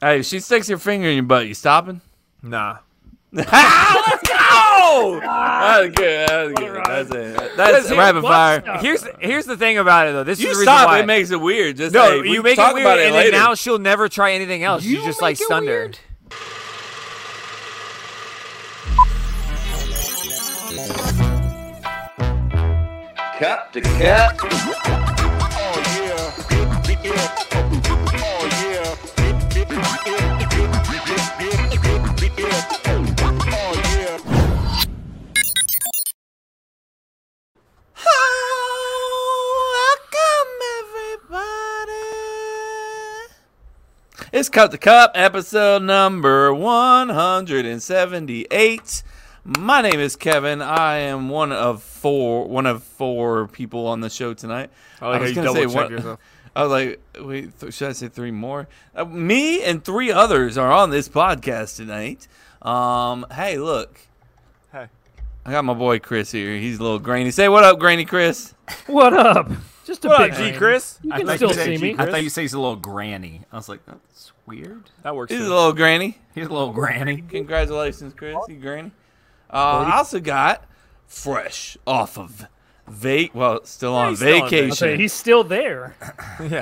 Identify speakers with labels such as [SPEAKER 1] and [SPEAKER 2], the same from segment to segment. [SPEAKER 1] Hey, if she sticks her finger in your butt, you stopping?
[SPEAKER 2] Nah.
[SPEAKER 1] Ah, Let's go! That's good. That's good. That's it. That's
[SPEAKER 2] Listen,
[SPEAKER 1] rapid
[SPEAKER 2] what's
[SPEAKER 1] fire.
[SPEAKER 2] up? Here's here's the thing about it though. This
[SPEAKER 1] You
[SPEAKER 2] is the reason
[SPEAKER 1] stop.
[SPEAKER 2] why.
[SPEAKER 1] It makes it weird. Just
[SPEAKER 2] no,
[SPEAKER 1] hey, we
[SPEAKER 2] you
[SPEAKER 1] can
[SPEAKER 2] make
[SPEAKER 1] talk
[SPEAKER 2] it weird,
[SPEAKER 1] about it
[SPEAKER 2] and
[SPEAKER 1] later.
[SPEAKER 2] then now she'll never try anything else. You, just like stunned her.
[SPEAKER 3] Cup to cup.
[SPEAKER 1] It's Cup to Cup, episode number 178. My name is Kevin. I am one of four one of four people on the show tonight.
[SPEAKER 2] I like how
[SPEAKER 1] was
[SPEAKER 2] you
[SPEAKER 1] gonna say
[SPEAKER 2] double-check
[SPEAKER 1] one-
[SPEAKER 2] yourself.
[SPEAKER 1] I was like, wait, th- should I say three more? Uh, me and three others are on this podcast tonight. Um, hey, look,
[SPEAKER 2] Hey.
[SPEAKER 1] I got my boy Chris here. He's a little grainy. Say what up, grainy Chris.
[SPEAKER 4] What up? Just a
[SPEAKER 2] What
[SPEAKER 4] big
[SPEAKER 2] up,
[SPEAKER 4] thing.
[SPEAKER 2] G Chris?
[SPEAKER 4] You
[SPEAKER 5] I
[SPEAKER 4] can
[SPEAKER 5] thought
[SPEAKER 4] still
[SPEAKER 5] you said
[SPEAKER 4] see
[SPEAKER 5] G-
[SPEAKER 4] me.
[SPEAKER 5] I thought you said he's a little granny. I was like, that's weird.
[SPEAKER 2] That works.
[SPEAKER 1] He's a
[SPEAKER 2] too.
[SPEAKER 1] little grainy.
[SPEAKER 5] He's a little granny.
[SPEAKER 1] Congratulations, Chris. You granny. Uh, I also got fresh off of vac. Well, still on
[SPEAKER 2] he's still on
[SPEAKER 1] vacation.
[SPEAKER 4] I'll tell you, he's still there.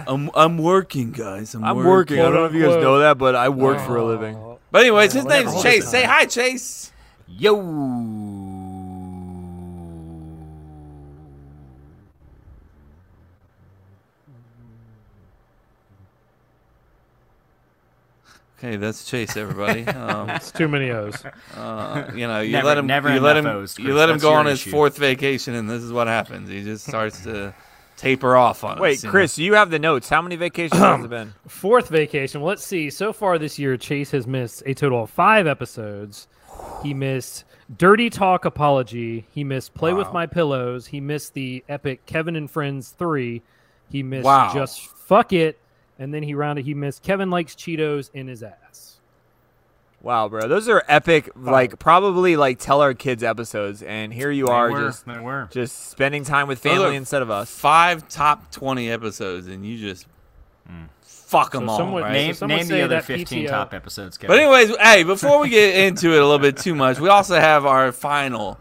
[SPEAKER 1] I'm I'm working, guys. I'm,
[SPEAKER 2] I'm working. I don't know if you guys
[SPEAKER 4] Whoa.
[SPEAKER 2] know that, but I work for a living.
[SPEAKER 1] But anyways, his
[SPEAKER 4] whatever.
[SPEAKER 1] name's Chase. Say hi, Chase.
[SPEAKER 5] Yo.
[SPEAKER 1] Okay, that's Chase, everybody. Um,
[SPEAKER 4] It's too many O's.
[SPEAKER 1] Uh, you know, you
[SPEAKER 5] Never-
[SPEAKER 1] let him,
[SPEAKER 5] never
[SPEAKER 1] you
[SPEAKER 5] enough
[SPEAKER 1] let him,
[SPEAKER 5] O's,
[SPEAKER 1] you
[SPEAKER 5] Chris.
[SPEAKER 1] let him
[SPEAKER 5] That's
[SPEAKER 1] go
[SPEAKER 5] your
[SPEAKER 1] on his
[SPEAKER 5] issue.
[SPEAKER 1] fourth vacation, and this is what happens. He just starts to taper off on
[SPEAKER 2] Wait,
[SPEAKER 1] us. you know?
[SPEAKER 2] Chris, you have the notes. How many vacations has it been?
[SPEAKER 4] Fourth vacation. Well, let's see. So far this year, Chase has missed a total of five episodes. He missed Dirty Talk Apology. He missed Play with My Pillows. He missed the epic Kevin and Friends 3. He missed
[SPEAKER 1] Wow.
[SPEAKER 4] Just Fuck It. And then he rounded, he missed Kevin Likes Cheetos in His Ass.
[SPEAKER 2] Wow, bro, those are epic. Like probably like tell our kids episodes, and here you are just
[SPEAKER 5] they were.
[SPEAKER 2] just spending time with
[SPEAKER 1] Those are
[SPEAKER 2] family instead of us.
[SPEAKER 1] five top twenty episodes, and you just fuck them all,
[SPEAKER 4] someone
[SPEAKER 1] right?
[SPEAKER 4] named-
[SPEAKER 5] Name,
[SPEAKER 4] So someone
[SPEAKER 5] name
[SPEAKER 4] say
[SPEAKER 5] the other
[SPEAKER 4] that
[SPEAKER 5] 15
[SPEAKER 4] PTO.
[SPEAKER 5] top episodes, Kevin.
[SPEAKER 1] But anyways, hey, before we get into it a little bit too much, we also have our final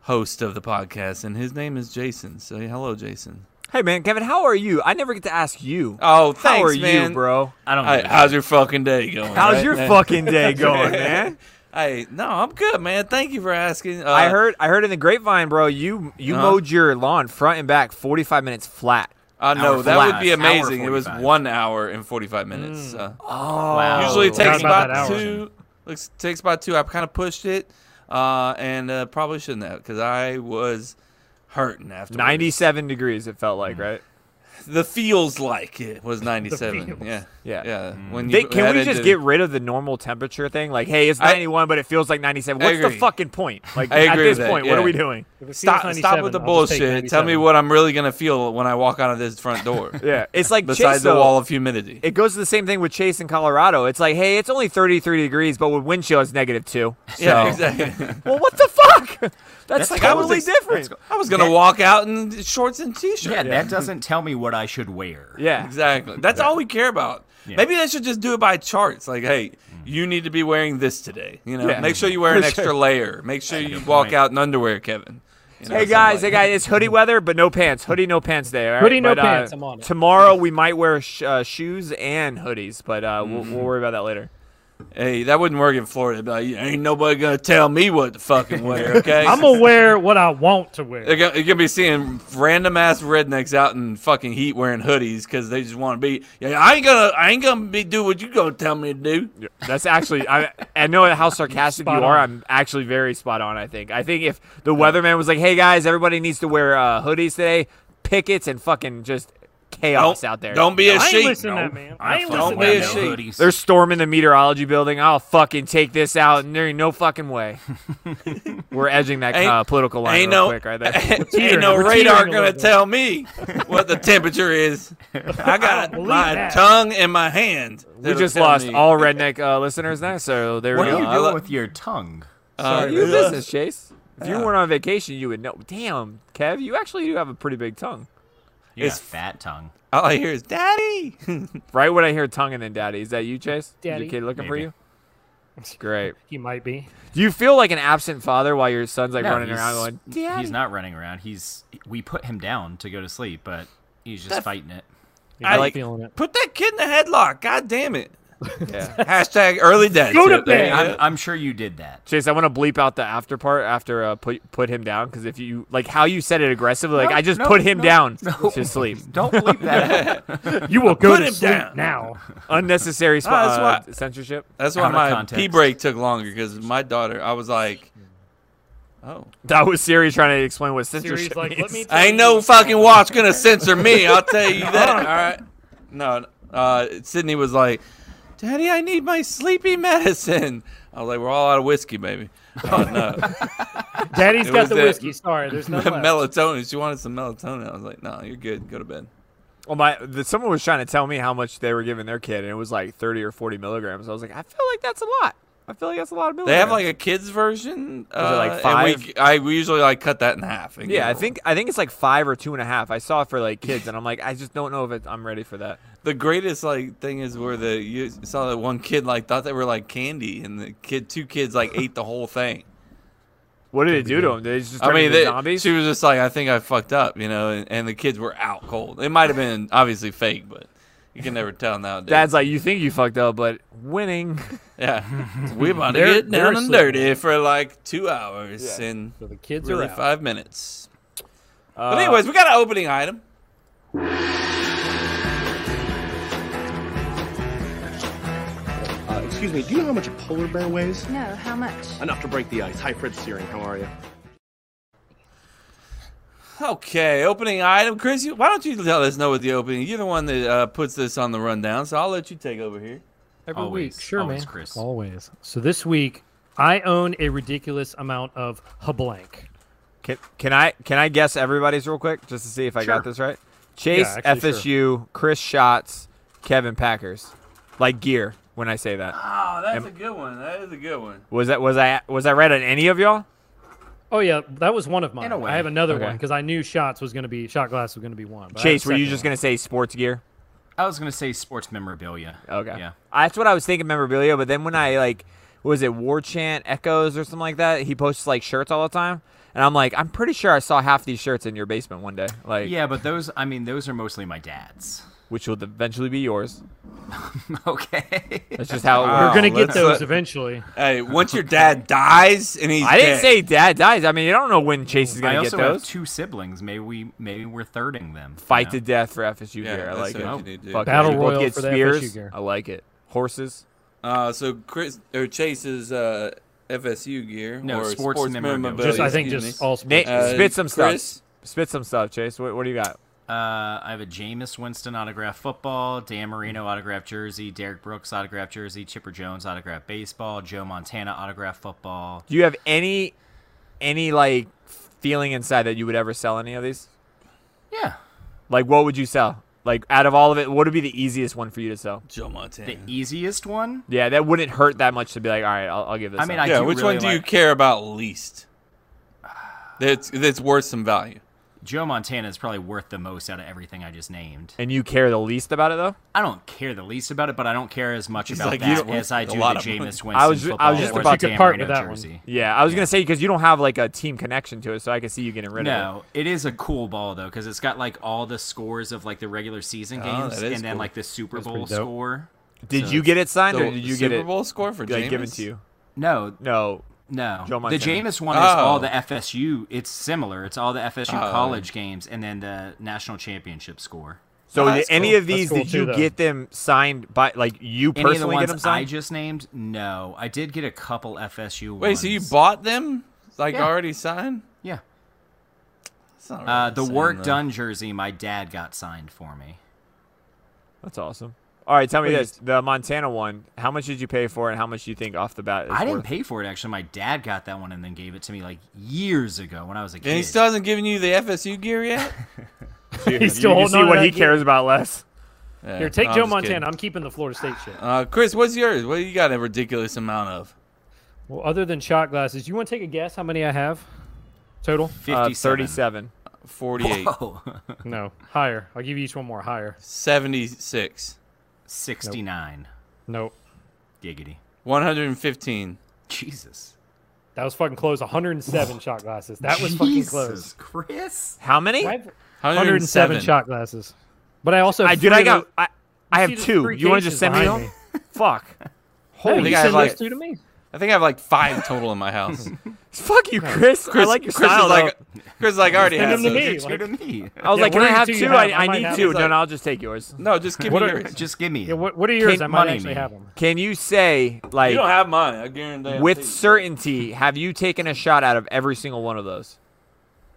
[SPEAKER 1] host of the podcast, and his name is Jason. Say hello, Jason.
[SPEAKER 2] Hey, man, Kevin, how are you? I never get to ask you.
[SPEAKER 1] Oh,
[SPEAKER 2] how
[SPEAKER 1] thanks,
[SPEAKER 2] are
[SPEAKER 1] man.
[SPEAKER 2] you, bro?
[SPEAKER 5] I don't
[SPEAKER 1] Hey,
[SPEAKER 5] know.
[SPEAKER 1] how's your fucking day going?
[SPEAKER 2] How's
[SPEAKER 1] right?
[SPEAKER 2] your fucking day going, man?
[SPEAKER 1] Hey, no, I'm good, man. Thank you for asking. Uh,
[SPEAKER 2] I heard, I heard in the grapevine, bro. You you
[SPEAKER 1] Uh-huh.
[SPEAKER 2] mowed your lawn front and back, forty five minutes flat.
[SPEAKER 1] Uh, no,
[SPEAKER 5] Hour
[SPEAKER 1] that would be
[SPEAKER 5] 45. Hour
[SPEAKER 1] amazing. It was
[SPEAKER 5] 45.
[SPEAKER 1] one hour and forty-five
[SPEAKER 2] Mm.
[SPEAKER 1] minutes. Uh,
[SPEAKER 2] Oh,
[SPEAKER 5] wow.
[SPEAKER 1] usually it
[SPEAKER 4] Forgot
[SPEAKER 1] takes
[SPEAKER 4] about
[SPEAKER 1] about,
[SPEAKER 4] that hour.
[SPEAKER 1] two. Looks takes about two. I kind of pushed it, uh, and uh, probably shouldn't have because I was hurting after
[SPEAKER 2] Ninety seven degrees, it felt
[SPEAKER 1] Mm.
[SPEAKER 2] like, right?
[SPEAKER 1] The feels like it was ninety-seven.
[SPEAKER 4] feels.
[SPEAKER 1] Yeah,
[SPEAKER 2] Yeah.
[SPEAKER 1] yeah. When
[SPEAKER 2] They, can
[SPEAKER 1] had
[SPEAKER 2] we
[SPEAKER 1] it
[SPEAKER 2] just
[SPEAKER 1] to-
[SPEAKER 2] get rid of the normal temperature thing? Like, hey, it's
[SPEAKER 1] I-
[SPEAKER 2] 91, but it feels like 97.
[SPEAKER 1] I
[SPEAKER 2] What's the
[SPEAKER 1] agree.
[SPEAKER 2] fucking point? Like,
[SPEAKER 1] I
[SPEAKER 2] at
[SPEAKER 1] agree
[SPEAKER 2] this
[SPEAKER 1] with that,
[SPEAKER 2] point, what are
[SPEAKER 1] yeah.
[SPEAKER 2] we doing?
[SPEAKER 4] If it
[SPEAKER 1] stop?
[SPEAKER 4] feels
[SPEAKER 1] Stop with the
[SPEAKER 4] 97, I'll just take
[SPEAKER 1] bullshit. Tell me
[SPEAKER 4] 97.
[SPEAKER 1] what I'm really gonna feel when I walk out of this front door.
[SPEAKER 2] Yeah, it's like Chase,
[SPEAKER 1] Besides the
[SPEAKER 2] though.
[SPEAKER 1] wall of humidity.
[SPEAKER 2] It goes to the same thing with Chase in Colorado. It's like, hey, it's only 33 degrees, but with wind chill, it's negative two.
[SPEAKER 1] Yeah,
[SPEAKER 2] So-
[SPEAKER 1] exactly.
[SPEAKER 2] Well, what the fuck? That's,
[SPEAKER 5] That's like I was
[SPEAKER 2] totally
[SPEAKER 5] ex-
[SPEAKER 2] different. Oh,
[SPEAKER 5] that's-
[SPEAKER 1] I was gonna walk out in shorts and t-shirt.
[SPEAKER 5] yeah, that doesn't tell me what I should wear.
[SPEAKER 2] yeah.
[SPEAKER 1] Exactly. That's all we care about.
[SPEAKER 5] Yeah.
[SPEAKER 1] Maybe they should just do it by charts. Like, hey, you need to be wearing this today. You know,
[SPEAKER 2] Mm. Yeah.
[SPEAKER 1] make sure you wear an
[SPEAKER 2] For
[SPEAKER 1] extra
[SPEAKER 2] sure.
[SPEAKER 1] layer. Make sure you
[SPEAKER 5] good
[SPEAKER 1] walk
[SPEAKER 5] point.
[SPEAKER 1] out in underwear, Kevin. You know,
[SPEAKER 2] Hey
[SPEAKER 1] something
[SPEAKER 2] guys,
[SPEAKER 1] like
[SPEAKER 2] hey
[SPEAKER 1] that.
[SPEAKER 2] guys, it's hoodie weather, but no pants. Hoodie, no pants day. all right?
[SPEAKER 4] Hoodie, no
[SPEAKER 2] But, uh,
[SPEAKER 4] pants, I'm on it.
[SPEAKER 2] Tomorrow we might wear sh- uh, shoes and hoodies, but uh, we'll,
[SPEAKER 1] Mm-hmm.
[SPEAKER 2] we'll worry about that later.
[SPEAKER 1] Hey, that wouldn't work in Florida. But ain't nobody gonna tell me what to fucking wear. Okay,
[SPEAKER 4] I'm gonna wear what I want to wear.
[SPEAKER 1] You're gonna, you're gonna be seeing random ass rednecks out in fucking heat wearing hoodies because they just want to be. Yeah, I ain't gonna, I ain't gonna be do what you gonna tell me to do.
[SPEAKER 2] That's actually, I, I know how sarcastic you
[SPEAKER 4] Spot
[SPEAKER 2] are.
[SPEAKER 4] on.
[SPEAKER 2] I'm actually very spot on, I think. I think if the weatherman was like, hey guys, everybody needs to wear uh, hoodies today, pickets and fucking just chaos
[SPEAKER 1] Don't,
[SPEAKER 2] out there.
[SPEAKER 1] don't be a
[SPEAKER 4] I ain't
[SPEAKER 1] sheep.
[SPEAKER 4] listening to that man. I ain't
[SPEAKER 1] fucking
[SPEAKER 4] listening
[SPEAKER 1] with
[SPEAKER 4] to
[SPEAKER 1] that
[SPEAKER 4] that.
[SPEAKER 1] shit.
[SPEAKER 4] man.
[SPEAKER 5] hoodies.
[SPEAKER 2] They're storming the meteorology building. I'll fucking take this out, and there ain't no fucking way. We're edging that
[SPEAKER 1] Ain't-
[SPEAKER 2] uh, political line
[SPEAKER 1] ain't
[SPEAKER 2] real
[SPEAKER 1] no,
[SPEAKER 2] quick right there.
[SPEAKER 1] ain't
[SPEAKER 4] teetering.
[SPEAKER 1] no
[SPEAKER 4] We're
[SPEAKER 1] radar
[SPEAKER 4] teetering a
[SPEAKER 1] gonna
[SPEAKER 4] little bit.
[SPEAKER 1] tell me what the temperature is. I got
[SPEAKER 4] believe
[SPEAKER 1] my
[SPEAKER 4] that.
[SPEAKER 1] tongue and my hand.
[SPEAKER 2] We just lost all redneck uh, listeners now, so there
[SPEAKER 5] What
[SPEAKER 2] we
[SPEAKER 5] are
[SPEAKER 2] go.
[SPEAKER 5] you
[SPEAKER 1] I
[SPEAKER 5] doing
[SPEAKER 1] lo-
[SPEAKER 5] with your tongue?
[SPEAKER 2] Uh,
[SPEAKER 1] Sorry,
[SPEAKER 2] your
[SPEAKER 1] ugh.
[SPEAKER 2] business, Chase. If you weren't on vacation, you would know. Damn, Kev, you actually do have a pretty big tongue.
[SPEAKER 5] You
[SPEAKER 1] It's-
[SPEAKER 5] got fat tongue.
[SPEAKER 1] All I hear is daddy.
[SPEAKER 2] Right when I hear tongue and then daddy. Is that you, Chase?
[SPEAKER 4] Daddy.
[SPEAKER 2] Is your kid looking for
[SPEAKER 5] Maybe.
[SPEAKER 2] you? Great.
[SPEAKER 4] He might be.
[SPEAKER 2] Do you feel like an absent father while your son's like
[SPEAKER 5] No,
[SPEAKER 2] running
[SPEAKER 5] he's-
[SPEAKER 2] around going, daddy?
[SPEAKER 5] He's not running around. He's we put him down to go to sleep, but he's just fighting it.
[SPEAKER 4] He
[SPEAKER 1] I
[SPEAKER 4] might be
[SPEAKER 1] like-
[SPEAKER 4] feeling it.
[SPEAKER 1] Put that kid in the headlock. God damn it.
[SPEAKER 2] Yeah.
[SPEAKER 1] Hashtag early death.
[SPEAKER 4] Go to
[SPEAKER 1] Yeah, there you
[SPEAKER 4] bed.
[SPEAKER 5] I'm, I'm sure you did that.
[SPEAKER 2] Chase, I want to bleep out the after part after uh, put put him down because if you like how you said it aggressively, like
[SPEAKER 5] No,
[SPEAKER 2] I just
[SPEAKER 5] no,
[SPEAKER 2] put him
[SPEAKER 5] no,
[SPEAKER 2] down
[SPEAKER 5] no.
[SPEAKER 2] to sleep.
[SPEAKER 5] Don't bleep that. out.
[SPEAKER 4] You will go
[SPEAKER 1] Put
[SPEAKER 4] to
[SPEAKER 1] him
[SPEAKER 4] sleep
[SPEAKER 1] down.
[SPEAKER 4] now.
[SPEAKER 2] Unnecessary spo-
[SPEAKER 1] Ah, that's
[SPEAKER 2] uh,
[SPEAKER 1] what-
[SPEAKER 2] censorship.
[SPEAKER 1] That's why
[SPEAKER 5] Out of
[SPEAKER 1] my
[SPEAKER 5] context.
[SPEAKER 1] pee break took longer because my daughter, I was like, oh.
[SPEAKER 2] That was Siri trying to explain what censorship
[SPEAKER 4] Siri's like, let
[SPEAKER 2] means.
[SPEAKER 4] me. Tell
[SPEAKER 1] Ain't
[SPEAKER 4] you-
[SPEAKER 1] no fucking watch gonna censor me. I'll tell you that. All right. No, uh, Sydney was like, "Daddy, I need my sleepy medicine." I was like, "We're all out of whiskey, baby." Oh no,
[SPEAKER 4] Daddy's
[SPEAKER 1] It
[SPEAKER 4] got
[SPEAKER 1] was
[SPEAKER 4] the
[SPEAKER 1] that-
[SPEAKER 4] whiskey. Sorry, there's no left.
[SPEAKER 1] melatonin. She wanted some melatonin. I was like, "No, you're good. Go to bed."
[SPEAKER 2] Well, my the, someone was trying to tell me how much they were giving their kid, and it was like thirty or forty milligrams. I was like, I feel like that's a lot. I feel like that's a lot of
[SPEAKER 1] They
[SPEAKER 2] milligrams.
[SPEAKER 1] have like a kids version. Uh,
[SPEAKER 2] like,
[SPEAKER 1] And we, I we usually like cut that in half. and give
[SPEAKER 2] yeah, I
[SPEAKER 1] it-
[SPEAKER 2] think I think it's like five or two and a half. I saw it for like kids, and I'm like, I just don't know if it, I'm ready for that.
[SPEAKER 1] the greatest like thing is where the you saw that one kid like thought they were like candy, and the kid two kids like ate the whole thing.
[SPEAKER 2] What did it do to him? Did it just turn
[SPEAKER 1] I mean,
[SPEAKER 2] into
[SPEAKER 1] they,
[SPEAKER 2] zombies?
[SPEAKER 1] she was just like, I think I fucked up, you know, and, and the kids were out cold. It might have been obviously fake, but you can never tell nowadays.
[SPEAKER 2] Dad's like, you think you fucked up, but winning.
[SPEAKER 1] yeah, we about to
[SPEAKER 4] They're-
[SPEAKER 1] get
[SPEAKER 4] they're
[SPEAKER 1] down and
[SPEAKER 4] asleep.
[SPEAKER 1] dirty for like two hours
[SPEAKER 2] Yeah.
[SPEAKER 1] and
[SPEAKER 4] So the kids
[SPEAKER 1] really
[SPEAKER 4] are out.
[SPEAKER 1] five minutes.
[SPEAKER 2] Uh,
[SPEAKER 1] But anyways, we got an opening item.
[SPEAKER 6] Uh, excuse me, do you know how much a polar bear weighs?
[SPEAKER 7] No, how much?
[SPEAKER 6] Enough to break the ice. Hi, Fred Searing. How are you?
[SPEAKER 1] Okay, opening item, Chris. You, why don't you let us know what the opening? You're the one that uh, puts this on the rundown, so I'll let you take over here.
[SPEAKER 4] Every
[SPEAKER 5] Always,
[SPEAKER 4] week. Sure,
[SPEAKER 5] always,
[SPEAKER 4] man.
[SPEAKER 5] Chris.
[SPEAKER 4] Always. So this week, I own a ridiculous amount of blank.
[SPEAKER 2] Can, can I can I guess everybody's real quick just to see if I got this right? Chase
[SPEAKER 4] Yeah, actually,
[SPEAKER 2] FSU, Chris Schatz, Kevin Packers, like gear. When I say that,
[SPEAKER 1] Oh, that's a good one. That is a good one.
[SPEAKER 2] was that was I was I right on any of y'all?
[SPEAKER 4] Oh yeah, that was one of mine.
[SPEAKER 5] In a way.
[SPEAKER 4] I have another
[SPEAKER 2] Okay.
[SPEAKER 4] one because I knew shots was going to be shot glass was going to be one. but I have a
[SPEAKER 2] Chase, were you
[SPEAKER 4] second
[SPEAKER 2] just
[SPEAKER 4] one.
[SPEAKER 2] gonna say sports gear?
[SPEAKER 5] I was gonna say sports memorabilia.
[SPEAKER 2] Okay,
[SPEAKER 5] Yeah.
[SPEAKER 2] that's what I was thinking memorabilia. But then when I like, was it War Chant Echoes or something like that? He posts like shirts all the time, and I'm like, I'm pretty sure I saw half these shirts in your basement one day. Like,
[SPEAKER 5] Yeah, but those. I mean, those are mostly my dad's.
[SPEAKER 2] which will eventually be yours.
[SPEAKER 5] Okay.
[SPEAKER 2] That's just how it
[SPEAKER 1] Wow.
[SPEAKER 2] works.
[SPEAKER 4] You're gonna get
[SPEAKER 1] let's Oh,
[SPEAKER 4] those
[SPEAKER 1] let-
[SPEAKER 4] eventually.
[SPEAKER 1] Hey, once your dad dies and he's
[SPEAKER 2] I didn't
[SPEAKER 1] dead-
[SPEAKER 2] say dad dies. I mean, you don't know when Chase is
[SPEAKER 5] I
[SPEAKER 2] gonna get
[SPEAKER 5] also have
[SPEAKER 2] those.
[SPEAKER 5] two siblings. Maybe we maybe we're thirding them. you
[SPEAKER 2] Fight
[SPEAKER 5] know?
[SPEAKER 2] to death for FSU
[SPEAKER 1] Yeah,
[SPEAKER 2] here. I
[SPEAKER 1] that's
[SPEAKER 2] like it.
[SPEAKER 1] what you need to do.
[SPEAKER 2] Fuck it.
[SPEAKER 4] Battle
[SPEAKER 2] You both
[SPEAKER 4] Royal
[SPEAKER 2] get
[SPEAKER 4] for the
[SPEAKER 2] spears.
[SPEAKER 4] FSU gear.
[SPEAKER 2] I like it. Horses.
[SPEAKER 1] Uh, so Chris or Chase's uh, FSU gear
[SPEAKER 5] No,
[SPEAKER 1] or
[SPEAKER 5] sports
[SPEAKER 1] sports
[SPEAKER 5] memorabilia.
[SPEAKER 1] memorabilia.
[SPEAKER 4] Just I
[SPEAKER 1] excuse
[SPEAKER 4] think just
[SPEAKER 1] me.
[SPEAKER 4] all
[SPEAKER 2] Nate,
[SPEAKER 4] sports.
[SPEAKER 1] Uh,
[SPEAKER 2] spit some
[SPEAKER 1] Chris?
[SPEAKER 2] stuff. Spit some stuff, Chase. What, what do you got?
[SPEAKER 5] Uh, I have a Jameis Winston autograph football, Dan Marino autograph jersey, Derek Brooks autograph jersey, Chipper Jones autograph baseball, Joe Montana autograph football.
[SPEAKER 2] Do you have any, any like feeling inside that you would ever sell any of these?
[SPEAKER 5] Yeah.
[SPEAKER 2] Like, what would you sell? Like, out of all of it, what would be the easiest one for you to sell?
[SPEAKER 1] Joe Montana.
[SPEAKER 5] The easiest one.
[SPEAKER 2] Yeah, that wouldn't hurt that much to be like, all right, I'll, I'll give this.
[SPEAKER 5] I mean,
[SPEAKER 2] up.
[SPEAKER 5] I-
[SPEAKER 1] yeah,
[SPEAKER 5] do
[SPEAKER 1] which
[SPEAKER 5] really
[SPEAKER 1] one do you
[SPEAKER 5] like-
[SPEAKER 1] care about least? That's that's worth some value.
[SPEAKER 5] Joe Montana is probably worth the most out of everything I just named.
[SPEAKER 2] and you care the least about it though.
[SPEAKER 5] I don't care the least about it, but I don't care as much about
[SPEAKER 1] like, you
[SPEAKER 5] that
[SPEAKER 1] don't-
[SPEAKER 5] as I
[SPEAKER 1] a
[SPEAKER 5] do the
[SPEAKER 1] lot of money.
[SPEAKER 5] Jameis Winston
[SPEAKER 2] I was ju-
[SPEAKER 5] football
[SPEAKER 2] I was just
[SPEAKER 5] or
[SPEAKER 2] about
[SPEAKER 5] the
[SPEAKER 2] to
[SPEAKER 5] Dan
[SPEAKER 4] part with
[SPEAKER 5] Marino
[SPEAKER 4] that one.
[SPEAKER 5] jersey.
[SPEAKER 2] Yeah, I was gonna say because you don't have like a team connection to it, so I can see you getting rid of it.
[SPEAKER 5] No, it is a cool ball though because it's got like all the scores of like the regular season games
[SPEAKER 1] Oh, that is
[SPEAKER 5] and then
[SPEAKER 1] cool.
[SPEAKER 5] like the Super
[SPEAKER 4] That's
[SPEAKER 5] Bowl
[SPEAKER 4] pretty dope.
[SPEAKER 5] score.
[SPEAKER 2] Did
[SPEAKER 5] So
[SPEAKER 2] you get it signed
[SPEAKER 1] The
[SPEAKER 2] or did you
[SPEAKER 1] Super
[SPEAKER 2] get it
[SPEAKER 1] Bowl score for
[SPEAKER 2] like, given
[SPEAKER 1] Jameis?
[SPEAKER 2] to you?
[SPEAKER 5] No,
[SPEAKER 2] No.
[SPEAKER 5] no.
[SPEAKER 2] Joe
[SPEAKER 5] the
[SPEAKER 2] Montana.
[SPEAKER 5] Jameis one is
[SPEAKER 1] Oh.
[SPEAKER 5] all the FSU. It's similar. It's all the FSU
[SPEAKER 1] Oh.
[SPEAKER 5] college games and then the national championship score.
[SPEAKER 2] So
[SPEAKER 1] Oh,
[SPEAKER 2] did
[SPEAKER 1] that's
[SPEAKER 2] any
[SPEAKER 1] cool.
[SPEAKER 2] of these
[SPEAKER 4] That's cool
[SPEAKER 2] did you
[SPEAKER 4] too, though.
[SPEAKER 2] get them signed by like you
[SPEAKER 5] Any of the
[SPEAKER 2] personally get them
[SPEAKER 5] ones I
[SPEAKER 2] signed?
[SPEAKER 5] just named? No, I did get a couple FSU.
[SPEAKER 1] Wait, so you
[SPEAKER 5] ones.
[SPEAKER 1] bought them? Like
[SPEAKER 5] Yeah.
[SPEAKER 1] already signed?
[SPEAKER 5] Yeah.
[SPEAKER 1] That's not
[SPEAKER 5] Uh,
[SPEAKER 1] really
[SPEAKER 5] the
[SPEAKER 1] insane,
[SPEAKER 5] work
[SPEAKER 1] though.
[SPEAKER 5] done jersey my dad got signed for me.
[SPEAKER 2] That's awesome. All right, tell me this: the Montana one. How much did you pay for, and how much do you think off the bat? Is
[SPEAKER 5] I didn't
[SPEAKER 2] worth?
[SPEAKER 5] pay for it actually. My dad got that one and then gave it to me like years ago when I was a kid.
[SPEAKER 1] And he still hasn't given you the FSU gear yet.
[SPEAKER 2] He's
[SPEAKER 4] still
[SPEAKER 2] you can
[SPEAKER 4] holding
[SPEAKER 2] see
[SPEAKER 4] on to
[SPEAKER 2] what
[SPEAKER 4] that
[SPEAKER 2] he
[SPEAKER 4] gig.
[SPEAKER 2] cares about less.
[SPEAKER 1] Yeah,
[SPEAKER 4] Here, take
[SPEAKER 1] I'm
[SPEAKER 4] Joe
[SPEAKER 1] just
[SPEAKER 4] Montana.
[SPEAKER 1] kidding.
[SPEAKER 4] I'm keeping the Florida State shit.
[SPEAKER 1] Uh, Chris, what's yours? What do you got a ridiculous amount of?
[SPEAKER 4] Well, other than shot glasses, you want to take a guess how many I have total?
[SPEAKER 2] Uh,
[SPEAKER 5] 57.
[SPEAKER 2] Thirty-seven.
[SPEAKER 1] 48.
[SPEAKER 5] Whoa.
[SPEAKER 4] No, higher. I'll give you each one more higher.
[SPEAKER 1] 76.
[SPEAKER 5] 69.
[SPEAKER 4] Nope.
[SPEAKER 5] Giggity.
[SPEAKER 1] 115.
[SPEAKER 5] Jesus.
[SPEAKER 4] That was fucking close. 107 shot glasses. That was fucking close.
[SPEAKER 5] Jesus, Chris.
[SPEAKER 2] How many?
[SPEAKER 4] I have
[SPEAKER 1] 107,
[SPEAKER 4] 107 shot glasses. But I also have
[SPEAKER 2] I dude, I
[SPEAKER 4] three
[SPEAKER 2] got
[SPEAKER 4] of-
[SPEAKER 2] I, I have
[SPEAKER 4] see the
[SPEAKER 2] two.
[SPEAKER 4] three
[SPEAKER 2] You want to just
[SPEAKER 4] cases
[SPEAKER 2] send me
[SPEAKER 4] behind
[SPEAKER 2] home? Fuck.
[SPEAKER 4] Hey,
[SPEAKER 1] think
[SPEAKER 4] you
[SPEAKER 1] I
[SPEAKER 4] said
[SPEAKER 1] have,
[SPEAKER 4] those
[SPEAKER 1] like-
[SPEAKER 4] two to me.
[SPEAKER 1] I think I have like five total in my house.
[SPEAKER 2] Fuck you, Chris. I
[SPEAKER 1] Chris-
[SPEAKER 2] like your
[SPEAKER 1] Chris
[SPEAKER 2] style.
[SPEAKER 1] Is like,
[SPEAKER 2] though.
[SPEAKER 1] Chris is like, I already
[SPEAKER 4] Send
[SPEAKER 1] have
[SPEAKER 4] them to
[SPEAKER 1] those.
[SPEAKER 4] me.
[SPEAKER 5] It's good to me.
[SPEAKER 2] I was
[SPEAKER 4] Yeah,
[SPEAKER 2] like, can I
[SPEAKER 4] what do you
[SPEAKER 2] have
[SPEAKER 4] do
[SPEAKER 2] two?
[SPEAKER 4] you have? I
[SPEAKER 2] I, I
[SPEAKER 4] might
[SPEAKER 2] need
[SPEAKER 4] have
[SPEAKER 2] two.
[SPEAKER 4] it.
[SPEAKER 2] No, no, I'll just take yours.
[SPEAKER 1] No, just give
[SPEAKER 4] What
[SPEAKER 1] me
[SPEAKER 4] are-
[SPEAKER 1] yours.
[SPEAKER 5] Just give me. it.
[SPEAKER 4] Yeah, what, what are yours?
[SPEAKER 2] Can't
[SPEAKER 4] I might
[SPEAKER 5] money
[SPEAKER 4] actually
[SPEAKER 5] me.
[SPEAKER 4] have them.
[SPEAKER 2] Can you say
[SPEAKER 1] You
[SPEAKER 2] like
[SPEAKER 1] don't have mine. I guarantee. I'll
[SPEAKER 2] with
[SPEAKER 1] take it.
[SPEAKER 2] certainty have you taken a shot out of every single one of those?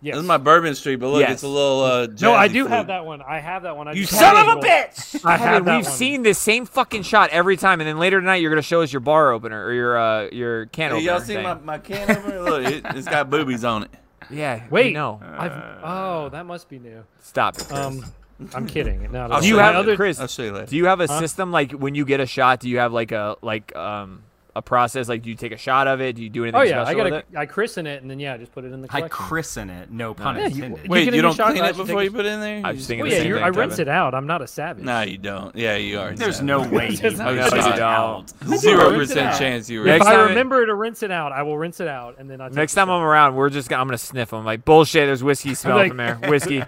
[SPEAKER 4] Yes.
[SPEAKER 1] This is my Bourbon Street, but look,
[SPEAKER 2] Yes.
[SPEAKER 1] it's a little. Uh,
[SPEAKER 4] no, I
[SPEAKER 1] jazzy
[SPEAKER 4] do
[SPEAKER 1] flute.
[SPEAKER 4] have that one. I have that one. I
[SPEAKER 1] You
[SPEAKER 4] just
[SPEAKER 1] son
[SPEAKER 4] haven't
[SPEAKER 1] of a
[SPEAKER 4] rolled-
[SPEAKER 1] bitch!
[SPEAKER 4] I
[SPEAKER 2] Kevin,
[SPEAKER 4] have that
[SPEAKER 2] we've
[SPEAKER 4] one.
[SPEAKER 2] seen the same fucking shot every time, and then later tonight you're gonna show us your bar opener or your uh, your can
[SPEAKER 1] Hey,
[SPEAKER 2] opener.
[SPEAKER 1] y'all seen
[SPEAKER 2] thing.
[SPEAKER 1] my, my can opener? Look, it, it's got boobies on it.
[SPEAKER 2] Yeah.
[SPEAKER 4] Wait,
[SPEAKER 2] No.
[SPEAKER 4] I've, oh, that must be new.
[SPEAKER 2] Stop it. Chris.
[SPEAKER 4] Um, I'm kidding. No,
[SPEAKER 1] I'll
[SPEAKER 4] no,
[SPEAKER 2] do you
[SPEAKER 1] show
[SPEAKER 4] Uh, my
[SPEAKER 2] have
[SPEAKER 1] you
[SPEAKER 4] other?
[SPEAKER 1] later.
[SPEAKER 2] Chris?
[SPEAKER 1] I'll show you later.
[SPEAKER 2] Do you have a
[SPEAKER 4] Huh?
[SPEAKER 2] system like when you get a shot? Do you have like a like um a process? Like, do you take a shot of it? Do you do anything
[SPEAKER 4] Oh yeah,
[SPEAKER 2] special
[SPEAKER 4] I
[SPEAKER 2] with
[SPEAKER 4] gotta
[SPEAKER 2] it?
[SPEAKER 4] I christen it and then yeah, I just put it in the
[SPEAKER 5] I
[SPEAKER 4] collection.
[SPEAKER 5] christen it. No pun
[SPEAKER 2] Yeah,
[SPEAKER 4] you-
[SPEAKER 5] intended.
[SPEAKER 4] Wait,
[SPEAKER 1] Wait, you
[SPEAKER 4] get any
[SPEAKER 1] don't
[SPEAKER 4] shot
[SPEAKER 1] clean
[SPEAKER 4] glass,
[SPEAKER 1] it
[SPEAKER 4] you
[SPEAKER 1] before you
[SPEAKER 4] take a-
[SPEAKER 1] put it in there? You
[SPEAKER 2] I was
[SPEAKER 1] just-
[SPEAKER 2] thinking
[SPEAKER 4] Well,
[SPEAKER 2] the
[SPEAKER 4] Oh, yeah,
[SPEAKER 2] same
[SPEAKER 4] you're,
[SPEAKER 2] thing,
[SPEAKER 4] I
[SPEAKER 2] Kevin.
[SPEAKER 4] rinse it out. I'm not a savage.
[SPEAKER 1] Nah, you don't. Yeah, you are.
[SPEAKER 5] There's
[SPEAKER 1] sad.
[SPEAKER 5] no way. he
[SPEAKER 4] Doesn't-
[SPEAKER 5] rinsed
[SPEAKER 1] Okay,
[SPEAKER 5] it
[SPEAKER 1] sorry.
[SPEAKER 5] out.
[SPEAKER 1] zero
[SPEAKER 4] rinse it
[SPEAKER 1] percent
[SPEAKER 4] out.
[SPEAKER 1] chance you.
[SPEAKER 2] Next
[SPEAKER 4] If
[SPEAKER 1] raised
[SPEAKER 4] I
[SPEAKER 2] time-
[SPEAKER 1] it.
[SPEAKER 4] remember to rinse it out, I will rinse it out and then I.
[SPEAKER 2] Next time I'm around, we're just gonna, I'm gonna sniff them. Like bullshit. There's whiskey smell
[SPEAKER 4] like-
[SPEAKER 2] from there. Whiskey.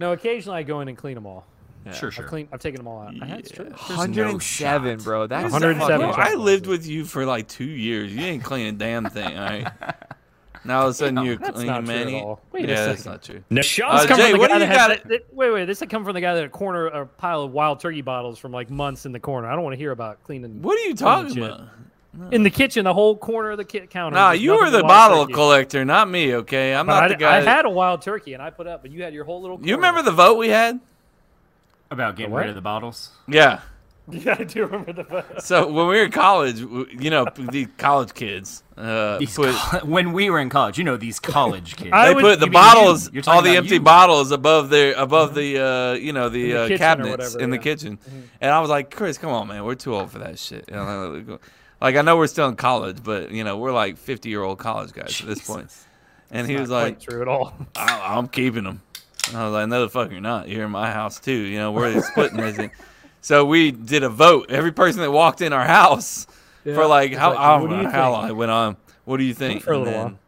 [SPEAKER 4] No, occasionally I go in and clean them all.
[SPEAKER 5] Sure,
[SPEAKER 4] I
[SPEAKER 5] sure.
[SPEAKER 4] clean. I've taken them all out. Yeah. That's true.
[SPEAKER 5] no
[SPEAKER 2] 107,
[SPEAKER 5] shot.
[SPEAKER 2] bro. That's
[SPEAKER 4] 107
[SPEAKER 1] Bro,
[SPEAKER 4] shots.
[SPEAKER 1] I lived with you for like two years. You ain't clean a damn thing. All right. Now all of a sudden you're
[SPEAKER 4] That's
[SPEAKER 1] clean,
[SPEAKER 4] not true
[SPEAKER 1] man.
[SPEAKER 4] at
[SPEAKER 1] You-
[SPEAKER 4] all. Wait a
[SPEAKER 1] yeah, that's
[SPEAKER 4] second.
[SPEAKER 1] not true.
[SPEAKER 6] No
[SPEAKER 1] Uh,
[SPEAKER 6] shots.
[SPEAKER 4] Come from
[SPEAKER 1] Jay,
[SPEAKER 4] the
[SPEAKER 1] what
[SPEAKER 4] guy
[SPEAKER 1] do you
[SPEAKER 4] that had-
[SPEAKER 1] got?
[SPEAKER 4] that- wait, wait. This had come from the guy that had a corner a pile of wild turkey bottles from like months in the corner. I don't want to hear about cleaning
[SPEAKER 1] What are you talking
[SPEAKER 4] Legit.
[SPEAKER 1] about?
[SPEAKER 4] in the kitchen, the whole corner of the ki- counter.
[SPEAKER 1] Nah,
[SPEAKER 4] There's
[SPEAKER 1] you
[SPEAKER 4] nothing
[SPEAKER 1] were
[SPEAKER 4] but
[SPEAKER 1] the
[SPEAKER 4] wild
[SPEAKER 1] bottle
[SPEAKER 4] turkey.
[SPEAKER 1] collector, not me. Okay, I'm
[SPEAKER 4] But
[SPEAKER 1] not
[SPEAKER 4] I,
[SPEAKER 1] the guy.
[SPEAKER 4] I
[SPEAKER 1] that-
[SPEAKER 4] had a wild turkey and I put up, but you had your whole little. Corner.
[SPEAKER 1] You remember the vote we had?
[SPEAKER 5] About getting
[SPEAKER 4] What?
[SPEAKER 5] rid of the bottles.
[SPEAKER 1] Yeah.
[SPEAKER 4] Yeah, I do remember the.
[SPEAKER 1] So when we were in college, w- you know, p- these college kids uh,
[SPEAKER 5] These
[SPEAKER 1] put
[SPEAKER 5] col- when we were in college, you know these college kids.
[SPEAKER 4] I
[SPEAKER 1] they
[SPEAKER 4] would-
[SPEAKER 1] put
[SPEAKER 5] you
[SPEAKER 1] the
[SPEAKER 5] mean
[SPEAKER 1] bottles,
[SPEAKER 5] you. You're talking
[SPEAKER 1] all the
[SPEAKER 5] about
[SPEAKER 1] empty
[SPEAKER 5] you.
[SPEAKER 1] bottles above their above the uh, you know the,
[SPEAKER 4] Mm-hmm. the
[SPEAKER 1] uh,
[SPEAKER 4] kitchen or
[SPEAKER 1] cabinets
[SPEAKER 4] whatever,
[SPEAKER 1] in the
[SPEAKER 4] yeah. Mm-hmm.
[SPEAKER 1] kitchen, and I was like, Chris, come on, man, we're too old for that shit. You know, like I know we're still in college, but you know we're like fifty year old college guys at this point. And he was like,
[SPEAKER 4] Quite true at all.
[SPEAKER 1] I, I'm keeping them. And I was like, no, the fuck you're not. You're in my house too. You know, we're splitting this. thing. So we did a vote. Every person that walked in our house for like how I
[SPEAKER 4] what
[SPEAKER 1] don't
[SPEAKER 4] do
[SPEAKER 1] know
[SPEAKER 4] you
[SPEAKER 1] how
[SPEAKER 4] think?
[SPEAKER 1] long it went on. What do you think?
[SPEAKER 4] For a
[SPEAKER 1] And
[SPEAKER 4] little
[SPEAKER 1] then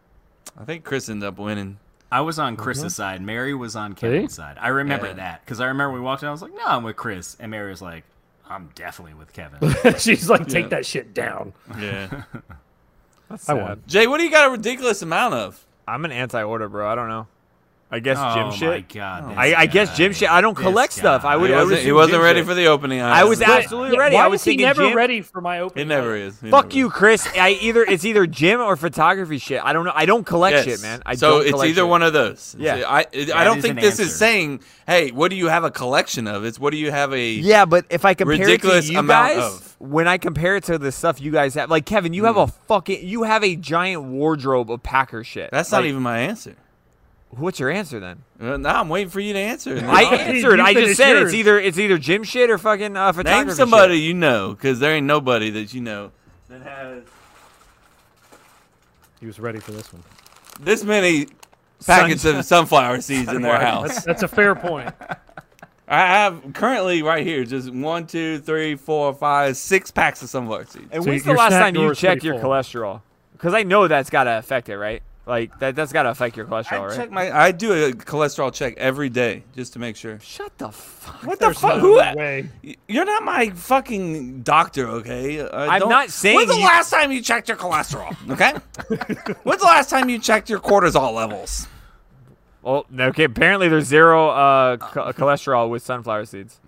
[SPEAKER 1] I think Chris ended up winning.
[SPEAKER 5] I was on
[SPEAKER 2] Mm-hmm.
[SPEAKER 5] Chris's side. Mary was on Kevin's side. I remember
[SPEAKER 1] Yeah.
[SPEAKER 5] that because I remember we walked in. I was like, "No, I'm with Chris," and Mary was like, "I'm definitely with Kevin."
[SPEAKER 4] She's like, take
[SPEAKER 1] Yeah.
[SPEAKER 4] that shit down.
[SPEAKER 1] Yeah.
[SPEAKER 4] I won.
[SPEAKER 1] Jay, what do you got a ridiculous amount of?
[SPEAKER 2] I'm an anti-order, bro. I don't know. I guess
[SPEAKER 5] oh
[SPEAKER 2] gym
[SPEAKER 5] my
[SPEAKER 2] shit.
[SPEAKER 5] god! this
[SPEAKER 2] I, I guess gym
[SPEAKER 5] guy.
[SPEAKER 2] shit. I don't
[SPEAKER 5] This
[SPEAKER 2] collect stuff. I
[SPEAKER 5] guy.
[SPEAKER 2] would.
[SPEAKER 1] He
[SPEAKER 2] I would
[SPEAKER 1] wasn't, he
[SPEAKER 2] assume
[SPEAKER 1] wasn't
[SPEAKER 2] gym
[SPEAKER 1] ready
[SPEAKER 2] shit.
[SPEAKER 1] for the opening.
[SPEAKER 2] I was
[SPEAKER 1] honestly.
[SPEAKER 2] absolutely ready.
[SPEAKER 4] Why
[SPEAKER 2] I was
[SPEAKER 4] is he
[SPEAKER 2] thinking
[SPEAKER 4] never
[SPEAKER 2] gym.
[SPEAKER 4] ready for my opening?
[SPEAKER 1] It never is. It
[SPEAKER 2] Fuck
[SPEAKER 1] never
[SPEAKER 2] you,
[SPEAKER 1] is.
[SPEAKER 2] Chris. I either it's either gym or photography shit. I don't know. I don't collect
[SPEAKER 1] Yes.
[SPEAKER 2] shit, man. I
[SPEAKER 1] so
[SPEAKER 2] don't
[SPEAKER 1] it's
[SPEAKER 2] collect
[SPEAKER 1] either
[SPEAKER 2] shit.
[SPEAKER 1] one of those.
[SPEAKER 2] Yeah.
[SPEAKER 1] So I I- I
[SPEAKER 5] That
[SPEAKER 1] don't
[SPEAKER 5] is
[SPEAKER 1] think
[SPEAKER 5] an
[SPEAKER 1] this is
[SPEAKER 5] answer.
[SPEAKER 1] saying, hey, what do you have a collection of? It's what do you have a
[SPEAKER 2] Yeah, but if I compare
[SPEAKER 1] Ridiculous
[SPEAKER 2] it to you
[SPEAKER 1] amount
[SPEAKER 2] guys,
[SPEAKER 1] of. Mm.
[SPEAKER 2] when I compare it to the stuff you guys have, like Kevin, you have a fucking, you have a giant wardrobe of Packer shit.
[SPEAKER 1] That's
[SPEAKER 2] like,
[SPEAKER 1] not even my answer.
[SPEAKER 2] What's your answer then?
[SPEAKER 1] Uh, Now I'm waiting for you to answer.
[SPEAKER 2] I
[SPEAKER 1] Now,
[SPEAKER 2] answered.
[SPEAKER 4] you
[SPEAKER 2] I just
[SPEAKER 4] finished
[SPEAKER 2] said
[SPEAKER 4] yours.
[SPEAKER 2] it's either it's either gym shit or fucking uh, photography.
[SPEAKER 1] name
[SPEAKER 2] shit.
[SPEAKER 1] somebody you know, because there ain't nobody that you know that has
[SPEAKER 4] He was ready for this one.
[SPEAKER 1] this many packets of sunflower seeds in their
[SPEAKER 4] That's,
[SPEAKER 1] house.
[SPEAKER 4] that's a fair point.
[SPEAKER 1] I have currently right here just one, two, three, four, five, six packs of sunflower seeds.
[SPEAKER 2] And
[SPEAKER 4] So
[SPEAKER 2] when's the
[SPEAKER 4] your
[SPEAKER 2] last
[SPEAKER 4] snack
[SPEAKER 2] time you
[SPEAKER 4] drawer's
[SPEAKER 2] checked
[SPEAKER 4] pretty
[SPEAKER 2] your
[SPEAKER 4] full.
[SPEAKER 2] cholesterol? Because I know that's gotta affect it, right? Like that that's gotta affect your
[SPEAKER 1] I
[SPEAKER 2] cholesterol,
[SPEAKER 1] check
[SPEAKER 2] right?
[SPEAKER 1] my. I do a cholesterol check every day just to make sure.
[SPEAKER 2] Shut the fuck.
[SPEAKER 1] What
[SPEAKER 4] There's
[SPEAKER 1] the fuck?
[SPEAKER 4] no
[SPEAKER 1] Who?
[SPEAKER 4] way.
[SPEAKER 1] You're not my fucking doctor, okay? I
[SPEAKER 2] I'm
[SPEAKER 1] don't-
[SPEAKER 2] not saying
[SPEAKER 1] When's the
[SPEAKER 2] you-
[SPEAKER 1] last time you checked your cholesterol? Okay. When's the last time you checked your cortisol levels?
[SPEAKER 2] Well, okay. Apparently, there's zero uh, cho- cholesterol with sunflower seeds.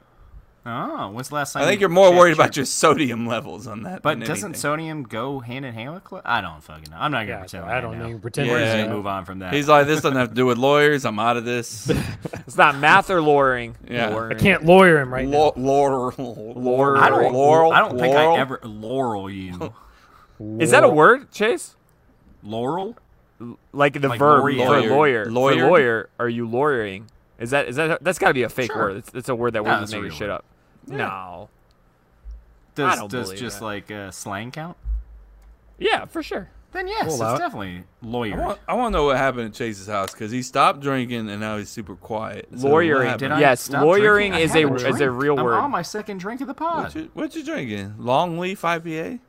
[SPEAKER 5] Oh, when's the last time?
[SPEAKER 1] I think
[SPEAKER 5] you
[SPEAKER 1] you're more
[SPEAKER 5] checked
[SPEAKER 1] worried about your sodium levels on that.
[SPEAKER 5] But
[SPEAKER 1] than
[SPEAKER 5] doesn't
[SPEAKER 1] anything.
[SPEAKER 5] sodium go hand in hand with? Cl- I don't fucking know. I'm not gonna
[SPEAKER 4] Yeah,
[SPEAKER 5] pretend.
[SPEAKER 4] I don't
[SPEAKER 5] know.
[SPEAKER 4] even pretend.
[SPEAKER 1] Yeah,
[SPEAKER 5] We're just
[SPEAKER 1] yeah.
[SPEAKER 5] gonna move on from that.
[SPEAKER 1] He's like, this doesn't have to do with lawyers. I'm out of this.
[SPEAKER 2] It's not math or lawyering.
[SPEAKER 1] Yeah. I
[SPEAKER 4] I can't lawyer him right
[SPEAKER 1] Lo- Laurel.
[SPEAKER 2] Laurel.
[SPEAKER 5] I don't.
[SPEAKER 1] Laurel.
[SPEAKER 5] I don't think
[SPEAKER 1] Laurel.
[SPEAKER 5] I ever laurel you.
[SPEAKER 2] Is that a word, Chase?
[SPEAKER 5] Laurel.
[SPEAKER 2] Like the
[SPEAKER 5] Like
[SPEAKER 2] verb
[SPEAKER 5] lawyer.
[SPEAKER 2] for lawyer.
[SPEAKER 1] Lawyer.
[SPEAKER 2] For lawyer. Are you lawyering? Is that is that that's got to be a fake
[SPEAKER 5] Sure.
[SPEAKER 2] word? It's, it's a word that
[SPEAKER 5] No,
[SPEAKER 2] we're
[SPEAKER 5] that's
[SPEAKER 2] just
[SPEAKER 5] a
[SPEAKER 2] making
[SPEAKER 5] real
[SPEAKER 2] shit
[SPEAKER 5] word.
[SPEAKER 2] up. No.
[SPEAKER 5] Does
[SPEAKER 2] don't
[SPEAKER 5] does
[SPEAKER 2] believe
[SPEAKER 5] just
[SPEAKER 2] that.
[SPEAKER 5] like uh, slang count?
[SPEAKER 2] Yeah, for sure.
[SPEAKER 5] Then yes, it's
[SPEAKER 4] out.
[SPEAKER 5] definitely lawyer.
[SPEAKER 1] I want, I want to know what happened at Chase's house because he stopped drinking and now he's super quiet. So what
[SPEAKER 2] Lawyering.
[SPEAKER 5] Did
[SPEAKER 1] happened?
[SPEAKER 5] I
[SPEAKER 2] Yes,
[SPEAKER 5] stop
[SPEAKER 2] lawyering
[SPEAKER 5] drinking? I
[SPEAKER 2] is a-
[SPEAKER 5] haven't
[SPEAKER 2] is a
[SPEAKER 5] drank.
[SPEAKER 2] real
[SPEAKER 5] I'm
[SPEAKER 2] word.
[SPEAKER 5] on my second drink of the
[SPEAKER 1] What
[SPEAKER 5] pod.
[SPEAKER 1] you, what you drinking? Longleaf IPA.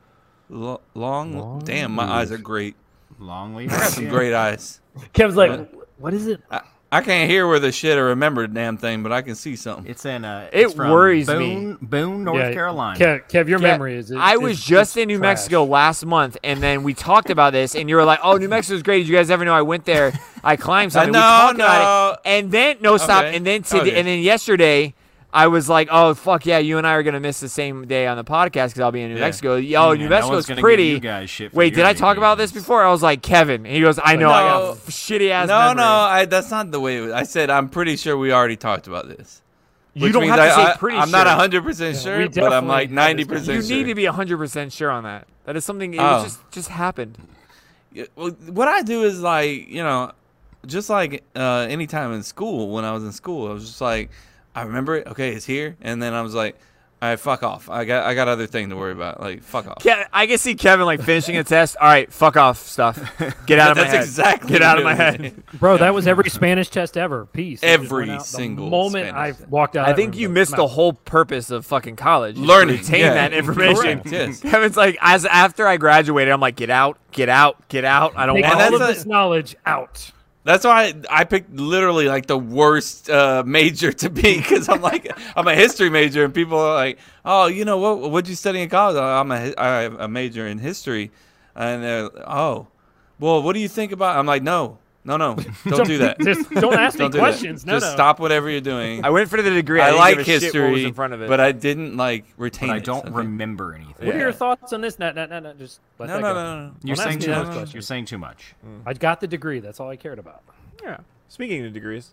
[SPEAKER 1] Lo- long, Damn, my eyes are great.
[SPEAKER 5] Long leaf.
[SPEAKER 1] I got some great eyes.
[SPEAKER 4] Kevin's like, what is it?
[SPEAKER 1] I, I can't hear where the shit or remember the damn thing, but I can see something.
[SPEAKER 5] It's in. Uh,
[SPEAKER 2] It
[SPEAKER 5] it's from
[SPEAKER 2] worries
[SPEAKER 5] Boone, me. Boone, North
[SPEAKER 4] Yeah,
[SPEAKER 5] Carolina.
[SPEAKER 4] Kev, Kev your
[SPEAKER 2] Yeah,
[SPEAKER 4] memory is.
[SPEAKER 2] I was just in New
[SPEAKER 4] trash.
[SPEAKER 2] Mexico last month, and then we talked about this, and you were like, "Oh, New Mexico's great." Did you guys ever know I went there? I climbed something. we
[SPEAKER 1] no,
[SPEAKER 2] talked about it,
[SPEAKER 1] no.
[SPEAKER 2] and then no stop,
[SPEAKER 1] Okay.
[SPEAKER 2] and then today,
[SPEAKER 1] Okay.
[SPEAKER 2] and then yesterday. I was like, "Oh fuck yeah, you and I are gonna miss the same day on the podcast because I'll be in New
[SPEAKER 1] Yeah.
[SPEAKER 2] Mexico." Yo,
[SPEAKER 5] Yeah,
[SPEAKER 2] New
[SPEAKER 5] no
[SPEAKER 2] Mexico's
[SPEAKER 5] one's gonna give
[SPEAKER 2] pretty.
[SPEAKER 5] you guys shit for
[SPEAKER 2] Wait, did
[SPEAKER 5] your
[SPEAKER 2] I talk about this
[SPEAKER 5] vacations.
[SPEAKER 2] before? I was like, "Kevin," and he goes, "I know, I got a
[SPEAKER 1] No.
[SPEAKER 2] f- shitty ass."
[SPEAKER 1] No,
[SPEAKER 2] memory."
[SPEAKER 1] no, I, that's not the way. It was. I said I'm pretty sure we already talked about this.
[SPEAKER 2] You don't have to say pretty
[SPEAKER 1] I'm
[SPEAKER 2] sure.
[SPEAKER 1] not 100 percent sure,
[SPEAKER 4] we
[SPEAKER 1] but I'm
[SPEAKER 4] definitely
[SPEAKER 1] like
[SPEAKER 4] had this
[SPEAKER 1] 90
[SPEAKER 2] You
[SPEAKER 1] percent sure.
[SPEAKER 2] need to be hundred percent sure on that. That is something. It
[SPEAKER 1] Oh.
[SPEAKER 2] was just just happened.
[SPEAKER 1] Yeah, well, what I do is like you know, just like uh, anytime in school when I was in school, I was just like, I remember it. Okay, it's here, and then I was like, all right, fuck off. I got I got other thing to worry about. Like fuck off.
[SPEAKER 2] Ke- I can see Kevin like finishing a test. All right, fuck off, stuff. Get out of my
[SPEAKER 1] That's
[SPEAKER 2] head.
[SPEAKER 1] exactly
[SPEAKER 2] Get
[SPEAKER 1] what
[SPEAKER 2] out of
[SPEAKER 1] it
[SPEAKER 2] my
[SPEAKER 1] was.
[SPEAKER 2] head.
[SPEAKER 4] bro. That was every Spanish test ever. Peace. It just went
[SPEAKER 1] Every
[SPEAKER 4] out the
[SPEAKER 1] single
[SPEAKER 4] moment
[SPEAKER 1] Spanish
[SPEAKER 4] I
[SPEAKER 1] test.
[SPEAKER 4] walked out.
[SPEAKER 2] I
[SPEAKER 4] of that
[SPEAKER 2] think
[SPEAKER 4] room,
[SPEAKER 2] you
[SPEAKER 4] like,
[SPEAKER 2] missed
[SPEAKER 4] I'm
[SPEAKER 2] the
[SPEAKER 4] out.
[SPEAKER 2] whole purpose of fucking college. is to
[SPEAKER 1] Learning,
[SPEAKER 2] retain
[SPEAKER 1] yeah.
[SPEAKER 2] that information.
[SPEAKER 1] Correct, yes.
[SPEAKER 2] Kevin's like, as after I graduated, I'm like, get out, get out, get out. I don't
[SPEAKER 4] Take
[SPEAKER 2] want
[SPEAKER 1] And
[SPEAKER 4] all
[SPEAKER 1] that's
[SPEAKER 4] of
[SPEAKER 1] a-
[SPEAKER 4] this knowledge out.
[SPEAKER 1] That's why I, I picked literally like the worst uh, major to be because I'm like I'm a history major and people are like, oh, you know what? What'd you study in college? I'm a hi- I have a major in history, and they're oh, well, what do you think about? I'm like, no, no, no, don't do that.
[SPEAKER 4] Just don't ask me
[SPEAKER 1] Don't do that.
[SPEAKER 4] questions. No,
[SPEAKER 1] just
[SPEAKER 4] no.
[SPEAKER 1] stop whatever you're doing.
[SPEAKER 2] I went for the degree. I,
[SPEAKER 1] I
[SPEAKER 2] didn't
[SPEAKER 1] like
[SPEAKER 2] give a shit what was
[SPEAKER 1] history,
[SPEAKER 2] in front of it.
[SPEAKER 1] but I didn't like retain.
[SPEAKER 5] But I
[SPEAKER 1] it,
[SPEAKER 5] don't
[SPEAKER 1] so think-
[SPEAKER 5] remember anything.
[SPEAKER 4] What are your thoughts on this? No, no, no, no. Just let
[SPEAKER 1] No,
[SPEAKER 4] that
[SPEAKER 1] no,
[SPEAKER 4] go.
[SPEAKER 1] no, no.
[SPEAKER 5] You're
[SPEAKER 4] Don't ask
[SPEAKER 5] saying
[SPEAKER 4] me
[SPEAKER 5] too
[SPEAKER 4] those
[SPEAKER 5] much.
[SPEAKER 4] questions.
[SPEAKER 5] You're saying too much.
[SPEAKER 2] Mm.
[SPEAKER 4] I got the degree. That's all I cared about.
[SPEAKER 2] yeah. Speaking of degrees,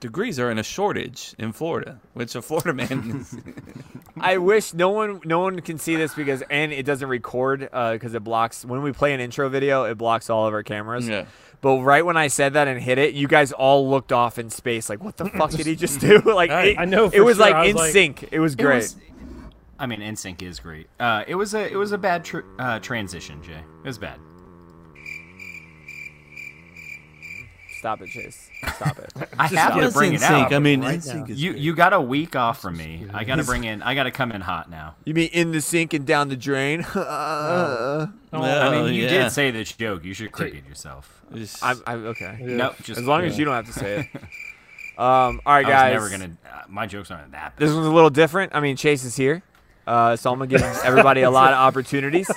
[SPEAKER 1] Degrees are in a shortage in Florida, which a Florida man is.
[SPEAKER 2] I wish no one no one can see this because and it doesn't record because it blocks when we play an intro video it blocks all of our cameras.
[SPEAKER 1] Yeah.
[SPEAKER 2] But right when I said that and hit it, you guys all looked off in space like, "What the fuck did he just do?" Like,
[SPEAKER 1] Hey,
[SPEAKER 2] it,
[SPEAKER 4] I know
[SPEAKER 2] it
[SPEAKER 4] for
[SPEAKER 2] was
[SPEAKER 4] sure,
[SPEAKER 2] like
[SPEAKER 4] I was
[SPEAKER 2] in
[SPEAKER 4] like-
[SPEAKER 2] sync. It was
[SPEAKER 5] It
[SPEAKER 2] great.
[SPEAKER 5] was- I mean, NSYNC is great. Uh, it was a it was a bad tr- uh, transition, Jay. It was bad.
[SPEAKER 2] Stop it, Chase. Stop it.
[SPEAKER 5] I have to bring it out.
[SPEAKER 1] I mean,
[SPEAKER 5] you you got a week off from me. I got to bring in. I got to come in hot now.
[SPEAKER 2] you mean in the sink and down the drain? I'm,
[SPEAKER 5] Oh, I
[SPEAKER 1] oh,
[SPEAKER 5] mean, you did say this joke. You should cricket yourself.
[SPEAKER 2] I'm okay.
[SPEAKER 5] Nope. Just
[SPEAKER 2] As long as you don't have to say it. Um, all right,
[SPEAKER 5] I was
[SPEAKER 2] guys.
[SPEAKER 5] never gonna. Uh, my jokes aren't that. Bad.
[SPEAKER 2] This one's a little different. I mean, Chase is here, uh, so I'm gonna give everybody a lot of opportunities.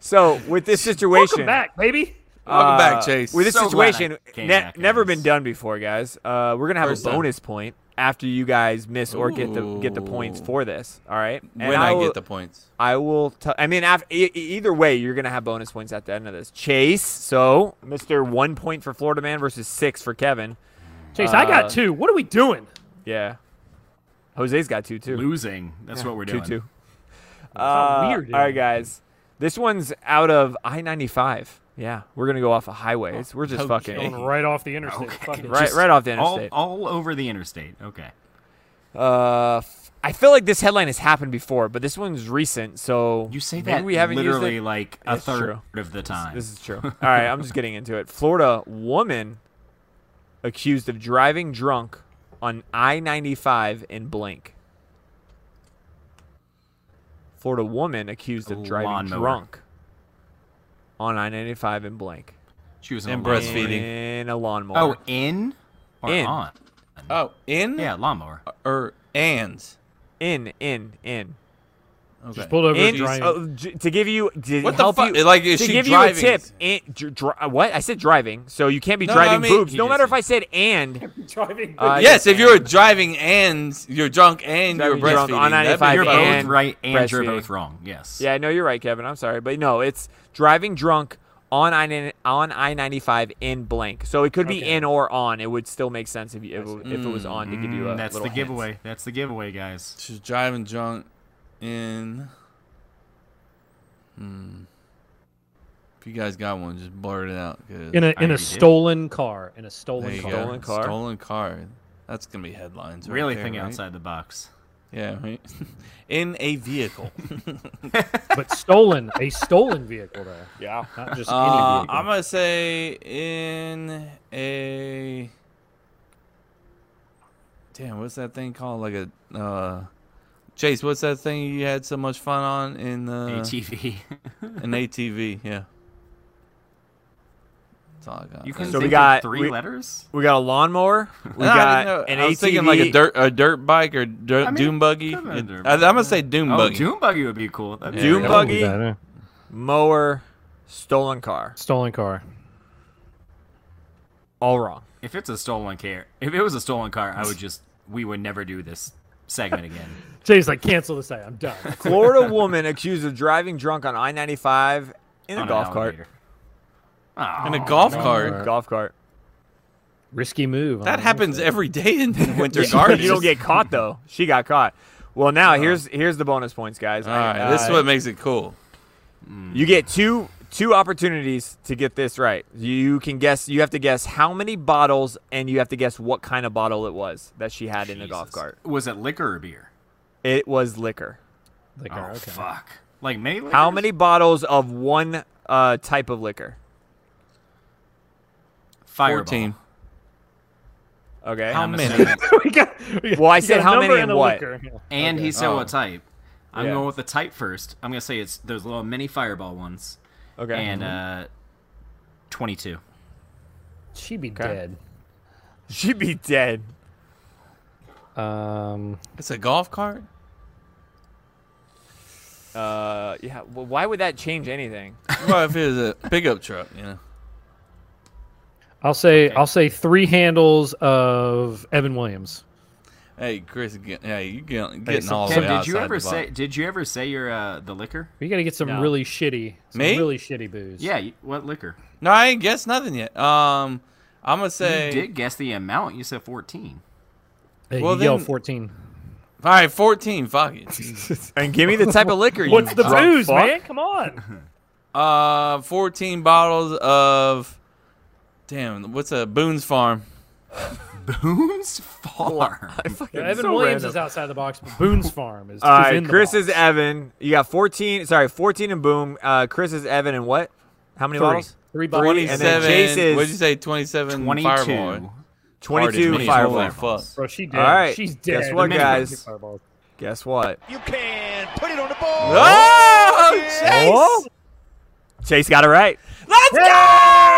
[SPEAKER 2] so with this situation,
[SPEAKER 4] Welcome back, baby.
[SPEAKER 1] Welcome
[SPEAKER 2] Uh,
[SPEAKER 1] back, Chase.
[SPEAKER 2] With this
[SPEAKER 5] So glad I
[SPEAKER 2] situation,
[SPEAKER 5] came
[SPEAKER 2] ne-
[SPEAKER 5] back on
[SPEAKER 2] never
[SPEAKER 5] this.
[SPEAKER 2] been done before, guys. Uh, we're gonna have
[SPEAKER 1] First
[SPEAKER 2] a
[SPEAKER 1] time.
[SPEAKER 2] bonus point after you guys miss or get the get the points
[SPEAKER 1] Ooh.
[SPEAKER 2] for this. All right.
[SPEAKER 1] when I,
[SPEAKER 2] will,
[SPEAKER 1] get the points.
[SPEAKER 2] I will. T- I mean, af- e- e- either way, you're gonna have bonus points at the end of this. Chase, so Mister One Point for Florida Man versus six for Kevin.
[SPEAKER 4] Chase, I got two. What are we doing?
[SPEAKER 2] Yeah. Jose's got two too.
[SPEAKER 5] Losing. That's what we're
[SPEAKER 2] two
[SPEAKER 5] doing.
[SPEAKER 2] two.
[SPEAKER 4] not
[SPEAKER 2] Uh,
[SPEAKER 4] weird, dude.
[SPEAKER 2] all right, guys. This one's out of I ninety five. Yeah, we're gonna go off a highway. It's, we're just fucking
[SPEAKER 1] okay.
[SPEAKER 4] Going right off the interstate. Fucking
[SPEAKER 2] right, right off the
[SPEAKER 5] All,
[SPEAKER 2] interstate.
[SPEAKER 5] all over the interstate. Okay.
[SPEAKER 2] Uh, f- I feel like this headline has happened before, but this one's recent, so
[SPEAKER 5] You say
[SPEAKER 2] maybe
[SPEAKER 5] that
[SPEAKER 2] we haven't used it.
[SPEAKER 5] literally like a
[SPEAKER 2] It's
[SPEAKER 5] third
[SPEAKER 2] true.
[SPEAKER 5] of the time.
[SPEAKER 2] This is true. All right, I'm just getting into it. Florida woman accused of driving drunk on I-95 in blank. Florida woman accused of driving
[SPEAKER 5] Lawnmower.
[SPEAKER 2] drunk on I-95 in blank
[SPEAKER 5] she was in
[SPEAKER 1] And
[SPEAKER 5] a lawnmower.
[SPEAKER 1] breastfeeding. Feeding.
[SPEAKER 2] in a lawnmower.
[SPEAKER 5] Oh, in or
[SPEAKER 2] In.
[SPEAKER 5] on?
[SPEAKER 1] Oh, in
[SPEAKER 5] Yeah, lawnmower.
[SPEAKER 1] or and.
[SPEAKER 2] in in in.
[SPEAKER 1] Okay.
[SPEAKER 4] Just pulled over
[SPEAKER 2] in
[SPEAKER 4] and driving.
[SPEAKER 2] oh, j- to give you to
[SPEAKER 1] What the
[SPEAKER 2] help
[SPEAKER 1] fuck?
[SPEAKER 2] you
[SPEAKER 1] Like, is
[SPEAKER 2] to
[SPEAKER 1] she
[SPEAKER 2] give
[SPEAKER 1] driving?
[SPEAKER 2] you a tip. In, dr- dri- what I said driving, so you can't be
[SPEAKER 1] No, no, I
[SPEAKER 2] driving
[SPEAKER 1] mean-
[SPEAKER 2] boobs.
[SPEAKER 1] He
[SPEAKER 2] No
[SPEAKER 5] just
[SPEAKER 2] matter
[SPEAKER 5] said-
[SPEAKER 2] if I said and
[SPEAKER 4] driving.
[SPEAKER 2] uh,
[SPEAKER 1] yes, if you're driving and you're drunk and you're
[SPEAKER 2] Driving drunk
[SPEAKER 1] breastfeeding,
[SPEAKER 2] on
[SPEAKER 1] that'd be
[SPEAKER 2] 95
[SPEAKER 5] You're
[SPEAKER 1] fucking-
[SPEAKER 2] and
[SPEAKER 5] both right and you're
[SPEAKER 2] breastfeeding.
[SPEAKER 5] both wrong. Yes.
[SPEAKER 2] yeah, no, you're right, Kevin. I'm sorry, but no, it's driving drunk on I on I ninety five in blank. So it could be in or on. It would still make sense if you, if, it- if it was on to give you a
[SPEAKER 5] Mm, that's the
[SPEAKER 2] little hint.
[SPEAKER 5] giveaway. That's the giveaway, guys.
[SPEAKER 1] She's driving drunk in. Hmm. If you guys got one, just blurt it out. 'cause-
[SPEAKER 4] in a
[SPEAKER 5] I
[SPEAKER 4] in a
[SPEAKER 5] already did.
[SPEAKER 4] stolen car. In a
[SPEAKER 1] There
[SPEAKER 4] stolen
[SPEAKER 1] you
[SPEAKER 4] car.
[SPEAKER 1] go.
[SPEAKER 2] Stolen car.
[SPEAKER 1] Stolen car. That's gonna be headlines. Right
[SPEAKER 5] really
[SPEAKER 1] there,
[SPEAKER 5] thinking
[SPEAKER 1] right?
[SPEAKER 5] outside the box.
[SPEAKER 1] Yeah, right. in a vehicle.
[SPEAKER 4] But stolen, a stolen vehicle there.
[SPEAKER 6] Yeah.
[SPEAKER 4] Not just
[SPEAKER 1] Uh,
[SPEAKER 4] any vehicle.
[SPEAKER 1] I'm gonna say in a. Damn, what's that thing called? Like a. Uh, Chase, what's that thing you had so much fun on in uh,
[SPEAKER 5] ATV.
[SPEAKER 1] an ATV? Yeah. That's all I got.
[SPEAKER 5] you can
[SPEAKER 2] So
[SPEAKER 5] think
[SPEAKER 2] we
[SPEAKER 5] of
[SPEAKER 2] got-
[SPEAKER 5] three
[SPEAKER 2] we-
[SPEAKER 5] letters.
[SPEAKER 2] We got a lawnmower. We
[SPEAKER 1] No, I
[SPEAKER 2] got
[SPEAKER 1] didn't know.
[SPEAKER 2] an
[SPEAKER 1] I was
[SPEAKER 2] ATV.
[SPEAKER 1] thinking like a dirt a dirt bike or dirt,
[SPEAKER 5] I mean,
[SPEAKER 1] dune buggy.
[SPEAKER 5] could've been a
[SPEAKER 1] It-
[SPEAKER 5] dirt
[SPEAKER 1] I, am
[SPEAKER 5] bike,
[SPEAKER 1] gonna say dune
[SPEAKER 5] Oh,
[SPEAKER 1] buggy.
[SPEAKER 5] Doom Buggy would be cool. That'd be
[SPEAKER 1] Yeah.
[SPEAKER 5] Doom
[SPEAKER 1] Doom
[SPEAKER 4] That
[SPEAKER 5] cool.
[SPEAKER 4] wouldn't be
[SPEAKER 2] buggy.
[SPEAKER 4] bad, yeah.
[SPEAKER 2] mower, stolen car.
[SPEAKER 4] Stolen car.
[SPEAKER 2] All wrong.
[SPEAKER 5] If it's a stolen car, if it was a stolen car, I would just. We would never do this segment again.
[SPEAKER 4] Jay's like, cancel this out. I'm done.
[SPEAKER 2] Florida woman accused of driving drunk on I-95 in a
[SPEAKER 5] On an
[SPEAKER 2] golf cart.
[SPEAKER 5] alligator.
[SPEAKER 1] in a golf
[SPEAKER 4] All
[SPEAKER 1] cart.
[SPEAKER 4] right.
[SPEAKER 2] Golf cart.
[SPEAKER 4] Risky move. Oh,
[SPEAKER 5] Oh,
[SPEAKER 1] That happens every day in the winter garden.
[SPEAKER 2] you don't get caught though. She got caught. Well, now here's here's the bonus points, guys.
[SPEAKER 1] All right, this is
[SPEAKER 2] Uh,
[SPEAKER 1] what makes it cool.
[SPEAKER 2] you get two two opportunities to get this right. You can guess. You have to guess how many bottles, and you have to guess what kind of bottle it was that she had in the golf
[SPEAKER 5] Jesus.
[SPEAKER 2] cart.
[SPEAKER 5] Was it liquor or beer?
[SPEAKER 2] It was liquor.
[SPEAKER 4] The
[SPEAKER 5] Oh
[SPEAKER 4] car, okay.
[SPEAKER 5] fuck! Like many. Liquors?
[SPEAKER 2] How many bottles of one uh, type of liquor?
[SPEAKER 5] Fireball.
[SPEAKER 1] Fourteen.
[SPEAKER 2] Okay.
[SPEAKER 5] How
[SPEAKER 1] many?
[SPEAKER 5] many?
[SPEAKER 4] we got, we got-
[SPEAKER 2] Well, I
[SPEAKER 4] we got
[SPEAKER 2] said
[SPEAKER 4] a
[SPEAKER 2] how
[SPEAKER 4] number
[SPEAKER 2] many and
[SPEAKER 4] a
[SPEAKER 2] what.
[SPEAKER 4] liquor. Yeah.
[SPEAKER 5] And he said
[SPEAKER 1] Oh.
[SPEAKER 5] what type. I'm
[SPEAKER 2] Yeah.
[SPEAKER 5] going with the type first. I'm gonna say it's those little mini fireball ones.
[SPEAKER 2] okay.
[SPEAKER 5] And uh, 22.
[SPEAKER 4] She'd be dead.
[SPEAKER 2] She'd be dead.
[SPEAKER 4] Um,
[SPEAKER 1] It's a golf cart.
[SPEAKER 2] Uh, yeah. Well, why would that change anything?
[SPEAKER 1] well, if it was a pickup truck, you know.
[SPEAKER 4] I'll say I'll say three handles of Evan Williams.
[SPEAKER 1] Hey, Chris. Get, hey, you get, getting
[SPEAKER 4] so
[SPEAKER 1] all the
[SPEAKER 5] Tim,
[SPEAKER 1] way
[SPEAKER 5] did you
[SPEAKER 1] outside
[SPEAKER 5] ever
[SPEAKER 1] the box.
[SPEAKER 5] say? Did you ever say your uh, the liquor?
[SPEAKER 4] We got to get some
[SPEAKER 2] No.
[SPEAKER 4] really shitty, some
[SPEAKER 1] Me?
[SPEAKER 4] really shitty booze.
[SPEAKER 5] Yeah. You, what liquor?
[SPEAKER 1] No, I ain't guessed nothing yet. Um, I'm gonna say.
[SPEAKER 5] You did guess the amount. You said 14.
[SPEAKER 4] Hey,
[SPEAKER 1] Well,
[SPEAKER 4] you yell
[SPEAKER 1] then-
[SPEAKER 4] fourteen.
[SPEAKER 1] All right, fourteen. Fuck it.
[SPEAKER 2] And give me the type of liquor. you
[SPEAKER 4] What's the
[SPEAKER 2] drunk
[SPEAKER 4] booze,
[SPEAKER 2] fuck.
[SPEAKER 4] man? Come on.
[SPEAKER 1] uh, fourteen bottles of. Damn, what's a Boone's Farm?
[SPEAKER 5] Boone's Farm.
[SPEAKER 4] Yeah, Evan
[SPEAKER 2] so
[SPEAKER 4] Williams
[SPEAKER 2] random.
[SPEAKER 4] is outside the box, but Boone's Farm is.
[SPEAKER 2] All
[SPEAKER 4] is
[SPEAKER 2] right,
[SPEAKER 4] in the
[SPEAKER 2] Chris is
[SPEAKER 4] box.
[SPEAKER 2] Evan. You got 14. Sorry, 14 and boom. Uh, Chris is Evan and what? How many
[SPEAKER 4] three.
[SPEAKER 2] bottles?
[SPEAKER 4] Three bottles.
[SPEAKER 2] and
[SPEAKER 1] Twenty-seven.
[SPEAKER 2] Jace is-
[SPEAKER 1] what'd you say? Twenty-seven.
[SPEAKER 5] 22.
[SPEAKER 1] Fireball.
[SPEAKER 2] 22
[SPEAKER 1] Already 22,
[SPEAKER 2] fireballs.
[SPEAKER 1] holy fuck.
[SPEAKER 4] Bro, she dead.
[SPEAKER 2] All right,
[SPEAKER 4] She's dead.
[SPEAKER 2] guess what,
[SPEAKER 4] The minute
[SPEAKER 2] guys?
[SPEAKER 4] she fireballs.
[SPEAKER 2] Guess what?
[SPEAKER 1] Oh, Chase!
[SPEAKER 2] Oh! Chase got it right.
[SPEAKER 1] Let's go!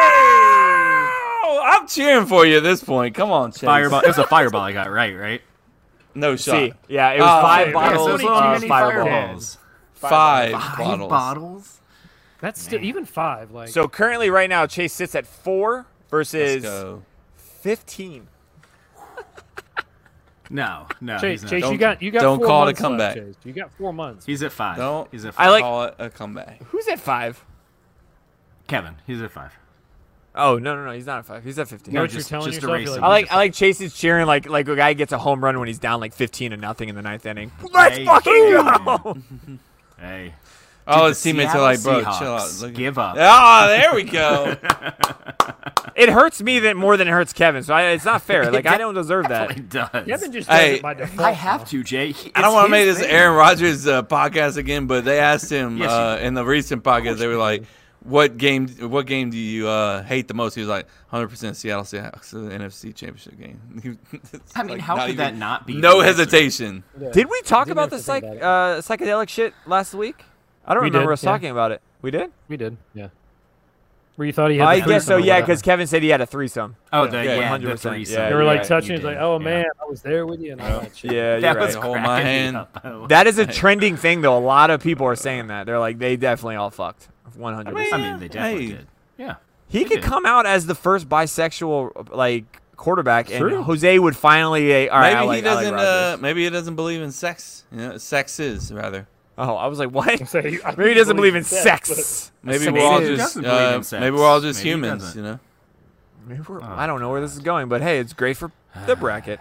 [SPEAKER 1] I'm cheering for you at this point. Come on, Chase.
[SPEAKER 5] Fireball. It was a fireball I got right, right?
[SPEAKER 1] No shot.
[SPEAKER 2] See, yeah, it was
[SPEAKER 1] Oh,
[SPEAKER 2] five
[SPEAKER 1] yeah,
[SPEAKER 2] bottles of
[SPEAKER 5] so it's too many
[SPEAKER 2] fireballs.
[SPEAKER 1] Five,
[SPEAKER 5] Five
[SPEAKER 1] bottles.
[SPEAKER 5] bottles.
[SPEAKER 4] That's still even five. Like
[SPEAKER 2] So currently, right now, Chase sits at four
[SPEAKER 1] Let's
[SPEAKER 2] versus
[SPEAKER 1] go.
[SPEAKER 2] 15.
[SPEAKER 5] No, no.
[SPEAKER 4] Chase,
[SPEAKER 5] he's, not.
[SPEAKER 4] Chase, you
[SPEAKER 1] Don't-
[SPEAKER 4] got you got
[SPEAKER 1] don't
[SPEAKER 4] four
[SPEAKER 1] call it a
[SPEAKER 4] months
[SPEAKER 1] comeback.
[SPEAKER 4] left, Chase. You got four months.
[SPEAKER 5] he's at five.
[SPEAKER 1] Don't-
[SPEAKER 5] He's at five.
[SPEAKER 2] I like
[SPEAKER 1] Call it a comeback.
[SPEAKER 2] who's at five.
[SPEAKER 5] Kevin. He's at five.
[SPEAKER 2] Oh no, no, no, he's not at five. He's at 15.
[SPEAKER 4] You know
[SPEAKER 5] No,
[SPEAKER 4] what
[SPEAKER 5] just-
[SPEAKER 4] you're telling
[SPEAKER 5] just
[SPEAKER 4] yourself?
[SPEAKER 5] erase
[SPEAKER 4] You're
[SPEAKER 5] him.
[SPEAKER 2] I like I like Chase's cheering like like a guy gets a home run when he's down like 15 to nothing in the ninth inning. Let's
[SPEAKER 5] Hey,
[SPEAKER 2] fucking
[SPEAKER 5] damn.
[SPEAKER 2] go.
[SPEAKER 5] Hey.
[SPEAKER 1] Oh,
[SPEAKER 5] The
[SPEAKER 1] his teammates are
[SPEAKER 5] Seattle
[SPEAKER 1] like, bro, chill out.
[SPEAKER 5] Seahawks
[SPEAKER 1] Look-
[SPEAKER 5] Give up.
[SPEAKER 1] Ah, there we go.
[SPEAKER 2] It hurts me that more than it hurts Kevin, so I, it's not fair. Like I don't deserve that.
[SPEAKER 5] It does.
[SPEAKER 4] Kevin just
[SPEAKER 1] Hey,
[SPEAKER 4] does it by default.
[SPEAKER 5] I have to, Jay. He-
[SPEAKER 1] I don't
[SPEAKER 5] it's
[SPEAKER 1] want to make
[SPEAKER 5] his
[SPEAKER 1] this
[SPEAKER 5] thing.
[SPEAKER 1] Aaron Rodgers uh, podcast again, but they asked him
[SPEAKER 5] Yes,
[SPEAKER 1] uh,
[SPEAKER 5] you-
[SPEAKER 1] in the recent podcast. They were like, "What game? What game do you uh, hate the most?" He was like, "100% Seattle Seahawks uh, NFC Championship game." It's
[SPEAKER 5] I mean,
[SPEAKER 1] like,
[SPEAKER 5] how could
[SPEAKER 1] even-
[SPEAKER 5] that not be?
[SPEAKER 1] No
[SPEAKER 5] the answer?
[SPEAKER 1] hesitation.
[SPEAKER 2] Did we talk
[SPEAKER 4] Didn't
[SPEAKER 2] about
[SPEAKER 4] have
[SPEAKER 2] the
[SPEAKER 4] to
[SPEAKER 2] psych
[SPEAKER 4] think
[SPEAKER 2] uh, psychedelic shit last week? I don't
[SPEAKER 4] We
[SPEAKER 2] remember
[SPEAKER 4] did,
[SPEAKER 2] us
[SPEAKER 4] yeah.
[SPEAKER 2] talking about it. We did.
[SPEAKER 4] We did. Yeah. Where you thought he had?
[SPEAKER 2] I
[SPEAKER 4] the
[SPEAKER 2] guess so.
[SPEAKER 4] threesome or
[SPEAKER 2] Yeah,
[SPEAKER 4] whatever.
[SPEAKER 2] because Kevin said he had a threesome.
[SPEAKER 5] Oh, the,
[SPEAKER 2] Yeah,
[SPEAKER 5] yeah, the
[SPEAKER 2] 100%.
[SPEAKER 5] threesome.
[SPEAKER 2] Yeah,
[SPEAKER 4] they were
[SPEAKER 2] you're
[SPEAKER 4] like
[SPEAKER 2] right,
[SPEAKER 4] touching.
[SPEAKER 5] You
[SPEAKER 4] He's
[SPEAKER 5] did,
[SPEAKER 4] like, "Oh
[SPEAKER 5] yeah.
[SPEAKER 4] man, I was there with you." And all that shit.
[SPEAKER 2] Yeah,
[SPEAKER 5] that
[SPEAKER 2] you're
[SPEAKER 5] was
[SPEAKER 2] right.
[SPEAKER 1] Hold my
[SPEAKER 5] cracking me
[SPEAKER 1] hand.
[SPEAKER 5] up.
[SPEAKER 2] That is a trending thing though. A lot of people are saying that. They're like they definitely all fucked. 100. percent
[SPEAKER 5] I mean, they definitely
[SPEAKER 1] Hey.
[SPEAKER 5] did. Yeah.
[SPEAKER 2] He could
[SPEAKER 5] did.
[SPEAKER 2] come out as the first bisexual like quarterback,
[SPEAKER 4] True.
[SPEAKER 2] and Jose would finally. eh, All right,
[SPEAKER 1] Maybe
[SPEAKER 2] I
[SPEAKER 1] he
[SPEAKER 2] like, I like
[SPEAKER 1] doesn't. uh,
[SPEAKER 2] Rodgers."
[SPEAKER 1] maybe he doesn't believe in sex. You know, sexes rather.
[SPEAKER 2] oh, I was like, what?
[SPEAKER 4] So he- I think
[SPEAKER 2] Maybe he doesn't believe in
[SPEAKER 4] sex, but-
[SPEAKER 2] sex.
[SPEAKER 1] Maybe
[SPEAKER 2] Sex
[SPEAKER 1] we're all
[SPEAKER 2] is-
[SPEAKER 5] He
[SPEAKER 1] just.
[SPEAKER 5] doesn't believe in
[SPEAKER 1] uh,
[SPEAKER 5] sex.
[SPEAKER 1] maybe we're all just
[SPEAKER 5] Maybe he
[SPEAKER 1] humans.
[SPEAKER 5] doesn't.
[SPEAKER 1] You know.
[SPEAKER 2] Maybe we're- I don't know where this is going, but hey, it's great for the bracket.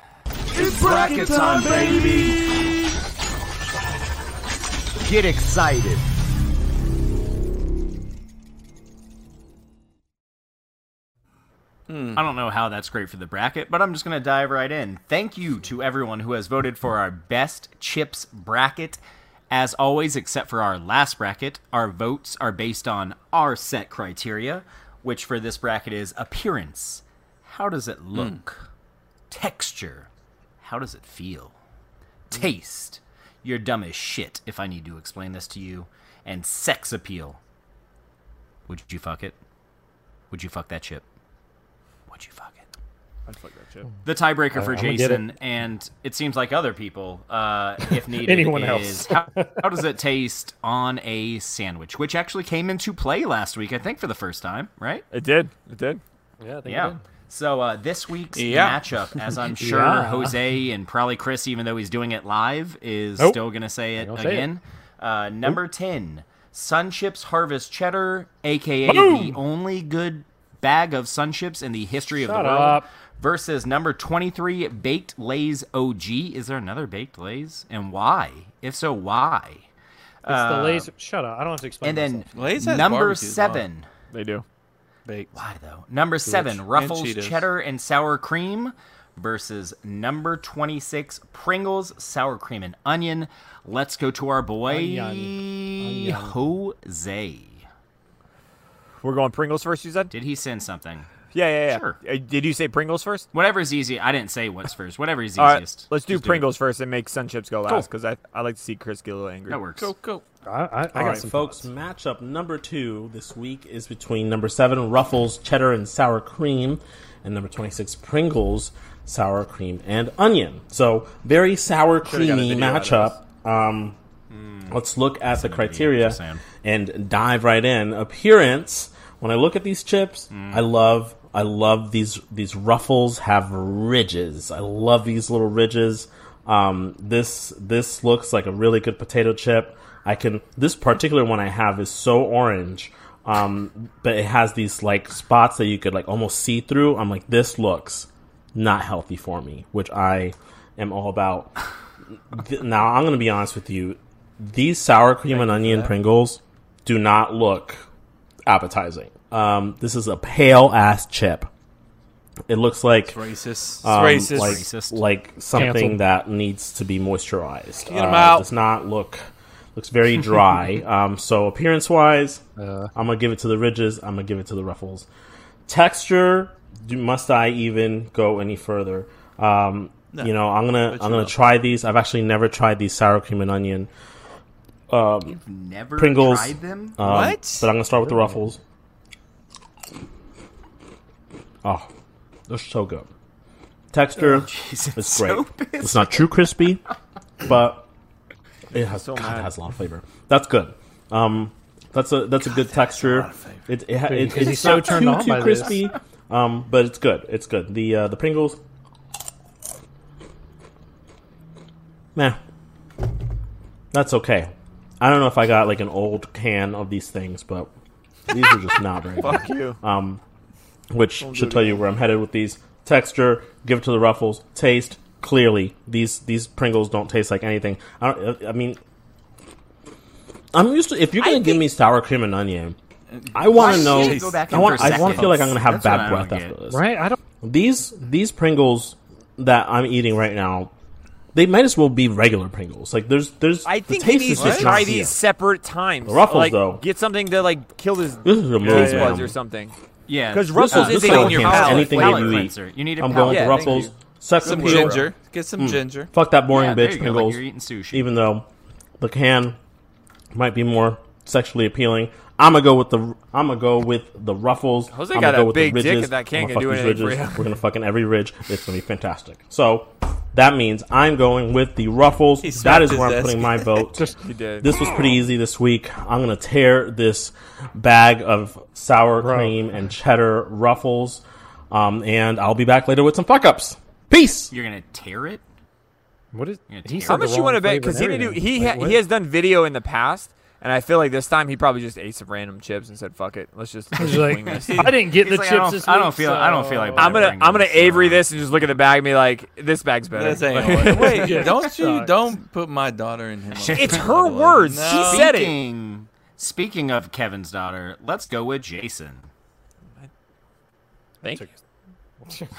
[SPEAKER 7] Get excited.
[SPEAKER 5] Hmm. I don't know how that's great for the bracket, but I'm just going to dive right in. Thank you to everyone who has voted for our best chips bracket. As always, except for our last bracket, our votes are based on our set criteria, which for this bracket is appearance. How does it
[SPEAKER 4] Hmm.
[SPEAKER 5] look? Texture. How does it feel? Taste. You're dumb as shit if I need to explain this to you. And sex appeal. Would you fuck it? Would you fuck that chip? Would you fuck it?
[SPEAKER 1] I'd fuck that chip.
[SPEAKER 5] The tiebreaker for
[SPEAKER 4] I'ma get it.
[SPEAKER 5] Jason, and it seems like other people, uh, if needed,
[SPEAKER 4] Anyone else.
[SPEAKER 5] is how, how does it taste on a sandwich? Which actually came into play last week, I think, for the first time, right?
[SPEAKER 2] It did. It did.
[SPEAKER 4] Yeah, I think
[SPEAKER 5] Yeah. So uh, this week's
[SPEAKER 1] Yeah.
[SPEAKER 5] matchup, as I'm sure
[SPEAKER 4] Yeah.
[SPEAKER 5] Jose and probably Chris, even though he's doing it live, is
[SPEAKER 4] Nope.
[SPEAKER 5] still going to say it
[SPEAKER 4] Ain't gonna say it.
[SPEAKER 5] again. Uh, number 10, Sunships Harvest Cheddar, aka the only good bag of Sunships in the history of
[SPEAKER 4] Shut
[SPEAKER 5] the world,
[SPEAKER 4] up.
[SPEAKER 5] versus number 23, Baked Lays OG. Is there another Baked Lays? And why? If so, why?
[SPEAKER 4] It's the laser. Shut up! I don't have to explain.
[SPEAKER 5] Uh, And then
[SPEAKER 1] Lay's has
[SPEAKER 5] number
[SPEAKER 1] barbecue sauce.
[SPEAKER 5] seven.
[SPEAKER 2] They do.
[SPEAKER 1] Baked.
[SPEAKER 5] Why though? Number seven,
[SPEAKER 1] And
[SPEAKER 5] Ruffles
[SPEAKER 1] Cheetos.
[SPEAKER 5] cheddar and sour cream versus number twenty-six, Pringles sour cream and onion. Let's go to our boy
[SPEAKER 4] Onion.
[SPEAKER 5] Jose.
[SPEAKER 2] We're going Pringles first. You said.
[SPEAKER 5] Did he send something?
[SPEAKER 2] Yeah, yeah, yeah.
[SPEAKER 5] Sure.
[SPEAKER 2] Uh, did you say Pringles first?
[SPEAKER 5] Whatever's easy. I didn't say what's first. Whatever's
[SPEAKER 2] All right,
[SPEAKER 5] easiest.
[SPEAKER 2] let's do
[SPEAKER 5] Just it.
[SPEAKER 2] Pringles first and make Sun Chips go last
[SPEAKER 5] Cool.
[SPEAKER 2] because I I like to see Chris get a little angry.
[SPEAKER 5] That works.
[SPEAKER 1] Go, go.
[SPEAKER 4] I, I, I got
[SPEAKER 7] All right,
[SPEAKER 4] some
[SPEAKER 7] folks. Matchup number two this week is between number seven Ruffles cheddar and sour cream, and number twenty-six Pringles sour cream and onion. So very sour
[SPEAKER 1] got a
[SPEAKER 7] creamy
[SPEAKER 1] video out of
[SPEAKER 7] matchup. Um, Let's look at the
[SPEAKER 5] just saying.
[SPEAKER 7] criteria and dive right in. Appearance. When I look at these chips,
[SPEAKER 1] Mm.
[SPEAKER 7] I love. I love these. These ruffles have ridges. I love these little ridges. Um, this this looks like a really good potato chip. I can. This particular one I have is so orange, um, but it has these like spots that you could like almost see through. I'm like, this looks not healthy for me, which I am all about. Th- now I'm gonna be honest with you. These sour cream and onion Pringles do not look appetizing. Um, this is a pale ass chip. It looks like
[SPEAKER 1] Racist.
[SPEAKER 7] um,
[SPEAKER 1] racist.
[SPEAKER 7] like,
[SPEAKER 5] Racist.
[SPEAKER 7] like something
[SPEAKER 4] Canceled.
[SPEAKER 7] that needs to be moisturized. Get
[SPEAKER 1] 'em out.
[SPEAKER 7] Does not look looks very dry. um, so appearance wise, I'm gonna give it to the ridges. I'm gonna give it to the ruffles. Texture, do, must I even go any further? Um, You know, I'm gonna I'm gonna
[SPEAKER 1] will.
[SPEAKER 7] try these. I've actually never tried these sour cream and onion.
[SPEAKER 5] Never
[SPEAKER 7] Pringles.
[SPEAKER 5] tried them.
[SPEAKER 7] Um,
[SPEAKER 1] What?
[SPEAKER 7] But I'm gonna start with the ruffles. Oh, they're so good. Texture,
[SPEAKER 1] Oh,
[SPEAKER 5] Jesus,
[SPEAKER 7] it's great.
[SPEAKER 5] so pissed.
[SPEAKER 7] it's not too crispy, but it has
[SPEAKER 2] So
[SPEAKER 7] God,
[SPEAKER 2] mad.
[SPEAKER 7] it has a lot of flavor. That's good. Um, that's a that's a good texture. it, it, ha- it,
[SPEAKER 4] Because
[SPEAKER 7] it's
[SPEAKER 4] he's so
[SPEAKER 7] not
[SPEAKER 4] turned
[SPEAKER 7] too,
[SPEAKER 4] on
[SPEAKER 7] too
[SPEAKER 4] by this.
[SPEAKER 7] crispy, um, but it's good. It's good. The uh, the Pringles, nah, that's okay. I don't know if I got like an old can of these things, but these are just not very good
[SPEAKER 2] Fuck you.
[SPEAKER 7] Um, which should tell you where I'm headed with these. Texture, give it to the ruffles. Taste, clearly these these Pringles don't taste like anything. I, don't, I mean, I'm used to if you're gonna give me sour cream and onion, I want to know.
[SPEAKER 5] Uh, Go back
[SPEAKER 7] I
[SPEAKER 5] in
[SPEAKER 7] want.
[SPEAKER 5] for
[SPEAKER 7] I want to feel like I'm gonna have
[SPEAKER 5] seconds. That's
[SPEAKER 7] bad
[SPEAKER 5] what I don't
[SPEAKER 7] breath after
[SPEAKER 5] get.
[SPEAKER 7] this.
[SPEAKER 4] Right? I don't.
[SPEAKER 7] These these Pringles that I'm eating right now, they might as well be regular Pringles. Like there's there's.
[SPEAKER 2] I
[SPEAKER 7] the
[SPEAKER 2] think he
[SPEAKER 7] taste
[SPEAKER 2] needs
[SPEAKER 7] is
[SPEAKER 2] to
[SPEAKER 7] just
[SPEAKER 2] try
[SPEAKER 7] not
[SPEAKER 2] these
[SPEAKER 7] here.
[SPEAKER 2] separate times.
[SPEAKER 7] The Ruffles,
[SPEAKER 2] like,
[SPEAKER 7] though.
[SPEAKER 2] Get something to like kill his
[SPEAKER 7] This is
[SPEAKER 2] taste
[SPEAKER 7] amazing.
[SPEAKER 2] buds or something.
[SPEAKER 5] Yeah,
[SPEAKER 2] Because Russell's
[SPEAKER 5] uh,
[SPEAKER 2] is
[SPEAKER 1] this
[SPEAKER 2] a
[SPEAKER 1] thing
[SPEAKER 2] on
[SPEAKER 1] on
[SPEAKER 2] your
[SPEAKER 1] your
[SPEAKER 2] palate.
[SPEAKER 1] palate.
[SPEAKER 7] Anything
[SPEAKER 5] palate
[SPEAKER 7] you eat.
[SPEAKER 5] cleanser. You need a
[SPEAKER 7] I'm
[SPEAKER 5] palate
[SPEAKER 7] going with
[SPEAKER 2] Yeah, thank
[SPEAKER 7] ruffles.
[SPEAKER 2] you.
[SPEAKER 7] Sex
[SPEAKER 1] Some
[SPEAKER 7] appeal.
[SPEAKER 1] ginger. Get
[SPEAKER 2] Hmm.
[SPEAKER 1] some ginger.
[SPEAKER 7] Fuck that boring
[SPEAKER 5] Yeah, there
[SPEAKER 7] bitch
[SPEAKER 5] you go, like
[SPEAKER 7] Pringles.
[SPEAKER 5] you're eating sushi.
[SPEAKER 7] Even though the can might be more sexually appealing, I'm gonna go with the I'm gonna go with the ruffles.
[SPEAKER 2] Jose
[SPEAKER 7] I'ma
[SPEAKER 2] got
[SPEAKER 7] go
[SPEAKER 2] a
[SPEAKER 7] with
[SPEAKER 2] big
[SPEAKER 7] the
[SPEAKER 2] dick
[SPEAKER 7] ridges.
[SPEAKER 2] and that can
[SPEAKER 7] I'ma
[SPEAKER 2] can
[SPEAKER 7] fuck
[SPEAKER 2] do
[SPEAKER 7] these
[SPEAKER 2] anything for
[SPEAKER 7] ridges.
[SPEAKER 2] you.
[SPEAKER 7] We're gonna fucking every ridge. It's gonna be fantastic. So that means I'm going with the ruffles. That
[SPEAKER 1] smacked
[SPEAKER 7] is
[SPEAKER 1] his
[SPEAKER 7] where I'm
[SPEAKER 1] desk.
[SPEAKER 7] putting my vote.
[SPEAKER 2] He did.
[SPEAKER 7] This was pretty easy this week. I'm gonna tear this bag of sour cream and cheddar ruffles, um, and I'll be back later with some fuck ups. Peace.
[SPEAKER 5] You're gonna tear it.
[SPEAKER 4] What is?
[SPEAKER 5] Yeah,
[SPEAKER 4] He
[SPEAKER 5] tear.
[SPEAKER 4] said
[SPEAKER 5] How
[SPEAKER 2] How
[SPEAKER 4] the
[SPEAKER 2] much you
[SPEAKER 4] wrong
[SPEAKER 2] want to bet?
[SPEAKER 4] flavor
[SPEAKER 2] Because he
[SPEAKER 4] and
[SPEAKER 2] didn't do.
[SPEAKER 4] everything.
[SPEAKER 2] He
[SPEAKER 4] Like,
[SPEAKER 2] ha-
[SPEAKER 4] what?
[SPEAKER 2] he has done video in the past, and I feel like this time he probably just ate some random chips and said, "Fuck it, let's just." let's
[SPEAKER 4] He's
[SPEAKER 2] just
[SPEAKER 4] like,
[SPEAKER 2] wing this."
[SPEAKER 4] I didn't get
[SPEAKER 5] He's
[SPEAKER 4] the
[SPEAKER 5] like, I
[SPEAKER 4] chips
[SPEAKER 5] don't-
[SPEAKER 4] this week.
[SPEAKER 5] I don't feel- I don't feel like
[SPEAKER 4] so-
[SPEAKER 5] buying
[SPEAKER 2] I'm gonna I'm gonna
[SPEAKER 5] Pringles,
[SPEAKER 2] Avery
[SPEAKER 5] uh,
[SPEAKER 2] this and just look at the bag and be like, "This bag's better."
[SPEAKER 1] This ain't what-
[SPEAKER 4] Yeah,
[SPEAKER 1] Wait, don't you
[SPEAKER 4] sucks.
[SPEAKER 1] don't put my daughter in him.
[SPEAKER 2] It's her words.
[SPEAKER 1] No.
[SPEAKER 2] She said it.
[SPEAKER 5] Speaking, speaking of Kevin's daughter, let's go with Jason.
[SPEAKER 2] Thank you.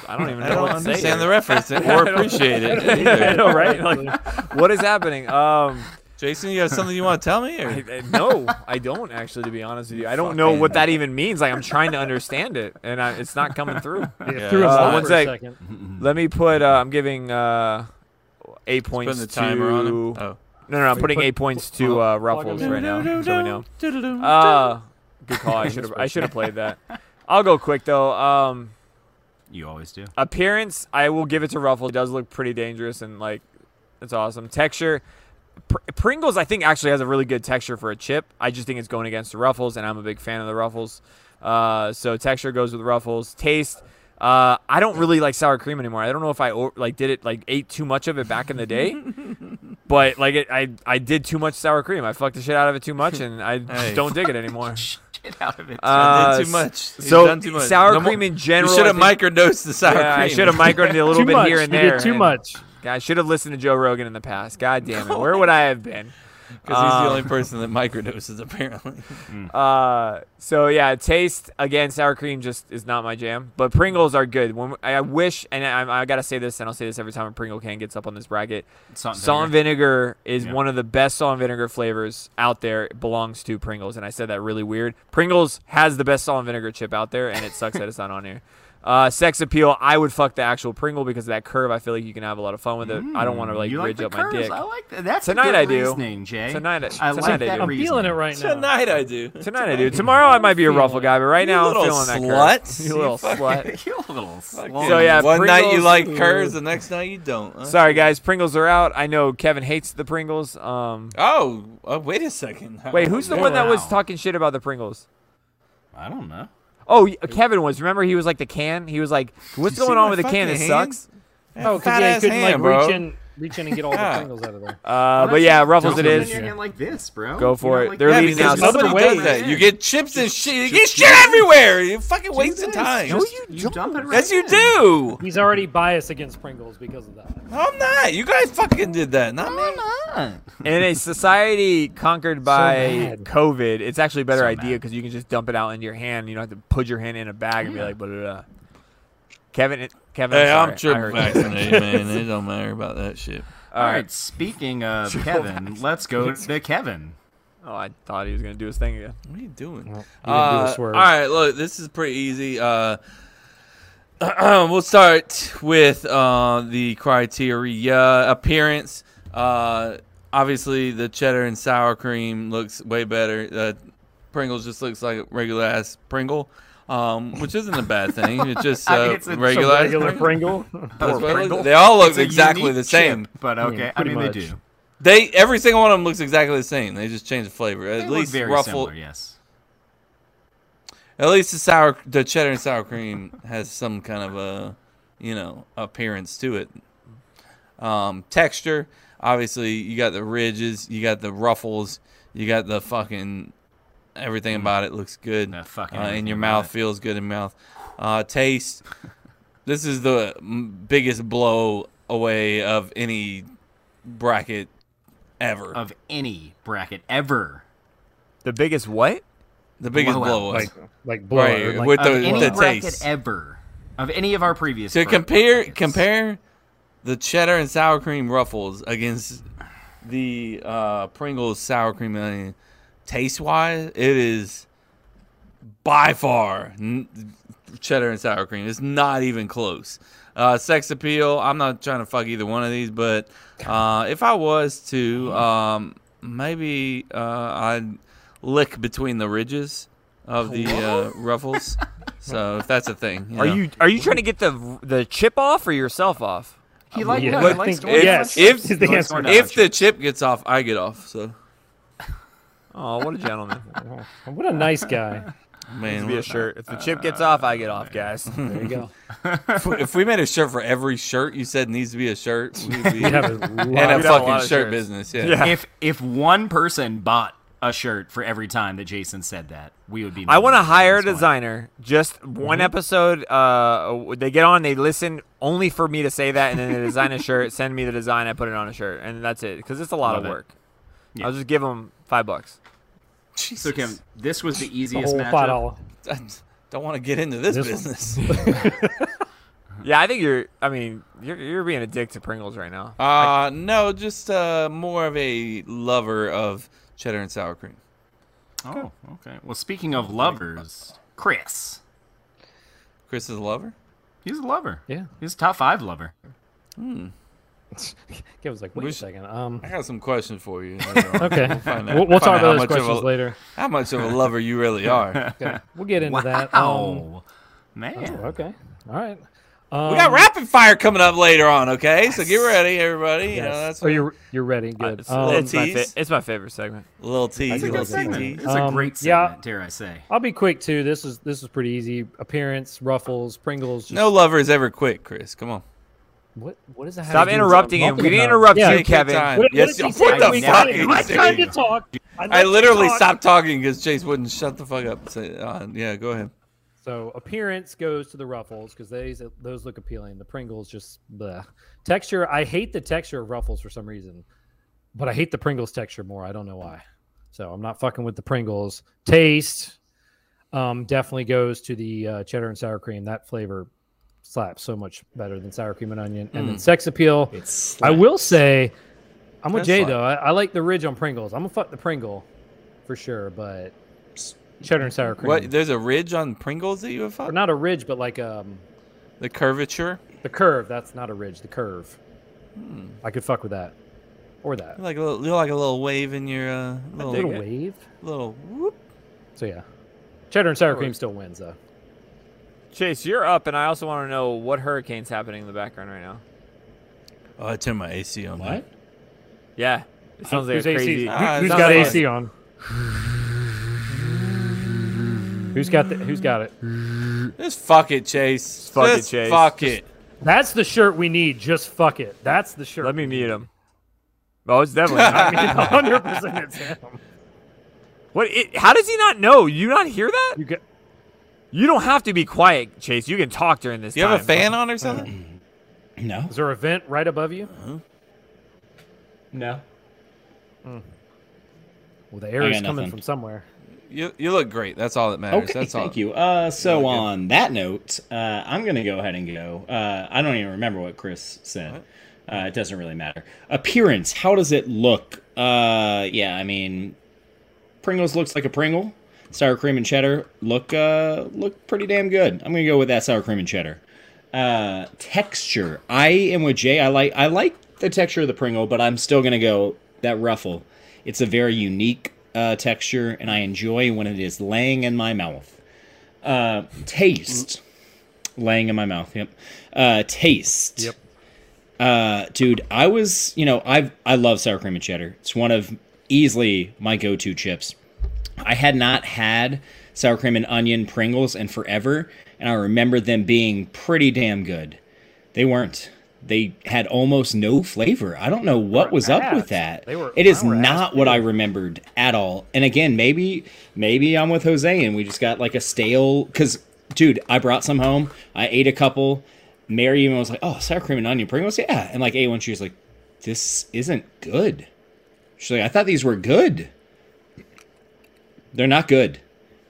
[SPEAKER 2] I don't even know
[SPEAKER 1] I don't
[SPEAKER 2] what to say.
[SPEAKER 1] understand the reference or appreciate it either.
[SPEAKER 2] know, right? Like, what is happening? Um,
[SPEAKER 1] Jason, you got something you want to tell me? Or?
[SPEAKER 2] I, I- no, I don't actually. To be honest with you, I don't know what that even means. Like, I'm trying to understand it, and I, it's not coming through.
[SPEAKER 1] Yeah,
[SPEAKER 4] Threw us
[SPEAKER 1] it's
[SPEAKER 2] Uh,
[SPEAKER 4] off
[SPEAKER 2] one
[SPEAKER 4] for
[SPEAKER 2] sec.
[SPEAKER 4] a second.
[SPEAKER 2] Let me put. Uh, I'm giving uh, eight points
[SPEAKER 1] putting the
[SPEAKER 2] to.
[SPEAKER 1] timer on him. Oh.
[SPEAKER 2] No, no, I'm putting eight points to uh, Ruffles
[SPEAKER 4] in.
[SPEAKER 2] right now. So we know. Uh, good call. I should have. I should have played that. I'll go quick though. Um,
[SPEAKER 5] You always do.
[SPEAKER 2] appearance, I will give it to Ruffles. It does look pretty dangerous and like it's awesome. Texture, Pr- Pringles, I think actually has a really good texture for a chip. I just think it's going against the Ruffles, and I'm a big fan of the Ruffles. Uh, so texture goes with Ruffles. Taste, uh, I don't really like sour cream anymore. I don't know if I o- like did it like ate too much of it back in the day, but like it, I I did too much sour cream. I fucked the shit out of it too much, and I
[SPEAKER 1] Hey.
[SPEAKER 2] just don't dig it anymore.
[SPEAKER 5] Get out of it.
[SPEAKER 1] I did
[SPEAKER 2] Uh,
[SPEAKER 1] too much. He's
[SPEAKER 2] so
[SPEAKER 1] done too much.
[SPEAKER 2] sour
[SPEAKER 1] No more-
[SPEAKER 2] cream in general,
[SPEAKER 1] You should have
[SPEAKER 2] I think-
[SPEAKER 1] microdosed the sour
[SPEAKER 2] Yeah,
[SPEAKER 1] cream.
[SPEAKER 2] I should have microed it a little
[SPEAKER 4] Too
[SPEAKER 2] bit
[SPEAKER 4] much.
[SPEAKER 2] here and
[SPEAKER 4] you
[SPEAKER 2] there.
[SPEAKER 4] did too
[SPEAKER 2] and-
[SPEAKER 4] much.
[SPEAKER 2] I should have listened to Joe Rogan in the past. God damn it. Where would I have been?
[SPEAKER 1] because he's the
[SPEAKER 2] Uh,
[SPEAKER 1] only person that microdoses apparently.
[SPEAKER 2] Uh, so yeah, taste again. Sour cream just is not my jam, but Pringles are good. When I wish, and I, I gotta say this, and I'll say this every time a Pringle can gets up on this bracket.
[SPEAKER 5] Salt and
[SPEAKER 2] Salt and vinegar is
[SPEAKER 5] Yeah.
[SPEAKER 2] one of the best salt and vinegar flavors out there. It belongs to Pringles, and I said that really weird. Pringles has the best salt and vinegar chip out there, and it sucks that it's not on here. Uh, sex appeal. I would fuck the actual Pringle because of that curve. I feel like you can have a lot of fun with it. I don't want to like
[SPEAKER 5] Mm, you
[SPEAKER 2] ridge
[SPEAKER 5] like
[SPEAKER 2] up
[SPEAKER 5] the
[SPEAKER 2] my
[SPEAKER 5] curves.
[SPEAKER 2] dick.
[SPEAKER 5] I like that. That's
[SPEAKER 2] Tonight
[SPEAKER 5] good
[SPEAKER 2] I do.
[SPEAKER 5] Reasoning, Jay.
[SPEAKER 2] Tonight I-
[SPEAKER 5] I like
[SPEAKER 2] tonight I
[SPEAKER 5] that
[SPEAKER 2] do.
[SPEAKER 4] I'm feeling it right now.
[SPEAKER 1] Tonight I do.
[SPEAKER 2] Tonight I do. Tomorrow I might be a ruffle guy, but right now I'm
[SPEAKER 1] little
[SPEAKER 2] feeling that
[SPEAKER 1] slut.
[SPEAKER 2] curve. You little slut.
[SPEAKER 5] you little. slob.
[SPEAKER 2] So, yeah,
[SPEAKER 1] one night you
[SPEAKER 2] Pringles-
[SPEAKER 1] like curves, the next night you don't. huh?
[SPEAKER 2] Sorry guys, Pringles are out. I know Kevin hates the Pringles. Um,
[SPEAKER 1] Oh, uh, wait a second.
[SPEAKER 2] wait, who's the one that was
[SPEAKER 5] Wow.
[SPEAKER 2] talking shit about the Pringles?
[SPEAKER 5] I don't know.
[SPEAKER 2] Oh, y- Kevin was. Remember he was like the can. He was like, "What's
[SPEAKER 1] You see
[SPEAKER 2] going on
[SPEAKER 1] my
[SPEAKER 2] with the
[SPEAKER 1] fucking
[SPEAKER 2] can? It
[SPEAKER 1] hand?
[SPEAKER 2] sucks."
[SPEAKER 4] Oh, because
[SPEAKER 1] fat
[SPEAKER 4] yeah,
[SPEAKER 1] ass
[SPEAKER 4] he couldn't
[SPEAKER 1] hand,
[SPEAKER 4] like
[SPEAKER 1] bro.
[SPEAKER 4] reach in, reach in and get all the
[SPEAKER 1] Yeah.
[SPEAKER 4] Pringles out of there.
[SPEAKER 2] Uh, but yeah, ruffles it
[SPEAKER 5] Don't put
[SPEAKER 2] is.
[SPEAKER 5] your hand like this, bro.
[SPEAKER 2] Go for
[SPEAKER 5] know,
[SPEAKER 2] it.
[SPEAKER 5] like
[SPEAKER 2] They're
[SPEAKER 5] this.
[SPEAKER 1] Yeah,
[SPEAKER 2] leading
[SPEAKER 1] because
[SPEAKER 2] now.
[SPEAKER 1] nobody
[SPEAKER 4] Other
[SPEAKER 1] does
[SPEAKER 4] way.
[SPEAKER 1] that. You get chips and shit. You get shit everywhere. You fucking wasting time.
[SPEAKER 5] Just- you dump it right
[SPEAKER 1] yes, you
[SPEAKER 5] in.
[SPEAKER 1] do.
[SPEAKER 4] He's already biased against Pringles because of that.
[SPEAKER 1] No, I'm not. You guys fucking did that. Not me.
[SPEAKER 5] Come on.
[SPEAKER 2] In a society conquered by
[SPEAKER 4] mad.
[SPEAKER 2] COVID, it's actually a better
[SPEAKER 5] So
[SPEAKER 2] idea
[SPEAKER 5] mad.
[SPEAKER 2] because you can just dump it out in your hand. You don't have to put your hand in a bag and be like, blah, blah, blah. Kevin, it- Kevin,
[SPEAKER 1] Hey, I'm
[SPEAKER 2] I'm, sorry.
[SPEAKER 1] triple
[SPEAKER 2] I heard
[SPEAKER 1] vaccinated, man. It don't matter about that shit.
[SPEAKER 2] you.
[SPEAKER 5] All right. Speaking of Kevin, let's go to Kevin.
[SPEAKER 2] Oh, I thought he was gonna do his thing again.
[SPEAKER 1] What are you doing?
[SPEAKER 4] didn't do a
[SPEAKER 1] Uh, all
[SPEAKER 4] swerve.
[SPEAKER 1] right, look, this is pretty easy. Uh, we'll start with uh, the criteria appearance. Uh, obviously, the cheddar and sour cream looks way better. Uh, Pringles just looks like a regular ass Pringle, um, which isn't a bad thing. It's just uh,
[SPEAKER 5] I mean, it's a- it's a
[SPEAKER 1] regular, ass
[SPEAKER 4] Regular
[SPEAKER 1] Pringle.
[SPEAKER 4] Pringle.
[SPEAKER 1] That's what it
[SPEAKER 5] Pringle.
[SPEAKER 1] looks- They all look
[SPEAKER 5] It's a
[SPEAKER 1] exactly
[SPEAKER 5] unique
[SPEAKER 1] the
[SPEAKER 5] chip,
[SPEAKER 1] same.
[SPEAKER 5] but okay. I
[SPEAKER 4] pretty
[SPEAKER 5] mean,
[SPEAKER 4] much.
[SPEAKER 5] they do.
[SPEAKER 1] They every single one of them looks exactly the same. They just change the flavor.
[SPEAKER 5] They
[SPEAKER 1] At
[SPEAKER 5] look
[SPEAKER 1] least
[SPEAKER 5] very
[SPEAKER 1] ruffle.
[SPEAKER 5] similar. Yes.
[SPEAKER 1] At least the sour, the cheddar and sour cream has some kind of a, you know, appearance to it. Um, texture, obviously, you got the ridges, you got the ruffles, you got the fucking everything about it looks good.
[SPEAKER 5] That Mm. fucking
[SPEAKER 1] uh, in
[SPEAKER 5] everything
[SPEAKER 1] your
[SPEAKER 5] about
[SPEAKER 1] mouth
[SPEAKER 5] it.
[SPEAKER 1] feels good in mouth. Uh, taste. this is the m- biggest blow away of any bracket ever.
[SPEAKER 5] Of any bracket ever.
[SPEAKER 2] The biggest what?
[SPEAKER 1] the biggest
[SPEAKER 5] blowout.
[SPEAKER 1] blow.
[SPEAKER 4] like, like blow.
[SPEAKER 1] right,
[SPEAKER 4] Like,
[SPEAKER 1] with
[SPEAKER 5] Of
[SPEAKER 1] the,
[SPEAKER 5] any
[SPEAKER 1] the
[SPEAKER 5] bracket
[SPEAKER 1] taste.
[SPEAKER 5] ever. Of any of our previous.
[SPEAKER 1] to
[SPEAKER 5] bra-
[SPEAKER 1] compare
[SPEAKER 5] brackets.
[SPEAKER 1] compare the cheddar and sour cream ruffles against the uh, Pringles sour cream and onion, taste wise, it is by far n- cheddar and sour cream. It's not even close. Uh, sex appeal. I'm not trying to fuck either one of these, but uh, if I was to, um, maybe uh, I'd lick between the ridges of the uh, ruffles. So if that's a thing,
[SPEAKER 2] Are
[SPEAKER 1] know.
[SPEAKER 2] you are you trying to get the the chip off or yourself off?
[SPEAKER 5] He likes.
[SPEAKER 4] Yeah.
[SPEAKER 5] Yeah.
[SPEAKER 4] What-
[SPEAKER 5] he likes
[SPEAKER 4] think-
[SPEAKER 5] doing
[SPEAKER 4] yes.
[SPEAKER 5] that.
[SPEAKER 1] If-
[SPEAKER 4] is the
[SPEAKER 5] Going
[SPEAKER 4] answer.
[SPEAKER 5] for
[SPEAKER 1] If
[SPEAKER 5] knowledge.
[SPEAKER 1] the chip gets off, I get off. So
[SPEAKER 2] Oh, what a gentleman!
[SPEAKER 4] What a nice guy.
[SPEAKER 1] man,
[SPEAKER 2] be a shirt. If the chip gets off, I get off, guys.
[SPEAKER 4] There you go.
[SPEAKER 1] if, we- if we made a shirt for every shirt you said needs to be a shirt, we'd be
[SPEAKER 4] You have
[SPEAKER 1] in a
[SPEAKER 4] a lot.
[SPEAKER 2] have a lot
[SPEAKER 1] fucking
[SPEAKER 2] of
[SPEAKER 1] shirt
[SPEAKER 2] shirts.
[SPEAKER 1] business. Yeah.
[SPEAKER 2] Yeah.
[SPEAKER 5] if if one person bought a shirt for every time that Jason said that, we would be.
[SPEAKER 2] I want to
[SPEAKER 5] millionaires at
[SPEAKER 2] hire a
[SPEAKER 5] this point.
[SPEAKER 2] designer. Just one
[SPEAKER 5] Mm-hmm.
[SPEAKER 2] episode. Uh, they get on, they listen only for me to say that, and then they design a shirt. Send me the design, I put it on a shirt, and that's it. Because it's a lot
[SPEAKER 5] Love
[SPEAKER 2] of
[SPEAKER 5] it.
[SPEAKER 2] work.
[SPEAKER 5] Yeah.
[SPEAKER 2] I'll just give them five bucks.
[SPEAKER 5] So Kevin, this was the
[SPEAKER 4] The
[SPEAKER 5] easiest
[SPEAKER 4] whole
[SPEAKER 5] matchup.
[SPEAKER 4] fight all.
[SPEAKER 1] I don't want to get into this,
[SPEAKER 4] This one.
[SPEAKER 1] business.
[SPEAKER 5] Uh-huh.
[SPEAKER 2] Yeah, I think you're. I mean, you're you're being a dick to Pringles right now.
[SPEAKER 1] Uh, no, just uh, more of a lover of cheddar and sour cream.
[SPEAKER 6] Oh, okay. Well, speaking of lovers, Chris.
[SPEAKER 1] Chris is a lover?
[SPEAKER 6] He's a lover.
[SPEAKER 4] Yeah.
[SPEAKER 6] He's a top five lover.
[SPEAKER 4] Kev was like, wait a
[SPEAKER 1] We should-
[SPEAKER 4] second. Um,
[SPEAKER 1] I got some questions for you. later on.
[SPEAKER 4] okay,
[SPEAKER 1] find out-
[SPEAKER 4] we'll, we'll
[SPEAKER 1] find out
[SPEAKER 4] talk
[SPEAKER 1] how
[SPEAKER 4] about those
[SPEAKER 1] much of a-
[SPEAKER 4] questions later.
[SPEAKER 1] How much of a lover you really are.
[SPEAKER 4] Okay. We'll get into that. Um,
[SPEAKER 5] Oh,
[SPEAKER 6] Wow. Man.
[SPEAKER 4] okay, all right. Um,
[SPEAKER 1] We got rapid fire coming up later on, okay? So get ready, everybody. You know,
[SPEAKER 4] yes.
[SPEAKER 1] that's
[SPEAKER 4] oh,
[SPEAKER 1] what-
[SPEAKER 4] you're you're ready. Good.
[SPEAKER 2] It's,
[SPEAKER 4] Um,
[SPEAKER 2] it's my fa-
[SPEAKER 1] tease.
[SPEAKER 2] it's my favorite segment.
[SPEAKER 1] little tease,
[SPEAKER 6] It's a
[SPEAKER 1] little
[SPEAKER 6] good
[SPEAKER 1] tease.
[SPEAKER 6] segment. It's a
[SPEAKER 4] Um,
[SPEAKER 6] great
[SPEAKER 4] yeah.
[SPEAKER 6] segment, dare I say.
[SPEAKER 4] I'll be quick too. This is this is pretty easy. Appearance, ruffles, Pringles. Just,
[SPEAKER 1] No lover is ever quick, Chris. Come on.
[SPEAKER 4] What what does that? have
[SPEAKER 2] Stop
[SPEAKER 4] to do with
[SPEAKER 2] interrupting him.
[SPEAKER 4] something
[SPEAKER 2] We didn't
[SPEAKER 4] about-
[SPEAKER 2] interrupt
[SPEAKER 4] Yeah,
[SPEAKER 2] you,
[SPEAKER 1] Take your
[SPEAKER 2] Kevin.
[SPEAKER 1] time.
[SPEAKER 4] What,
[SPEAKER 1] yes,
[SPEAKER 4] what
[SPEAKER 1] what, the
[SPEAKER 6] We
[SPEAKER 1] fuck?
[SPEAKER 6] got it.
[SPEAKER 1] are you
[SPEAKER 6] I
[SPEAKER 4] I tried to
[SPEAKER 1] saying?
[SPEAKER 4] talk. I,
[SPEAKER 1] I
[SPEAKER 4] let you
[SPEAKER 1] literally
[SPEAKER 4] talk.
[SPEAKER 1] stopped talking because Chase wouldn't shut the fuck up. Say, uh, yeah, go ahead.
[SPEAKER 4] So appearance goes to the ruffles because those those look appealing. The Pringles just bleh. texture. I hate the texture of ruffles for some reason, but I hate the Pringles texture more. I don't know why. So I'm not fucking with the Pringles. Taste um, definitely goes to the uh, cheddar and sour cream. That flavor slaps so much better than sour cream and onion. And then sex appeal. I will say, I'm with
[SPEAKER 1] That's
[SPEAKER 4] Jay
[SPEAKER 1] slaps.
[SPEAKER 4] though. I, I like the ridge on Pringles. I'm gonna fuck the Pringle for sure, but cheddar and sour cream.
[SPEAKER 1] What? There's a ridge on Pringles that you have
[SPEAKER 4] Or
[SPEAKER 1] fucked?
[SPEAKER 4] not a ridge, but like um
[SPEAKER 1] The curvature?
[SPEAKER 4] the curve. That's not a ridge. The curve. I could fuck with that, or that
[SPEAKER 1] You're like a little, you're like a little wave in your uh,
[SPEAKER 4] a
[SPEAKER 1] little,
[SPEAKER 4] little
[SPEAKER 1] little,
[SPEAKER 4] wave.
[SPEAKER 1] whoop.
[SPEAKER 4] So yeah, cheddar and sour cream still wins though.
[SPEAKER 2] Chase, you're up, and I also want to know what hurricane's happening in the background right now.
[SPEAKER 1] Oh, I turned my AC on.
[SPEAKER 5] What?
[SPEAKER 2] Yeah, it sounds like a
[SPEAKER 4] Who's AC?
[SPEAKER 2] crazy.
[SPEAKER 1] Ah, it
[SPEAKER 4] Who's
[SPEAKER 1] sounds
[SPEAKER 4] got
[SPEAKER 1] like-
[SPEAKER 4] AC on? Who's got the, Who's got it?
[SPEAKER 1] Just fuck it, Chase. Just
[SPEAKER 2] fuck it, Chase.
[SPEAKER 1] Fuck
[SPEAKER 2] Just-
[SPEAKER 1] it.
[SPEAKER 4] That's the shirt we need. Just fuck it. That's the shirt.
[SPEAKER 2] Let me mute him. Oh, it's definitely. not me.
[SPEAKER 4] Hundred percent, it's him.
[SPEAKER 2] What? It, how does he not know? You not hear that?
[SPEAKER 4] You get,
[SPEAKER 2] You don't have to be quiet, Chase. You can talk during this.
[SPEAKER 1] Do you have a
[SPEAKER 2] time.
[SPEAKER 1] fan on or something?
[SPEAKER 5] No.
[SPEAKER 4] is there a vent right above you?
[SPEAKER 5] No.
[SPEAKER 4] Well, the air
[SPEAKER 5] I
[SPEAKER 4] is
[SPEAKER 5] got
[SPEAKER 4] coming
[SPEAKER 5] nothing.
[SPEAKER 4] from somewhere.
[SPEAKER 1] You you look great. That's all that matters.
[SPEAKER 5] Okay,
[SPEAKER 1] That's all.
[SPEAKER 5] thank you. Uh, so on that note, uh, I'm gonna go ahead and go. Uh, I don't even remember what Chris said. Uh, it doesn't really matter. Appearance. How does it look? Uh, yeah, I mean, Pringles looks like a Pringle. Sour cream and cheddar look uh, look pretty damn good. I'm gonna go with that sour cream and cheddar. Uh, texture. I am with Jay. I like I like the texture of the Pringle, but I'm still gonna go that ruffle. It's a very unique uh, texture, and I enjoy when it is laying in my mouth. Uh, taste. Laying in my mouth. Yep. Uh, taste. Yep. Uh, dude, I was, you know, I've I love sour cream and cheddar. It's one of easily my go-to chips. I had not had sour cream and onion Pringles in forever, and I remember them being pretty damn good. They weren't. They had almost no flavor. I don't know what was up with
[SPEAKER 4] ass.
[SPEAKER 5] that.
[SPEAKER 4] They were-
[SPEAKER 5] it is
[SPEAKER 4] mine were ass,
[SPEAKER 5] not what I remembered at all. And again, maybe maybe I'm with Jose and we just got like a stale cuz dude, I brought some home. I ate a couple. Mary even was like, "Oh, sour cream and onion Pringles." Yeah. And like ate one she was like, "This isn't good." She's like, "I thought these were good." They're not good.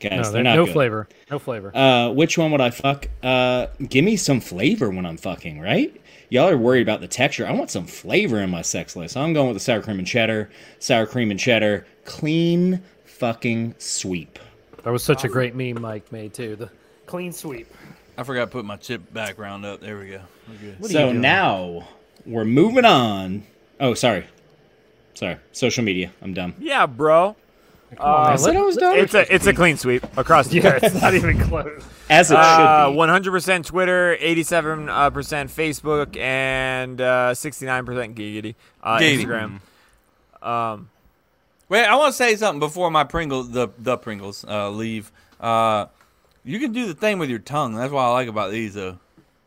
[SPEAKER 5] Guys,
[SPEAKER 4] No,
[SPEAKER 5] they're,
[SPEAKER 4] there-
[SPEAKER 5] not
[SPEAKER 4] no
[SPEAKER 5] good.
[SPEAKER 4] flavor. No flavor.
[SPEAKER 5] Uh, which one would I fuck? Uh, give me some flavor when I'm fucking, right? Y'all are worried about the texture. I want some flavor in my sex list. I'm going with the sour cream and cheddar. Sour cream and cheddar. Clean fucking sweep.
[SPEAKER 4] that was such a great meme Mike made too. The clean sweep.
[SPEAKER 1] I forgot to put my chip background up. There we go. We're good.
[SPEAKER 4] What are you
[SPEAKER 5] So
[SPEAKER 4] doing?
[SPEAKER 5] now we're moving on. Oh, sorry. Sorry. Social media. I'm dumb.
[SPEAKER 2] Yeah, bro.
[SPEAKER 4] Man,
[SPEAKER 5] said
[SPEAKER 4] let-
[SPEAKER 5] I was done.
[SPEAKER 2] It's a it's a clean sweep across the
[SPEAKER 4] yeah,
[SPEAKER 2] board.
[SPEAKER 4] it's not even close.
[SPEAKER 5] As it
[SPEAKER 2] Uh,
[SPEAKER 5] should be.
[SPEAKER 2] 100% Twitter, 87% uh, percent Facebook, and uh, 69% Giggity uh,
[SPEAKER 1] Giggity.
[SPEAKER 2] Instagram.
[SPEAKER 1] Wait, I want to say something before my Pringles, the the Pringles, uh, leave. Uh, you can do the thing with your tongue. That's what I like about these, though.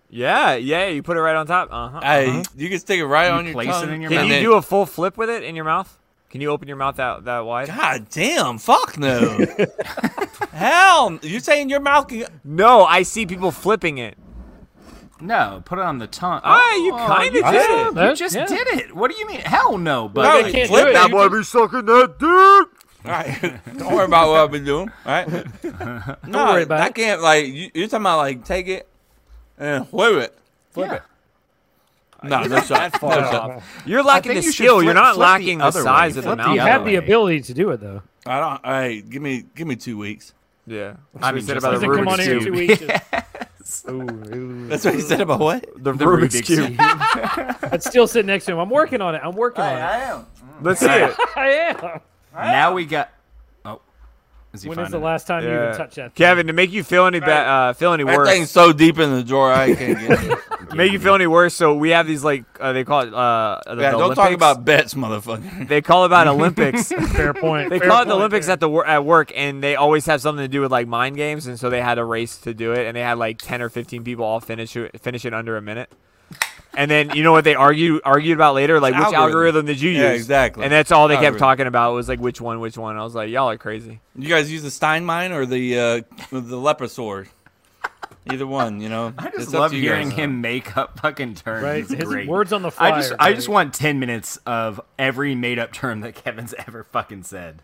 [SPEAKER 2] Yeah, yeah, you put it right on top. Uh-huh.
[SPEAKER 1] I, you can stick it right on your
[SPEAKER 6] place it
[SPEAKER 1] tongue.
[SPEAKER 6] in your
[SPEAKER 2] Can
[SPEAKER 1] and
[SPEAKER 6] mouth.
[SPEAKER 1] then-
[SPEAKER 2] you do a full flip with it in your mouth? Can you open your mouth that that wide?
[SPEAKER 1] God damn! Fuck no. Hell, you saying your mouth can?
[SPEAKER 2] No, I see people flipping it.
[SPEAKER 6] No, put it on the tongue.
[SPEAKER 5] Oh,
[SPEAKER 2] Ah, you kinda
[SPEAKER 6] you
[SPEAKER 2] did
[SPEAKER 6] just-
[SPEAKER 2] it.
[SPEAKER 6] You
[SPEAKER 4] That-
[SPEAKER 6] just
[SPEAKER 4] yeah.
[SPEAKER 6] did it. What do you mean? Hell no, but
[SPEAKER 1] Bro,
[SPEAKER 4] they
[SPEAKER 1] you
[SPEAKER 4] can't
[SPEAKER 1] flip
[SPEAKER 4] do it.
[SPEAKER 1] that
[SPEAKER 2] boy be sucking that dick.
[SPEAKER 1] All right. Don't worry about what I've been doing. All right. No,
[SPEAKER 4] worry about
[SPEAKER 1] I
[SPEAKER 4] it.
[SPEAKER 1] can't. Like you, you're talking about, like take it and flip it.
[SPEAKER 2] Flip
[SPEAKER 5] Yeah.
[SPEAKER 2] it.
[SPEAKER 1] No, no shot.
[SPEAKER 2] That far
[SPEAKER 1] No shot.
[SPEAKER 2] off. You're
[SPEAKER 5] I
[SPEAKER 2] lacking the
[SPEAKER 5] think you should
[SPEAKER 2] skill.
[SPEAKER 5] flip-
[SPEAKER 2] You're not
[SPEAKER 5] flip the
[SPEAKER 2] lacking the,
[SPEAKER 5] other way.
[SPEAKER 2] size of the
[SPEAKER 5] Flip the
[SPEAKER 2] mouth.
[SPEAKER 4] You
[SPEAKER 5] other
[SPEAKER 4] have the
[SPEAKER 5] way.
[SPEAKER 4] ability to do it though.
[SPEAKER 1] I don't. Hey, give me give me two weeks.
[SPEAKER 2] Yeah.
[SPEAKER 5] I mean,
[SPEAKER 2] That's what he said
[SPEAKER 5] just like the
[SPEAKER 4] Doesn't
[SPEAKER 2] about
[SPEAKER 4] come on
[SPEAKER 2] the
[SPEAKER 4] here in
[SPEAKER 2] Rubik's
[SPEAKER 4] two
[SPEAKER 2] Cube.
[SPEAKER 4] weeks. just-
[SPEAKER 1] That's what he said about what?
[SPEAKER 2] The Rubik's Cube.
[SPEAKER 4] I'd still sit next to him. I'm working on it. I'm working on it.
[SPEAKER 5] am.
[SPEAKER 2] Let's see it.
[SPEAKER 4] I am.
[SPEAKER 5] Now we got. Oh, is he
[SPEAKER 4] When
[SPEAKER 5] finding
[SPEAKER 4] is the
[SPEAKER 5] it?
[SPEAKER 4] last time you
[SPEAKER 2] Yeah.
[SPEAKER 4] even touched that? thing?
[SPEAKER 2] Kevin, to make you feel any ba- uh, feel any
[SPEAKER 1] That
[SPEAKER 2] worse,
[SPEAKER 1] thing's so deep in the drawer, I can't get it.
[SPEAKER 2] make you feel any worse. So we have these like uh, they call it uh, the,
[SPEAKER 1] Yeah,
[SPEAKER 2] the
[SPEAKER 1] don't
[SPEAKER 2] Olympics.
[SPEAKER 1] talk about bets, motherfucker.
[SPEAKER 2] they call about Olympics.
[SPEAKER 4] Fair point.
[SPEAKER 2] They
[SPEAKER 4] fair
[SPEAKER 2] call it
[SPEAKER 4] point
[SPEAKER 2] the Olympics
[SPEAKER 4] there.
[SPEAKER 2] at the wor- at work, and they always have something to do with like mind games, and so they had a race to do it, and they had like ten or fifteen people all finish it, finish it under a minute. And then you know what they argued argued about later, like which
[SPEAKER 1] Algorithm.
[SPEAKER 2] algorithm did you use?
[SPEAKER 1] Yeah, exactly.
[SPEAKER 2] And that's all they
[SPEAKER 1] Algorithm.
[SPEAKER 2] kept talking about was like which one, which one. I was like, y'all are crazy.
[SPEAKER 1] You guys use the Stein mine or the uh, the leper sword? Either one, you know.
[SPEAKER 5] I just
[SPEAKER 1] It's up
[SPEAKER 5] love
[SPEAKER 1] to you
[SPEAKER 5] hearing
[SPEAKER 1] guys.
[SPEAKER 5] him make up fucking terms.
[SPEAKER 4] Right,
[SPEAKER 5] It's
[SPEAKER 4] his
[SPEAKER 5] great.
[SPEAKER 4] words on the fly.
[SPEAKER 5] I just,
[SPEAKER 4] are
[SPEAKER 5] I just
[SPEAKER 4] great.
[SPEAKER 5] want ten minutes of every made-up term that Kevin's ever fucking said.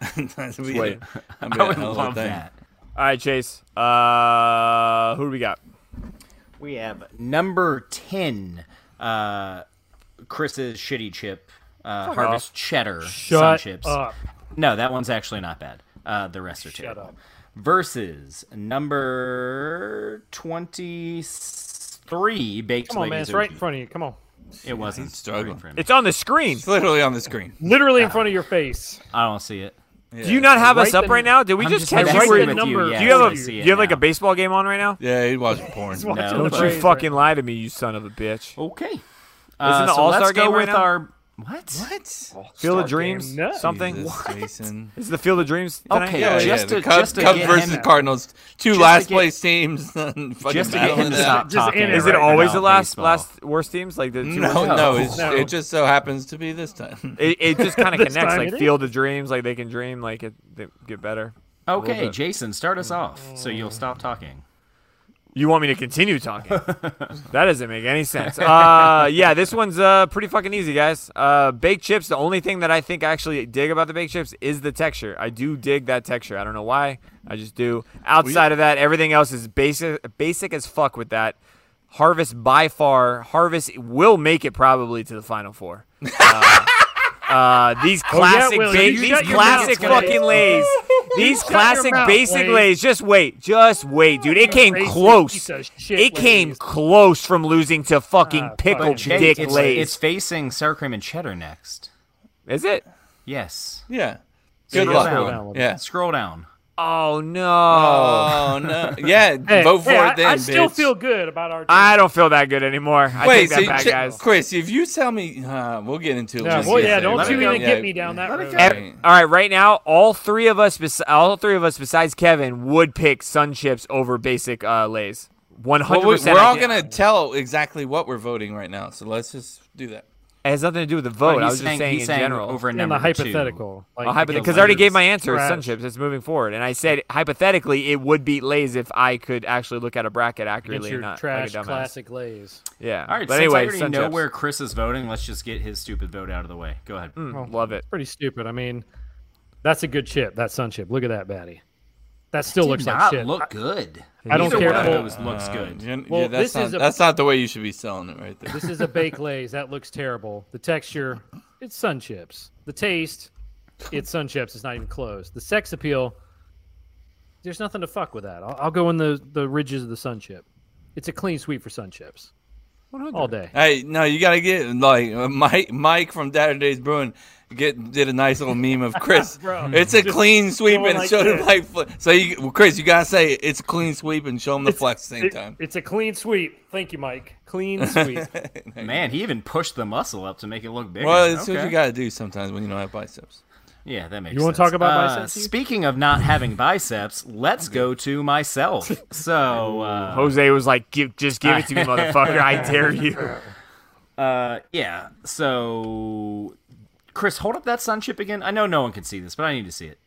[SPEAKER 1] That'd be- that'd be a
[SPEAKER 5] I would
[SPEAKER 1] hell of a
[SPEAKER 5] love
[SPEAKER 1] thing.
[SPEAKER 5] that.
[SPEAKER 2] All right, Chase. Uh, who do we got?
[SPEAKER 5] We have number ten, uh, Chris's shitty chip, uh, Harvest Cheddar Sun
[SPEAKER 4] shut
[SPEAKER 5] Chips.
[SPEAKER 4] up.
[SPEAKER 5] No, that one's actually not bad. Uh, the rest are
[SPEAKER 4] Shut
[SPEAKER 5] terrible.
[SPEAKER 4] up.
[SPEAKER 5] Versus number twenty-three, baked
[SPEAKER 4] Come on, man. It's
[SPEAKER 5] Lazy
[SPEAKER 4] right in
[SPEAKER 5] Turkey.
[SPEAKER 4] front of you. Come on.
[SPEAKER 5] It wasn't
[SPEAKER 1] struggling.
[SPEAKER 5] right in front of me.
[SPEAKER 2] It's on the screen.
[SPEAKER 1] It's literally on the screen.
[SPEAKER 4] Literally in front of your face.
[SPEAKER 5] I don't see it.
[SPEAKER 2] Do you not have us
[SPEAKER 4] Right
[SPEAKER 2] up
[SPEAKER 4] the-
[SPEAKER 2] right now? Did we
[SPEAKER 5] I'm
[SPEAKER 2] just,
[SPEAKER 5] just
[SPEAKER 2] catch
[SPEAKER 4] having
[SPEAKER 2] you? where-
[SPEAKER 4] sex with
[SPEAKER 2] Do
[SPEAKER 4] number.
[SPEAKER 5] yes,
[SPEAKER 2] you have
[SPEAKER 5] I
[SPEAKER 2] a
[SPEAKER 5] see
[SPEAKER 2] do
[SPEAKER 5] it
[SPEAKER 2] you have like
[SPEAKER 5] now.
[SPEAKER 2] a baseball game on right now?
[SPEAKER 1] Yeah, he watching porn.
[SPEAKER 4] Watch
[SPEAKER 5] No.
[SPEAKER 4] it
[SPEAKER 5] Don't
[SPEAKER 2] Don't
[SPEAKER 4] play.
[SPEAKER 2] you fucking lie to me, you son of a bitch.
[SPEAKER 5] Okay.
[SPEAKER 2] Isn't
[SPEAKER 5] Uh,
[SPEAKER 2] the
[SPEAKER 5] so
[SPEAKER 2] All-Star
[SPEAKER 5] let's go
[SPEAKER 2] game right
[SPEAKER 5] with
[SPEAKER 2] now?
[SPEAKER 5] our what?
[SPEAKER 1] What?
[SPEAKER 2] Field of Dreams,
[SPEAKER 4] No.
[SPEAKER 2] something.
[SPEAKER 1] Jesus,
[SPEAKER 2] What?
[SPEAKER 1] Jason.
[SPEAKER 2] Is the Field of Dreams tonight?
[SPEAKER 5] Okay,
[SPEAKER 1] Yeah, yeah,
[SPEAKER 5] just
[SPEAKER 1] the
[SPEAKER 5] to-
[SPEAKER 1] Cubs,
[SPEAKER 5] just to
[SPEAKER 1] Cubs
[SPEAKER 5] get
[SPEAKER 1] versus
[SPEAKER 5] him-
[SPEAKER 1] Cardinals, two
[SPEAKER 5] just to
[SPEAKER 1] last
[SPEAKER 5] get-
[SPEAKER 1] place teams. fucking
[SPEAKER 5] Just to get
[SPEAKER 1] battling
[SPEAKER 5] him to
[SPEAKER 1] it
[SPEAKER 5] stop
[SPEAKER 1] out.
[SPEAKER 4] Just
[SPEAKER 5] talking.
[SPEAKER 4] in it
[SPEAKER 2] Is
[SPEAKER 4] right
[SPEAKER 2] it
[SPEAKER 4] now.
[SPEAKER 2] always the last
[SPEAKER 5] Baseball.
[SPEAKER 2] last worst teams? Like the two
[SPEAKER 1] No,
[SPEAKER 2] worst-
[SPEAKER 1] no, it's,
[SPEAKER 4] No.
[SPEAKER 1] it just so happens to be this time.
[SPEAKER 2] It, it just kind of connects,
[SPEAKER 4] time
[SPEAKER 2] like
[SPEAKER 4] it is.
[SPEAKER 2] Field of Dreams. Like they can dream, like it they get better.
[SPEAKER 5] Okay,
[SPEAKER 2] bit.
[SPEAKER 5] Jason, start us off so you'll stop talking.
[SPEAKER 2] You want me to continue talking? that doesn't make any sense. Uh, yeah, this one's uh, pretty fucking easy, guys. Uh, baked chips. The only thing that I think I actually dig about the baked chips is the texture. I do dig that texture. I don't know why. I just do. Outside of that, everything else is basic, basic as fuck with that. Harvest by far. Harvest will make it probably to the final four. Uh, uh, these classic,
[SPEAKER 4] will.
[SPEAKER 2] ba-
[SPEAKER 4] Oh, You
[SPEAKER 2] these
[SPEAKER 4] shut your mouth,
[SPEAKER 2] classic
[SPEAKER 4] Wade.
[SPEAKER 2] fucking lays. These
[SPEAKER 4] your
[SPEAKER 2] classic
[SPEAKER 4] mouth,
[SPEAKER 2] basic
[SPEAKER 4] Wade.
[SPEAKER 2] lays. Just wait, just wait, dude. It came
[SPEAKER 4] Racist
[SPEAKER 2] close.
[SPEAKER 4] piece of shit,
[SPEAKER 2] It came
[SPEAKER 4] ladies.
[SPEAKER 2] close from losing to fucking
[SPEAKER 4] Ah,
[SPEAKER 2] pickle
[SPEAKER 4] fucking
[SPEAKER 5] Jake,
[SPEAKER 2] Oh, dick
[SPEAKER 5] it's,
[SPEAKER 2] Lays.
[SPEAKER 5] it's facing sour cream and cheddar next.
[SPEAKER 2] Is it?
[SPEAKER 5] Yes.
[SPEAKER 1] Yeah. Good
[SPEAKER 5] Scroll
[SPEAKER 1] luck.
[SPEAKER 5] down.
[SPEAKER 1] Yeah.
[SPEAKER 5] Scroll down.
[SPEAKER 2] Oh no!
[SPEAKER 1] Oh no. Yeah.
[SPEAKER 4] Hey,
[SPEAKER 1] vote for
[SPEAKER 4] hey, I-
[SPEAKER 1] it then,
[SPEAKER 4] I still
[SPEAKER 1] bitch.
[SPEAKER 4] feel good about our.
[SPEAKER 2] I don't feel that good anymore. I
[SPEAKER 1] Wait,
[SPEAKER 2] take that
[SPEAKER 1] so
[SPEAKER 2] back,
[SPEAKER 1] Ch-
[SPEAKER 2] guys.
[SPEAKER 1] Chris, if you tell me, uh, we'll get into it.
[SPEAKER 4] Yeah,
[SPEAKER 1] when we
[SPEAKER 4] well,
[SPEAKER 1] get
[SPEAKER 4] yeah,
[SPEAKER 1] there.
[SPEAKER 4] don't
[SPEAKER 5] Let
[SPEAKER 4] you
[SPEAKER 5] it go.
[SPEAKER 4] even
[SPEAKER 1] Yeah.
[SPEAKER 4] get me down that
[SPEAKER 5] Let it
[SPEAKER 4] road.
[SPEAKER 5] go.
[SPEAKER 2] Ev-
[SPEAKER 1] Right.
[SPEAKER 2] all right, right now, all three of us, bes- all three of us besides Kevin, would pick sun chips over basic uh, lays. One
[SPEAKER 1] Well,
[SPEAKER 2] hundred
[SPEAKER 1] we,
[SPEAKER 2] percent.
[SPEAKER 1] are all gonna tell exactly what we're voting right now, so let's just do that.
[SPEAKER 2] It has nothing to do with the vote.
[SPEAKER 5] But
[SPEAKER 2] I
[SPEAKER 5] he's
[SPEAKER 2] was just
[SPEAKER 5] saying-
[SPEAKER 2] saying
[SPEAKER 5] he's
[SPEAKER 2] in
[SPEAKER 5] saying
[SPEAKER 2] general.
[SPEAKER 5] over
[SPEAKER 4] in
[SPEAKER 5] number
[SPEAKER 4] the
[SPEAKER 5] two.
[SPEAKER 4] hypothetical. Like,
[SPEAKER 2] because I already gave my answer. It's
[SPEAKER 4] Trash.
[SPEAKER 2] sun chips. It's moving forward, and I said hypothetically it would beat lays if I could actually look at a bracket accurately,
[SPEAKER 4] Get
[SPEAKER 2] and
[SPEAKER 4] your
[SPEAKER 2] not like a
[SPEAKER 4] trash
[SPEAKER 2] dumbass.
[SPEAKER 4] classic lays.
[SPEAKER 2] Yeah.
[SPEAKER 5] All right,
[SPEAKER 2] But
[SPEAKER 5] since I
[SPEAKER 2] anyway,
[SPEAKER 5] already
[SPEAKER 2] Sun
[SPEAKER 5] know
[SPEAKER 2] Chips.
[SPEAKER 5] where Chris is voting, let's just get his stupid vote out of the way. Go ahead.
[SPEAKER 2] Mm, love it.
[SPEAKER 4] Pretty stupid. I mean, that's a good chip. That sun chip. Look at that baddie. That still
[SPEAKER 5] Did
[SPEAKER 4] looks like
[SPEAKER 5] not
[SPEAKER 4] shit.
[SPEAKER 5] look good.
[SPEAKER 4] I don't
[SPEAKER 5] Either
[SPEAKER 4] care.
[SPEAKER 5] one of
[SPEAKER 4] Well,
[SPEAKER 5] those looks good.
[SPEAKER 1] Uh, Yeah,
[SPEAKER 4] Well,
[SPEAKER 1] yeah, that's,
[SPEAKER 4] this
[SPEAKER 1] not,
[SPEAKER 4] is a-
[SPEAKER 1] that's not the way you should be selling it right there.
[SPEAKER 4] This is a baked lays. That looks terrible. The texture, it's sun chips. The taste, it's sun chips. It's not even close. The sex appeal, there's nothing to fuck with that. I'll, I'll go in the, the ridges of the sun chip. It's a clean sweep for sun chips. All day.
[SPEAKER 1] Hey, no, you gotta get like uh, Mike. Mike from Days Brewing get did a nice little meme of Chris.
[SPEAKER 4] Bro,
[SPEAKER 1] it's a clean sweep
[SPEAKER 4] going
[SPEAKER 1] and
[SPEAKER 4] like
[SPEAKER 1] showed him
[SPEAKER 4] this.
[SPEAKER 1] like fl- so. You, well, Chris, you gotta say it's a clean sweep and show him the flex at the same
[SPEAKER 4] It-
[SPEAKER 1] time.
[SPEAKER 4] it's a clean sweep. Thank you, Mike. Clean sweep.
[SPEAKER 5] Man, he even pushed the muscle up to make it look bigger.
[SPEAKER 1] Well, it's what
[SPEAKER 5] Okay.
[SPEAKER 1] you gotta do sometimes when you don't have biceps.
[SPEAKER 5] Yeah, that makes
[SPEAKER 4] You
[SPEAKER 5] want
[SPEAKER 4] wanna
[SPEAKER 5] to
[SPEAKER 4] talk about biceps, Heath?
[SPEAKER 5] Speaking of not having biceps, let's go to myself. So, uh,
[SPEAKER 2] Jose was like, give, just give it to me, motherfucker. I dare you.
[SPEAKER 5] uh, yeah. So, Chris, hold up that sun chip again. I know no one can see this, but I need to see it.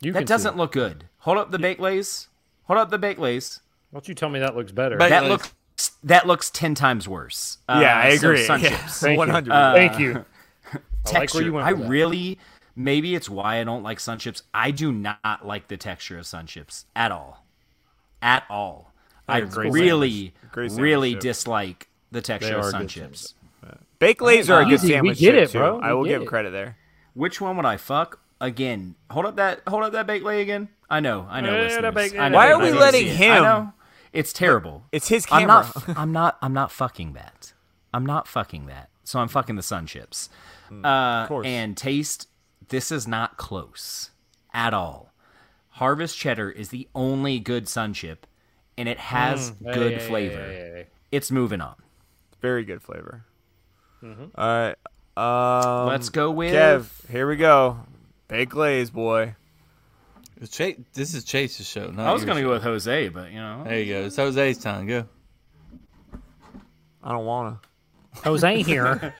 [SPEAKER 4] You
[SPEAKER 5] That doesn't look good. Hold up the baked lays. Hold up the baked lays.
[SPEAKER 4] Don't you tell me that looks better?
[SPEAKER 1] Baked
[SPEAKER 5] That
[SPEAKER 1] Lays.
[SPEAKER 5] looks that looks ten times worse. Uh,
[SPEAKER 2] yeah, I
[SPEAKER 5] so
[SPEAKER 2] agree.
[SPEAKER 5] sun
[SPEAKER 2] Yeah,
[SPEAKER 5] chips.
[SPEAKER 4] Thank you.
[SPEAKER 2] 100.
[SPEAKER 4] Uh, Thank you. I like
[SPEAKER 5] texture.
[SPEAKER 4] where you went
[SPEAKER 5] I
[SPEAKER 4] with that.
[SPEAKER 5] really, maybe it's why I don't like sun chips. I do not like the texture of sun chips at all, at all. I
[SPEAKER 4] They're great
[SPEAKER 5] really,
[SPEAKER 2] Great sandwich
[SPEAKER 5] really
[SPEAKER 2] chips.
[SPEAKER 5] dislike the texture
[SPEAKER 4] They
[SPEAKER 5] of
[SPEAKER 4] are
[SPEAKER 5] sun
[SPEAKER 4] good
[SPEAKER 5] chips.
[SPEAKER 2] Baked lays are a good
[SPEAKER 4] Easy, we
[SPEAKER 2] sandwich
[SPEAKER 4] get
[SPEAKER 2] chip,
[SPEAKER 4] it,
[SPEAKER 2] too.
[SPEAKER 4] bro.
[SPEAKER 2] I
[SPEAKER 4] We
[SPEAKER 2] will
[SPEAKER 4] get
[SPEAKER 2] give
[SPEAKER 4] it.
[SPEAKER 2] credit there.
[SPEAKER 5] Which one would I fuck again? Hold up that hold up that baked leg again. I know, I know.
[SPEAKER 4] Yeah,
[SPEAKER 5] listeners.
[SPEAKER 4] that baked
[SPEAKER 5] I
[SPEAKER 4] leg.
[SPEAKER 5] know,
[SPEAKER 4] Why are
[SPEAKER 5] I
[SPEAKER 4] we
[SPEAKER 5] can
[SPEAKER 2] letting
[SPEAKER 5] see it. I
[SPEAKER 2] him?
[SPEAKER 5] know. It's terrible.
[SPEAKER 2] It's his
[SPEAKER 5] I'm not.
[SPEAKER 2] camera.
[SPEAKER 5] f- I'm not. I'm not fucking that. I'm not fucking that. So I'm fucking the sun chips. Uh,
[SPEAKER 2] Mm, course.
[SPEAKER 5] and taste. This is not close at all. Harvest cheddar is the only good sun chip, and it
[SPEAKER 2] Mm.
[SPEAKER 5] has good flavor. It's moving on.
[SPEAKER 2] Very good flavor.
[SPEAKER 4] Mm-hmm.
[SPEAKER 2] All right. Um,
[SPEAKER 5] Let's go with
[SPEAKER 2] Kev, here we go. Baked lays, boy.
[SPEAKER 1] It's Chase, this is Chase's show. Not
[SPEAKER 5] I was
[SPEAKER 1] yours.
[SPEAKER 5] gonna go with Jose, but you know.
[SPEAKER 1] There you go. It's Jose's time. Go.
[SPEAKER 2] I don't wanna.
[SPEAKER 4] Jose here.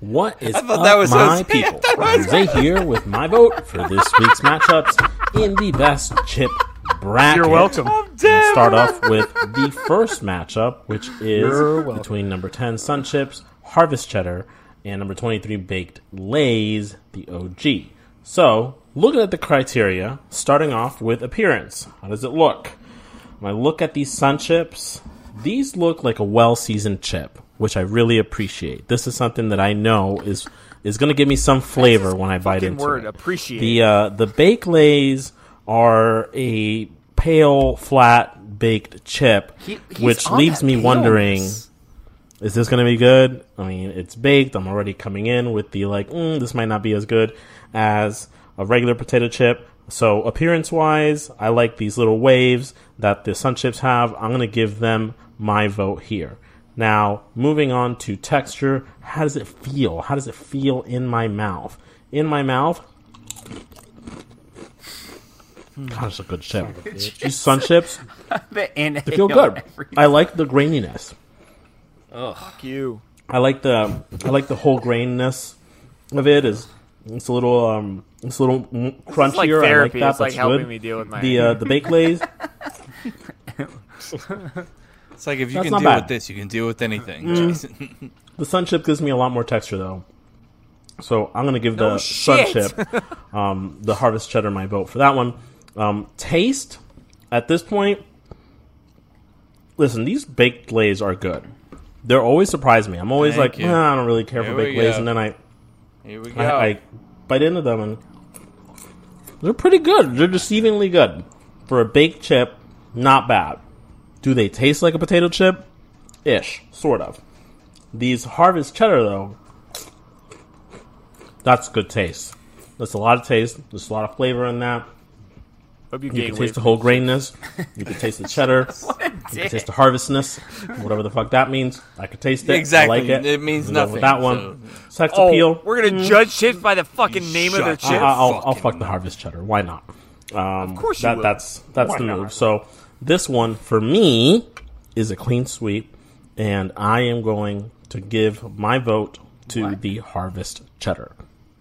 [SPEAKER 7] What is
[SPEAKER 1] thought
[SPEAKER 7] up,
[SPEAKER 1] that was
[SPEAKER 7] my
[SPEAKER 1] Jose.
[SPEAKER 7] people? Jose here with my vote for this week's matchups in the best chip bracket.
[SPEAKER 4] You're welcome.
[SPEAKER 7] We'll start off with the first matchup, which
[SPEAKER 4] You're
[SPEAKER 7] is
[SPEAKER 4] welcome.
[SPEAKER 7] between number 10 Sun Chips, Harvest Cheddar, and number 23 Baked Lays, the OG. So, looking at the criteria, starting off with appearance. How does it look? When I look at these Sun Chips, these look like a well seasoned chip, which I really appreciate. This is something that I know is is going to give me some flavor when I bite
[SPEAKER 2] Fucking
[SPEAKER 7] into
[SPEAKER 2] word,
[SPEAKER 7] it.
[SPEAKER 2] appreciate.
[SPEAKER 7] The uh, the bake lays are a pale, flat baked chip,
[SPEAKER 5] He- he's
[SPEAKER 7] which
[SPEAKER 5] on
[SPEAKER 7] leaves
[SPEAKER 5] that
[SPEAKER 7] me wondering:
[SPEAKER 5] paleness.
[SPEAKER 7] Is this going to be good? I mean, it's baked. I'm already coming in with the like, mm, this might not be as good as a regular potato chip. So appearance wise, I like these little waves that the sun chips have. I'm going to give them my vote here. Now, moving on to texture, how does it feel? How does it feel in my mouth? In my mouth, God, it's a good chip. These sun chips
[SPEAKER 5] The inhale
[SPEAKER 7] they feel good.
[SPEAKER 5] every-
[SPEAKER 7] I like the graininess.
[SPEAKER 2] Fuck you.
[SPEAKER 7] I like the um, I like the whole graininess of it. Is it's a little um it's a little mm, crunchier.
[SPEAKER 2] It's like
[SPEAKER 7] I
[SPEAKER 2] therapy.
[SPEAKER 7] like that.
[SPEAKER 2] it's like
[SPEAKER 7] That's
[SPEAKER 2] helping
[SPEAKER 7] good.
[SPEAKER 2] me deal with my.
[SPEAKER 7] The uh, the bake lays.
[SPEAKER 1] It's like if you
[SPEAKER 7] That's
[SPEAKER 1] can
[SPEAKER 7] not
[SPEAKER 1] deal
[SPEAKER 7] bad. Mm.
[SPEAKER 1] with this, you can deal with anything. Jason.
[SPEAKER 7] The sun chip gives me a lot more texture though. So I'm gonna give the sun
[SPEAKER 2] shit.
[SPEAKER 7] chip, um, the harvest cheddar, my vote for that one. Um, taste at this point. Listen, these baked lays are good. They're always surprise me. I'm always
[SPEAKER 1] Thank
[SPEAKER 7] like,
[SPEAKER 1] you.
[SPEAKER 7] "Nah, I don't really care for
[SPEAKER 1] Here we
[SPEAKER 7] baked lays,
[SPEAKER 1] go.
[SPEAKER 7] and then I
[SPEAKER 1] Here we go.
[SPEAKER 7] I, I bite into them and they're pretty good. They're deceivingly good for a baked chip. Not bad. Do they taste like a potato chip? Ish, sort of. These harvest cheddar though, that's good taste. That's a lot of taste. There's a lot of flavor in that.
[SPEAKER 2] Hope you
[SPEAKER 7] You
[SPEAKER 2] gain
[SPEAKER 7] can
[SPEAKER 2] weight.
[SPEAKER 7] taste the whole grainness. You can taste the cheddar. You can taste the harvestness, whatever the fuck that means. I could taste it. I
[SPEAKER 1] Exactly.
[SPEAKER 7] like it.
[SPEAKER 1] It means
[SPEAKER 7] I'm going
[SPEAKER 1] nothing,
[SPEAKER 7] With that one, sex appeal.
[SPEAKER 2] Oh, we're gonna
[SPEAKER 4] Mm-hmm.
[SPEAKER 2] judge shit by the fucking name of their
[SPEAKER 1] shut
[SPEAKER 2] chip.
[SPEAKER 1] up.
[SPEAKER 7] I'll, I'll, I'll
[SPEAKER 1] fucking
[SPEAKER 7] fuck the harvest cheddar. Why not? Um, of
[SPEAKER 2] course you
[SPEAKER 7] that,
[SPEAKER 2] will.
[SPEAKER 7] That's that's the move. So this one for me is a clean sweep, and I am going to give my vote to the harvest cheddar.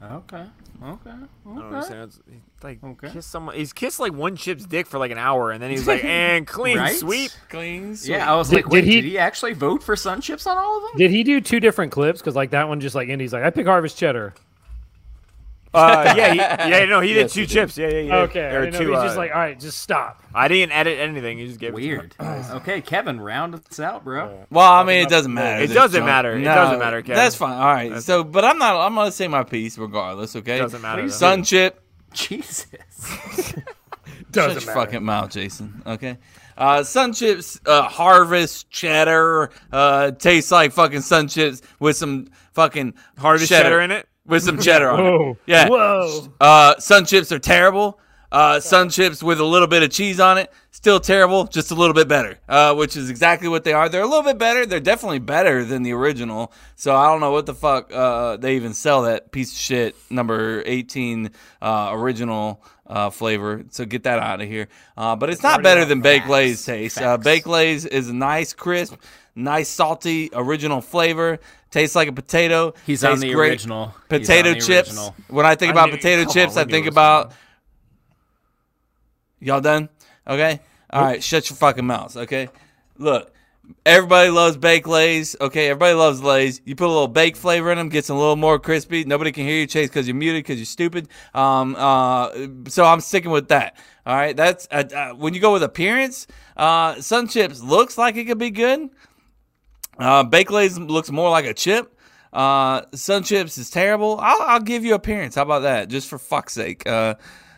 [SPEAKER 5] Okay. Okay.
[SPEAKER 2] I don't understand. It's- it's Like
[SPEAKER 5] Okay.
[SPEAKER 2] kiss someone. He's kissed like one chip's dick for like an hour, and then he's like, "And clean
[SPEAKER 5] Right?
[SPEAKER 2] sweep."
[SPEAKER 1] Clean sweep.
[SPEAKER 5] Yeah, I was
[SPEAKER 4] Did-
[SPEAKER 5] like, wait,
[SPEAKER 4] did he-
[SPEAKER 5] did he actually vote for sun chips on all of them?
[SPEAKER 4] Did he do two different clips? Because like that one, just like Indy's like, I pick Harvest Cheddar.
[SPEAKER 2] Uh, yeah, he, yeah, no, he did two chips. Yeah, yeah, yeah.
[SPEAKER 4] Okay,
[SPEAKER 2] Or
[SPEAKER 4] I didn't know,
[SPEAKER 2] two,
[SPEAKER 4] he's
[SPEAKER 2] uh,
[SPEAKER 4] just like, all right, just stop.
[SPEAKER 2] I didn't edit anything. He just gave it to me.
[SPEAKER 5] Weird. okay, Kevin, round us out, bro.
[SPEAKER 1] Well, I mean, it doesn't matter.
[SPEAKER 2] It
[SPEAKER 1] This
[SPEAKER 2] doesn't
[SPEAKER 1] junk-
[SPEAKER 2] matter. It doesn't matter, Kevin.
[SPEAKER 1] That's fine. All right. so, but I'm not. I'm gonna say my piece regardless. Okay.
[SPEAKER 2] Doesn't matter, Please though.
[SPEAKER 1] Sun chip.
[SPEAKER 5] Jesus.
[SPEAKER 1] Doesn't Shut your fucking mouth, Jason. Okay. Uh, sun chips, uh, harvest cheddar. Uh, tastes like fucking sun chips with some fucking
[SPEAKER 2] Harvest cheddar in it?
[SPEAKER 1] With some cheddar on it.
[SPEAKER 4] Whoa.
[SPEAKER 1] Yeah.
[SPEAKER 4] Whoa.
[SPEAKER 1] Uh, sun chips are terrible. Uh, sun chips with a little bit of cheese on it, still terrible, just a little bit better, uh, which is exactly what they are. They're a little bit better. They're definitely better than the original. So I don't know what the fuck uh, they even sell that piece of shit number 18 uh, original uh, flavor. So get that out of here. Uh, but it's not better than Baked Lay's taste. Uh, Baked Lay's is a nice, crisp, nice, salty, original flavor. Tastes like a potato.
[SPEAKER 5] He's on
[SPEAKER 1] Tastes
[SPEAKER 5] the
[SPEAKER 1] great.
[SPEAKER 5] original. He's
[SPEAKER 1] Potato
[SPEAKER 5] on the
[SPEAKER 1] chips.
[SPEAKER 5] original.
[SPEAKER 1] When I think about
[SPEAKER 2] knew-
[SPEAKER 1] potato
[SPEAKER 2] come on,
[SPEAKER 1] chips,
[SPEAKER 2] we
[SPEAKER 1] I
[SPEAKER 2] knew
[SPEAKER 1] think
[SPEAKER 2] it was
[SPEAKER 1] about. Y'all done? Okay. All right. Shut your fucking mouths. Okay. Look, Everybody loves baked lays. Okay, everybody loves lays. You put a little baked flavor in them, gets a little more crispy. Nobody can hear you, Chase, because you're muted, because you're stupid. Um, uh, so I'm sticking with that. All right, that's uh, uh, when you go with appearance. Uh, Sun chips looks like it could be good. Uh, baked lays looks more like a chip. Uh, Sun chips is terrible. I'll, I'll give you appearance. How about that? Just for fuck's sake. Uh,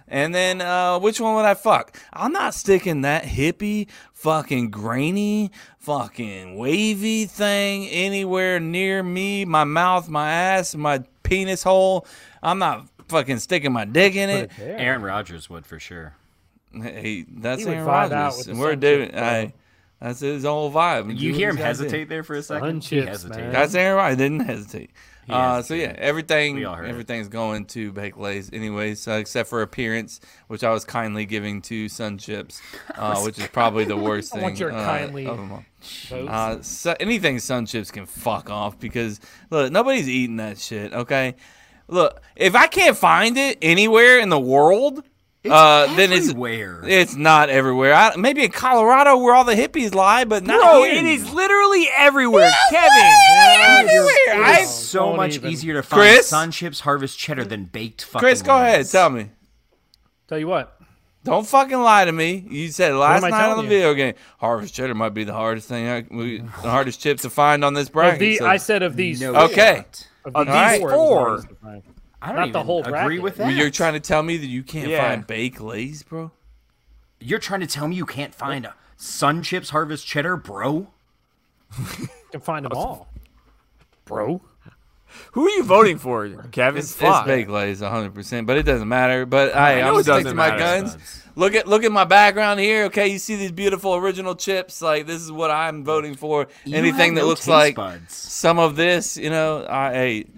[SPEAKER 1] and then uh, which one would I fuck? I'm not sticking that hippie, fucking grainy, fucking wavy thing anywhere near me, my mouth, my ass, my penis hole. I'm not fucking sticking my dick in it.
[SPEAKER 5] Aaron Rodgers would for sure.
[SPEAKER 1] Hey, that's
[SPEAKER 4] He would
[SPEAKER 1] Aaron
[SPEAKER 4] vibe out
[SPEAKER 1] Rodgers.
[SPEAKER 4] with the
[SPEAKER 1] And we're
[SPEAKER 4] sun
[SPEAKER 1] doing.
[SPEAKER 4] chip, bro.
[SPEAKER 1] Hey, that's his whole vibe. Do
[SPEAKER 5] You
[SPEAKER 1] what
[SPEAKER 5] hear
[SPEAKER 1] he's
[SPEAKER 5] him
[SPEAKER 1] gotta do.
[SPEAKER 5] hesitate there for a second.
[SPEAKER 4] Sun
[SPEAKER 5] He
[SPEAKER 4] chips,
[SPEAKER 5] hesitated.
[SPEAKER 4] man.
[SPEAKER 1] That's Aaron Rodgers. Didn't hesitate. Uh, so yeah,
[SPEAKER 5] hesitated.
[SPEAKER 1] everything
[SPEAKER 5] We all heard it.
[SPEAKER 1] everything's going to Baked Lays anyways, uh, except for appearance, which I was kindly giving to Sun Chips, uh, which is probably the worst
[SPEAKER 4] I
[SPEAKER 1] thing.
[SPEAKER 4] want your
[SPEAKER 1] uh,
[SPEAKER 4] kindly
[SPEAKER 1] of them all.
[SPEAKER 4] Votes.
[SPEAKER 1] Uh, so anything sun chips can fuck off because look, nobody's eating that shit. Okay, look, if I can't find it anywhere in the world, uh, then it's
[SPEAKER 5] everywhere.
[SPEAKER 1] It's not everywhere. I, maybe in Colorado where all the hippies lie, but not
[SPEAKER 2] Bro,
[SPEAKER 1] here.
[SPEAKER 2] it is literally everywhere, Kevin.
[SPEAKER 1] everywhere. I,
[SPEAKER 5] It's so
[SPEAKER 4] Oh, Don't
[SPEAKER 5] much
[SPEAKER 4] even.
[SPEAKER 5] easier to find
[SPEAKER 1] Chris?
[SPEAKER 5] sun chips harvest cheddar than baked fucking.
[SPEAKER 1] Chris, go ahead,
[SPEAKER 5] Lay's.
[SPEAKER 1] tell me.
[SPEAKER 4] Tell you what,
[SPEAKER 1] Don't fucking lie to me. You said last
[SPEAKER 4] am I
[SPEAKER 1] night on the
[SPEAKER 4] telling you?
[SPEAKER 1] video game, harvest cheddar might be the hardest thing, I, we, the hardest chip to find on this bracket.
[SPEAKER 4] of the,
[SPEAKER 1] so-
[SPEAKER 4] I said of these.
[SPEAKER 5] No,
[SPEAKER 1] Okay.
[SPEAKER 5] it's not.
[SPEAKER 4] of
[SPEAKER 1] All
[SPEAKER 4] these
[SPEAKER 1] right.
[SPEAKER 4] four. it was
[SPEAKER 2] Four.
[SPEAKER 4] hardest to find.
[SPEAKER 5] I don't
[SPEAKER 4] Not the
[SPEAKER 5] even
[SPEAKER 4] whole
[SPEAKER 5] agree
[SPEAKER 4] bracket.
[SPEAKER 5] with
[SPEAKER 1] Well,
[SPEAKER 5] that.
[SPEAKER 1] You're trying to tell me that you can't
[SPEAKER 2] Yeah.
[SPEAKER 1] find baked lays, bro?
[SPEAKER 5] You're trying to tell me you can't find a sun chips harvest cheddar, bro?
[SPEAKER 4] You can find them all, bro.
[SPEAKER 2] Who are you voting for, Kevin?
[SPEAKER 1] It's, it's
[SPEAKER 2] Fuck.
[SPEAKER 1] baked lays 100%, but it doesn't matter. But I,
[SPEAKER 2] know
[SPEAKER 1] I'm
[SPEAKER 2] it
[SPEAKER 1] sticking to
[SPEAKER 2] doesn't
[SPEAKER 1] my
[SPEAKER 2] matter,
[SPEAKER 1] guns.
[SPEAKER 5] Buds.
[SPEAKER 1] Look at look at my background here. Okay, you see these beautiful original chips. Like this is what I'm voting for. Anything
[SPEAKER 5] have
[SPEAKER 1] that
[SPEAKER 5] no
[SPEAKER 1] looks
[SPEAKER 5] taste
[SPEAKER 1] like
[SPEAKER 5] buds.
[SPEAKER 1] some of this, you know, I ate.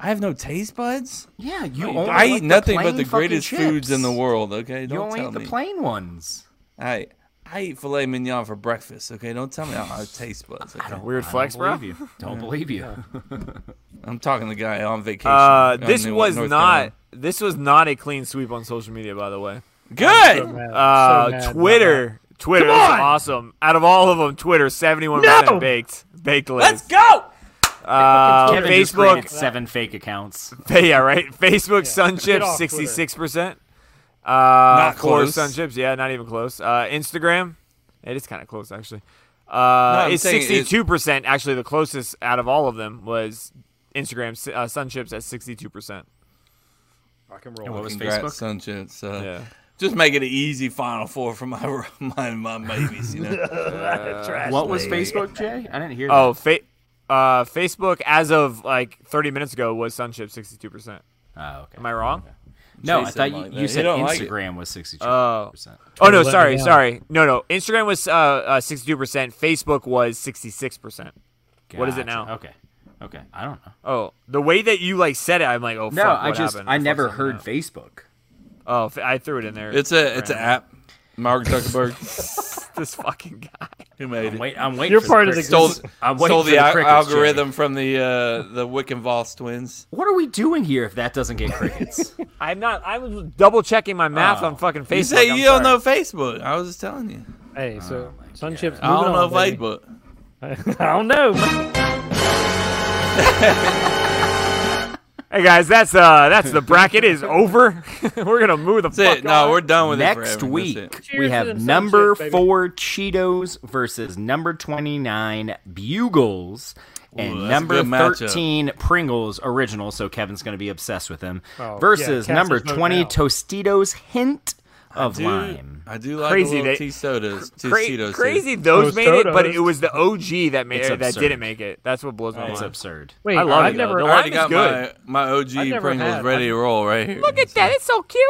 [SPEAKER 1] I have no taste buds.
[SPEAKER 5] Yeah, you only
[SPEAKER 1] I
[SPEAKER 5] like
[SPEAKER 1] eat nothing
[SPEAKER 5] the
[SPEAKER 1] but the
[SPEAKER 5] plain fucking
[SPEAKER 1] greatest foods in
[SPEAKER 5] chips.
[SPEAKER 1] the world. Okay,
[SPEAKER 5] You
[SPEAKER 1] don't
[SPEAKER 5] only
[SPEAKER 1] tell
[SPEAKER 5] eat the
[SPEAKER 1] me.
[SPEAKER 5] plain ones.
[SPEAKER 1] I I eat filet mignon for breakfast. Okay, don't tell me how I taste buds. Okay?
[SPEAKER 2] Weird flex,
[SPEAKER 5] Don't
[SPEAKER 2] bro.
[SPEAKER 5] believe you. Don't believe you.
[SPEAKER 1] I'm talking to the guy on vacation.
[SPEAKER 2] Uh,
[SPEAKER 1] on
[SPEAKER 2] this
[SPEAKER 1] New-
[SPEAKER 2] was
[SPEAKER 1] North
[SPEAKER 2] not.
[SPEAKER 1] Carolina.
[SPEAKER 2] This was not a clean sweep on social media, by the way.
[SPEAKER 1] good.
[SPEAKER 4] Mad- so mad
[SPEAKER 2] Uh,
[SPEAKER 4] about that.
[SPEAKER 2] Twitter, Twitter,
[SPEAKER 1] Come
[SPEAKER 2] that's
[SPEAKER 1] on!
[SPEAKER 2] awesome. Out of all of them, Twitter, seventy-one percent
[SPEAKER 1] No! baked.
[SPEAKER 2] baked, baked lays.
[SPEAKER 1] Let's go.
[SPEAKER 2] Uh,
[SPEAKER 5] Kevin just created
[SPEAKER 2] Facebook,
[SPEAKER 5] seven fake accounts.
[SPEAKER 2] yeah, right. Facebook sun
[SPEAKER 4] Get
[SPEAKER 2] chips,
[SPEAKER 4] off Twitter.
[SPEAKER 2] sixty-six percent. Uh,
[SPEAKER 1] close.
[SPEAKER 2] sun chips, yeah, not even close. Uh, Instagram, it is kind of close actually. Uh,
[SPEAKER 1] I'm
[SPEAKER 2] it's
[SPEAKER 1] saying it's-
[SPEAKER 2] sixty-two percent. Actually, the closest out of all of them was Instagram uh, sun chips at sixty-two percent.
[SPEAKER 5] What was
[SPEAKER 1] Congrats,
[SPEAKER 5] Facebook?
[SPEAKER 1] Sun Chips. Uh,
[SPEAKER 2] Yeah.
[SPEAKER 1] Just make it an easy final four for my my my babies. You know.
[SPEAKER 5] What was Facebook, Jay? I didn't hear.
[SPEAKER 2] Oh, fa- uh, Facebook as of like thirty minutes ago was sun chips sixty-two percent.
[SPEAKER 5] that. Oh, okay.
[SPEAKER 2] Am I wrong?
[SPEAKER 5] No, I
[SPEAKER 1] Chase
[SPEAKER 5] thought
[SPEAKER 1] him
[SPEAKER 5] you,
[SPEAKER 1] like that.
[SPEAKER 5] you
[SPEAKER 1] He
[SPEAKER 5] said
[SPEAKER 1] don't like it.
[SPEAKER 5] Instagram was sixty-two
[SPEAKER 2] Oh.
[SPEAKER 5] percent.
[SPEAKER 2] Oh no,
[SPEAKER 4] let me
[SPEAKER 2] sorry,
[SPEAKER 4] down.
[SPEAKER 2] sorry. No, no. Instagram was uh, uh 62%, Facebook was 66%. What is it now?
[SPEAKER 5] Okay, okay. I don't know.
[SPEAKER 2] Oh, the way that you like said it, I'm like, oh
[SPEAKER 5] No,
[SPEAKER 2] fuck,
[SPEAKER 5] I
[SPEAKER 2] what
[SPEAKER 5] just
[SPEAKER 2] happened?
[SPEAKER 5] I
[SPEAKER 2] Fuck
[SPEAKER 5] never
[SPEAKER 2] something
[SPEAKER 5] heard
[SPEAKER 2] up.
[SPEAKER 5] Facebook.
[SPEAKER 2] Oh, f- I threw it in there.
[SPEAKER 1] It's a it's an app. Mark Zuckerberg
[SPEAKER 2] this fucking guy.
[SPEAKER 1] who made it.
[SPEAKER 5] Wait, I'm waiting.
[SPEAKER 4] You're
[SPEAKER 5] for
[SPEAKER 4] part of
[SPEAKER 5] crickets.
[SPEAKER 4] the-
[SPEAKER 1] Stole,
[SPEAKER 5] I'm waiting
[SPEAKER 1] stole
[SPEAKER 5] for
[SPEAKER 1] the, al-
[SPEAKER 5] crickets, Jay.
[SPEAKER 1] algorithm from the uh, the Wick and Voss twins.
[SPEAKER 5] What are we doing here if that doesn't get crickets?
[SPEAKER 2] I'm not. I'm double checking my math
[SPEAKER 5] Oh.
[SPEAKER 2] on fucking Facebook.
[SPEAKER 1] You say
[SPEAKER 2] I'm
[SPEAKER 1] you don't
[SPEAKER 2] sorry.
[SPEAKER 1] know Facebook. I was just telling you.
[SPEAKER 4] Hey, so sun chips.
[SPEAKER 1] I don't
[SPEAKER 4] moving
[SPEAKER 1] know
[SPEAKER 4] on, Oh, baby.
[SPEAKER 1] Facebook.
[SPEAKER 4] I don't know.
[SPEAKER 2] Hey guys, that's uh, that's the bracket is over. We're gonna move the
[SPEAKER 1] That's
[SPEAKER 2] fuck
[SPEAKER 1] it. No,
[SPEAKER 2] on.
[SPEAKER 1] we're done with it.
[SPEAKER 5] Next
[SPEAKER 1] forever. That's it.
[SPEAKER 5] week
[SPEAKER 4] Cheers
[SPEAKER 5] we
[SPEAKER 4] to them
[SPEAKER 5] have
[SPEAKER 4] sun
[SPEAKER 5] number
[SPEAKER 4] chips, baby.
[SPEAKER 5] four Cheetos versus number twenty-nine Bugles. And
[SPEAKER 1] Ooh, that's a
[SPEAKER 5] number
[SPEAKER 1] good matchup.
[SPEAKER 5] 13 Pringles original, so Kevin's going to be obsessed with them.
[SPEAKER 4] Oh, yeah,
[SPEAKER 5] versus
[SPEAKER 4] cast
[SPEAKER 5] number
[SPEAKER 4] his vote
[SPEAKER 5] 20
[SPEAKER 4] now.
[SPEAKER 5] Tostitos Hint of
[SPEAKER 1] Do-
[SPEAKER 5] Lime.
[SPEAKER 1] I do like the
[SPEAKER 2] Crazy
[SPEAKER 1] little
[SPEAKER 2] they-
[SPEAKER 1] tea sodas, tea
[SPEAKER 2] Cra-
[SPEAKER 1] Cheetos.
[SPEAKER 2] crazy those
[SPEAKER 4] Toast
[SPEAKER 2] made it, but
[SPEAKER 4] Totos.
[SPEAKER 2] it was the OG that made
[SPEAKER 5] It's
[SPEAKER 2] that
[SPEAKER 5] absurd.
[SPEAKER 2] didn't make it. That's what blows
[SPEAKER 1] Oh,
[SPEAKER 2] my
[SPEAKER 5] It's
[SPEAKER 2] mind.
[SPEAKER 5] absurd.
[SPEAKER 4] Wait,
[SPEAKER 2] I love
[SPEAKER 4] I've
[SPEAKER 2] it, though.
[SPEAKER 4] never.
[SPEAKER 2] The
[SPEAKER 1] I already
[SPEAKER 2] Lime is
[SPEAKER 1] got
[SPEAKER 2] good.
[SPEAKER 1] my my OG
[SPEAKER 4] I've never
[SPEAKER 1] Pringles
[SPEAKER 4] had-
[SPEAKER 1] ready to roll right here.
[SPEAKER 2] Look at that! It's so cute.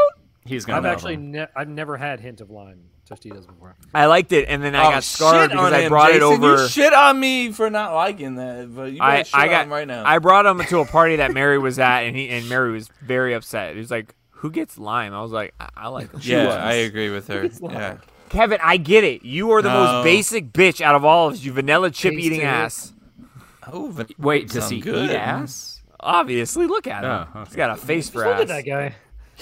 [SPEAKER 5] He's going
[SPEAKER 4] I've
[SPEAKER 5] to
[SPEAKER 4] actually. Ne- I've never had hint of lime Tostitos before.
[SPEAKER 2] I liked it, and then I
[SPEAKER 1] Oh,
[SPEAKER 2] got scarred
[SPEAKER 1] shit
[SPEAKER 2] because
[SPEAKER 1] on
[SPEAKER 2] I
[SPEAKER 1] him,
[SPEAKER 2] brought it
[SPEAKER 1] Jason.
[SPEAKER 2] over.
[SPEAKER 1] You shit on me for not liking that, but you
[SPEAKER 2] I,
[SPEAKER 1] better shit
[SPEAKER 2] I
[SPEAKER 1] on
[SPEAKER 2] got
[SPEAKER 1] him right now.
[SPEAKER 2] I brought him to a party that Mary was at, and he and Mary was very upset. He was like, "Who gets lime?" I was like, "I, I like them."
[SPEAKER 1] yeah, I agree with her. Yeah.
[SPEAKER 2] Kevin, I get it. You are the
[SPEAKER 1] No.
[SPEAKER 2] most basic bitch out of all of us. You vanilla chip
[SPEAKER 4] Taste
[SPEAKER 2] eating
[SPEAKER 4] it.
[SPEAKER 2] ass.
[SPEAKER 1] Oh, but
[SPEAKER 5] Wait, does
[SPEAKER 1] Sound
[SPEAKER 5] he
[SPEAKER 1] good.
[SPEAKER 5] eat ass?
[SPEAKER 2] Obviously, look at him.
[SPEAKER 5] Oh,
[SPEAKER 2] He's got a face for
[SPEAKER 4] Look
[SPEAKER 2] ass.
[SPEAKER 4] at that guy.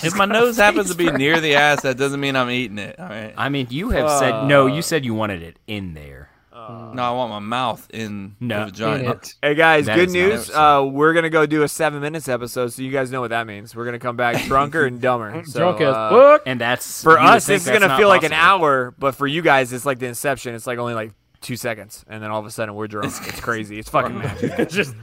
[SPEAKER 1] if my nose happens to be near the ass, that doesn't mean I'm eating it. All right. Uh.
[SPEAKER 5] I mean, you have said no. You said you wanted it in there.
[SPEAKER 1] No, I want my mouth in
[SPEAKER 5] No.
[SPEAKER 1] the vagina.
[SPEAKER 4] In it.
[SPEAKER 2] Hey guys,
[SPEAKER 5] That
[SPEAKER 2] good
[SPEAKER 5] is not
[SPEAKER 2] news.
[SPEAKER 1] ever so.
[SPEAKER 2] Uh, we're gonna go do a seven minutes episode, so you guys know what that means. We're gonna come back drunker and dumber. So,
[SPEAKER 4] Drunk as
[SPEAKER 2] uh,
[SPEAKER 4] fuck.
[SPEAKER 5] And that's
[SPEAKER 2] for
[SPEAKER 5] you would
[SPEAKER 2] us,
[SPEAKER 5] think
[SPEAKER 2] this is
[SPEAKER 5] that's
[SPEAKER 2] gonna
[SPEAKER 5] not
[SPEAKER 2] feel like an
[SPEAKER 5] possible.
[SPEAKER 2] hour, but for you guys, it's like the inception. It's like only like two seconds, and then all of a sudden we're drunk. It's crazy. It's fucking magic.
[SPEAKER 4] Just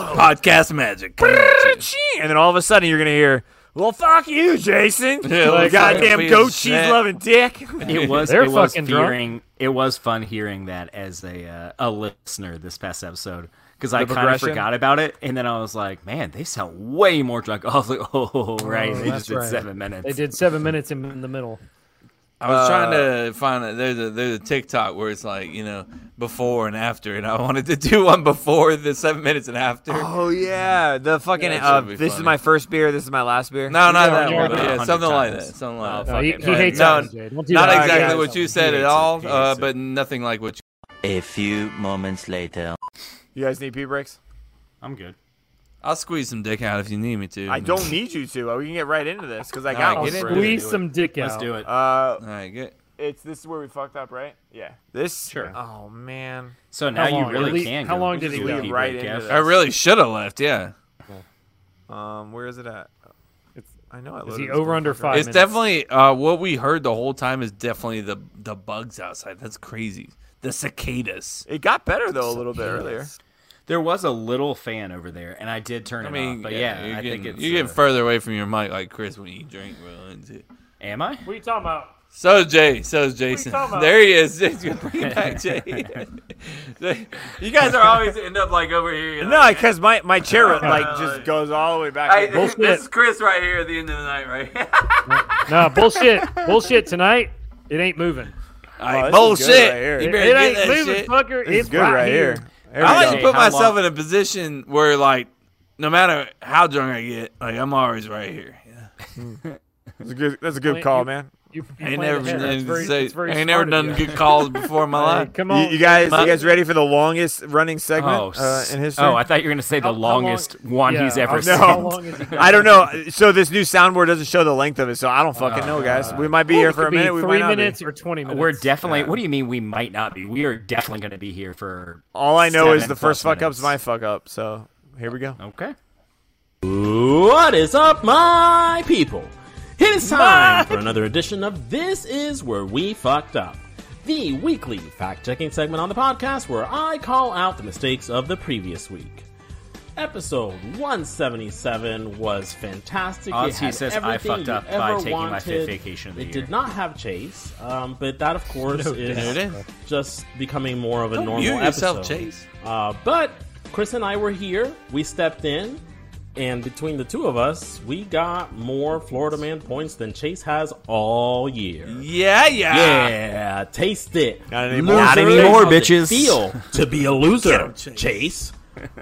[SPEAKER 1] Podcast magic. coming at you.
[SPEAKER 2] and then all of a sudden you're gonna hear, "Well, fuck you, Jason,
[SPEAKER 1] Yeah,
[SPEAKER 2] you
[SPEAKER 1] like, fucking
[SPEAKER 2] goddamn
[SPEAKER 1] piece
[SPEAKER 2] goat
[SPEAKER 1] of
[SPEAKER 2] cheese
[SPEAKER 1] shit."
[SPEAKER 2] loving dick."
[SPEAKER 5] It was.
[SPEAKER 4] They're
[SPEAKER 5] it was
[SPEAKER 4] fucking drunk.
[SPEAKER 5] fearing, It was fun hearing that as a uh, a listener this past episode because I kind of
[SPEAKER 2] progression?
[SPEAKER 5] forgot about it, and then I was like, "Man, they sound way more drunk." I was like, "Oh, right, they
[SPEAKER 4] that's
[SPEAKER 5] just did
[SPEAKER 4] right.
[SPEAKER 5] seven minutes."
[SPEAKER 4] they did seven minutes in, in the middle.
[SPEAKER 1] I was trying to find a, there's a there's a TikTok where it's like you know before and after, and I wanted to do one before the seven minutes and after.
[SPEAKER 2] oh yeah, the fucking.
[SPEAKER 1] Yeah, that
[SPEAKER 2] uh,
[SPEAKER 1] should be
[SPEAKER 2] this is
[SPEAKER 1] funny.
[SPEAKER 2] my first beer. This is my last beer.
[SPEAKER 1] No, not that
[SPEAKER 5] you
[SPEAKER 1] one.
[SPEAKER 5] are
[SPEAKER 1] But
[SPEAKER 5] a
[SPEAKER 1] yeah,
[SPEAKER 5] hundred
[SPEAKER 1] something like that.
[SPEAKER 5] times.
[SPEAKER 1] Something like
[SPEAKER 2] Oh,
[SPEAKER 1] that.
[SPEAKER 4] No, Uh, he,
[SPEAKER 2] Fucking
[SPEAKER 4] he
[SPEAKER 2] right.
[SPEAKER 4] hates
[SPEAKER 1] No,
[SPEAKER 4] us, Jade. Don't do
[SPEAKER 1] Not
[SPEAKER 4] that.
[SPEAKER 1] exactly
[SPEAKER 2] guys.
[SPEAKER 1] what you
[SPEAKER 5] He
[SPEAKER 1] said at
[SPEAKER 5] hates it.
[SPEAKER 1] all,
[SPEAKER 5] He
[SPEAKER 1] uh,
[SPEAKER 5] hates it.
[SPEAKER 1] but nothing like what you.
[SPEAKER 3] A few moments later.
[SPEAKER 2] You guys need pee breaks?
[SPEAKER 5] I'm good.
[SPEAKER 1] I'll squeeze some dick out if you need me to.
[SPEAKER 2] I don't need you to. We can get right into this because I
[SPEAKER 1] No,
[SPEAKER 2] got
[SPEAKER 1] I
[SPEAKER 2] one.
[SPEAKER 1] get it.
[SPEAKER 2] for you.
[SPEAKER 4] Squeeze some dick out.
[SPEAKER 5] Let's do it.
[SPEAKER 2] Uh,
[SPEAKER 1] All right, good.
[SPEAKER 2] it's this is where we fucked up, right? Yeah. This.
[SPEAKER 5] Sure.
[SPEAKER 2] Oh man.
[SPEAKER 5] So now
[SPEAKER 4] long?
[SPEAKER 5] you
[SPEAKER 4] At
[SPEAKER 5] really
[SPEAKER 4] least-
[SPEAKER 5] can.
[SPEAKER 4] how
[SPEAKER 5] go.
[SPEAKER 4] long
[SPEAKER 5] You
[SPEAKER 4] did
[SPEAKER 5] just
[SPEAKER 4] it go?
[SPEAKER 5] leave
[SPEAKER 2] Right
[SPEAKER 5] break,
[SPEAKER 2] into
[SPEAKER 5] Kev.
[SPEAKER 2] that.
[SPEAKER 1] I really should have left. Yeah,
[SPEAKER 2] Um, where is it at? It's. I know it.
[SPEAKER 4] Is
[SPEAKER 2] loaded
[SPEAKER 4] he
[SPEAKER 2] this
[SPEAKER 4] over under
[SPEAKER 2] motherfucker.
[SPEAKER 4] five?
[SPEAKER 1] it's
[SPEAKER 4] minutes?
[SPEAKER 1] definitely uh, what we heard the whole time is definitely the the bugs outside. That's crazy. The cicadas.
[SPEAKER 2] It got better though a little bit earlier.
[SPEAKER 5] There was a little fan over there, and I did turn
[SPEAKER 1] I
[SPEAKER 5] it
[SPEAKER 1] mean,
[SPEAKER 5] off. But yeah,
[SPEAKER 1] you're
[SPEAKER 5] I
[SPEAKER 1] getting,
[SPEAKER 5] think it's.
[SPEAKER 1] you're getting
[SPEAKER 5] uh,
[SPEAKER 1] further away from your mic, like Chris, when you drink. Well, isn't it?
[SPEAKER 5] Am I?
[SPEAKER 4] What are you talking about?
[SPEAKER 1] So Jay, so's Jason.
[SPEAKER 4] talking about?
[SPEAKER 1] There he is. Bring it back, Jay. you guys are always end up like over here. you're
[SPEAKER 2] No,
[SPEAKER 1] like,
[SPEAKER 2] because my my chair like just goes all the way back.
[SPEAKER 1] "Hey,
[SPEAKER 2] Bullshit.
[SPEAKER 4] bullshit.
[SPEAKER 1] Chris right here at the end of the night, right? here."
[SPEAKER 4] No bullshit. bullshit tonight. It ain't moving.
[SPEAKER 1] Like,
[SPEAKER 2] this is good
[SPEAKER 1] bullshit.
[SPEAKER 2] right here.
[SPEAKER 1] you
[SPEAKER 4] It,
[SPEAKER 1] better
[SPEAKER 4] it
[SPEAKER 1] get
[SPEAKER 4] ain't
[SPEAKER 1] that
[SPEAKER 4] moving,
[SPEAKER 1] shit.
[SPEAKER 4] fucker.
[SPEAKER 2] This is
[SPEAKER 4] it's
[SPEAKER 2] good right here. There
[SPEAKER 1] I
[SPEAKER 2] we
[SPEAKER 1] like to
[SPEAKER 2] go.
[SPEAKER 1] put
[SPEAKER 5] How
[SPEAKER 1] myself
[SPEAKER 5] long-
[SPEAKER 1] in a position where, like, no matter how drunk I get, like I'm always right here. Yeah.
[SPEAKER 2] That's a good. That's a good call, man.
[SPEAKER 4] You, you
[SPEAKER 1] I ain't
[SPEAKER 4] play
[SPEAKER 1] never,
[SPEAKER 4] the hand.
[SPEAKER 1] been,
[SPEAKER 4] It's very-
[SPEAKER 1] say-
[SPEAKER 4] it's very
[SPEAKER 1] I ain't never
[SPEAKER 4] smart of
[SPEAKER 1] done
[SPEAKER 4] you.
[SPEAKER 1] good calls before in my
[SPEAKER 4] Hey,
[SPEAKER 1] life.
[SPEAKER 4] Come
[SPEAKER 2] You,
[SPEAKER 4] on,
[SPEAKER 2] you guys,
[SPEAKER 1] Huh?
[SPEAKER 2] you guys ready for the longest running segment
[SPEAKER 5] Oh,
[SPEAKER 2] uh,
[SPEAKER 5] s-
[SPEAKER 2] in history?
[SPEAKER 5] oh, I thought you were gonna say the
[SPEAKER 4] How- how long-
[SPEAKER 5] longest one
[SPEAKER 4] yeah,
[SPEAKER 5] he's ever
[SPEAKER 4] how- How
[SPEAKER 5] seen.
[SPEAKER 4] long is he?
[SPEAKER 2] I don't know. So this new soundboard doesn't show the length of it, so I don't fucking know,
[SPEAKER 5] Uh,
[SPEAKER 2] guys. We might be here
[SPEAKER 4] It
[SPEAKER 2] for
[SPEAKER 4] could
[SPEAKER 2] a
[SPEAKER 4] be
[SPEAKER 2] minute. We
[SPEAKER 4] three
[SPEAKER 2] might not be.
[SPEAKER 4] minutes or twenty minutes.
[SPEAKER 5] We're definitely. What do you mean we might not be? We are definitely going to be here for.
[SPEAKER 2] All I know is
[SPEAKER 5] seven
[SPEAKER 2] the first
[SPEAKER 5] plus
[SPEAKER 2] fuck up's my
[SPEAKER 5] minutes.
[SPEAKER 2] fuck up. So here we go.
[SPEAKER 5] Okay.
[SPEAKER 7] What is up, my people? It is time for another edition of This Is Where We Fucked Up, the weekly fact checking segment on the podcast where I call out the mistakes of the previous week. Episode 177 was fantastic. It
[SPEAKER 5] Ozzy
[SPEAKER 7] had
[SPEAKER 5] says I
[SPEAKER 7] everything
[SPEAKER 5] fucked
[SPEAKER 7] you
[SPEAKER 5] up by
[SPEAKER 7] ever
[SPEAKER 5] taking my
[SPEAKER 7] wanted.
[SPEAKER 5] fifth vacation of the
[SPEAKER 7] It
[SPEAKER 5] year.
[SPEAKER 7] did not have Chase, um, but that, of course, is,
[SPEAKER 1] There it is.
[SPEAKER 7] just becoming more of a normal
[SPEAKER 1] mute yourself,
[SPEAKER 7] episode.
[SPEAKER 1] Chase.
[SPEAKER 7] Uh, but Chris and I were here. We stepped in, and between the two of us, we got more Florida Man points than Chase has all year.
[SPEAKER 1] Yeah, yeah.
[SPEAKER 7] Yeah, taste it.
[SPEAKER 2] Not anymore. Not
[SPEAKER 7] Loser.
[SPEAKER 5] anymore,
[SPEAKER 7] How's it
[SPEAKER 5] bitches.
[SPEAKER 7] Feel to be a loser,
[SPEAKER 1] Chase.
[SPEAKER 7] Chase.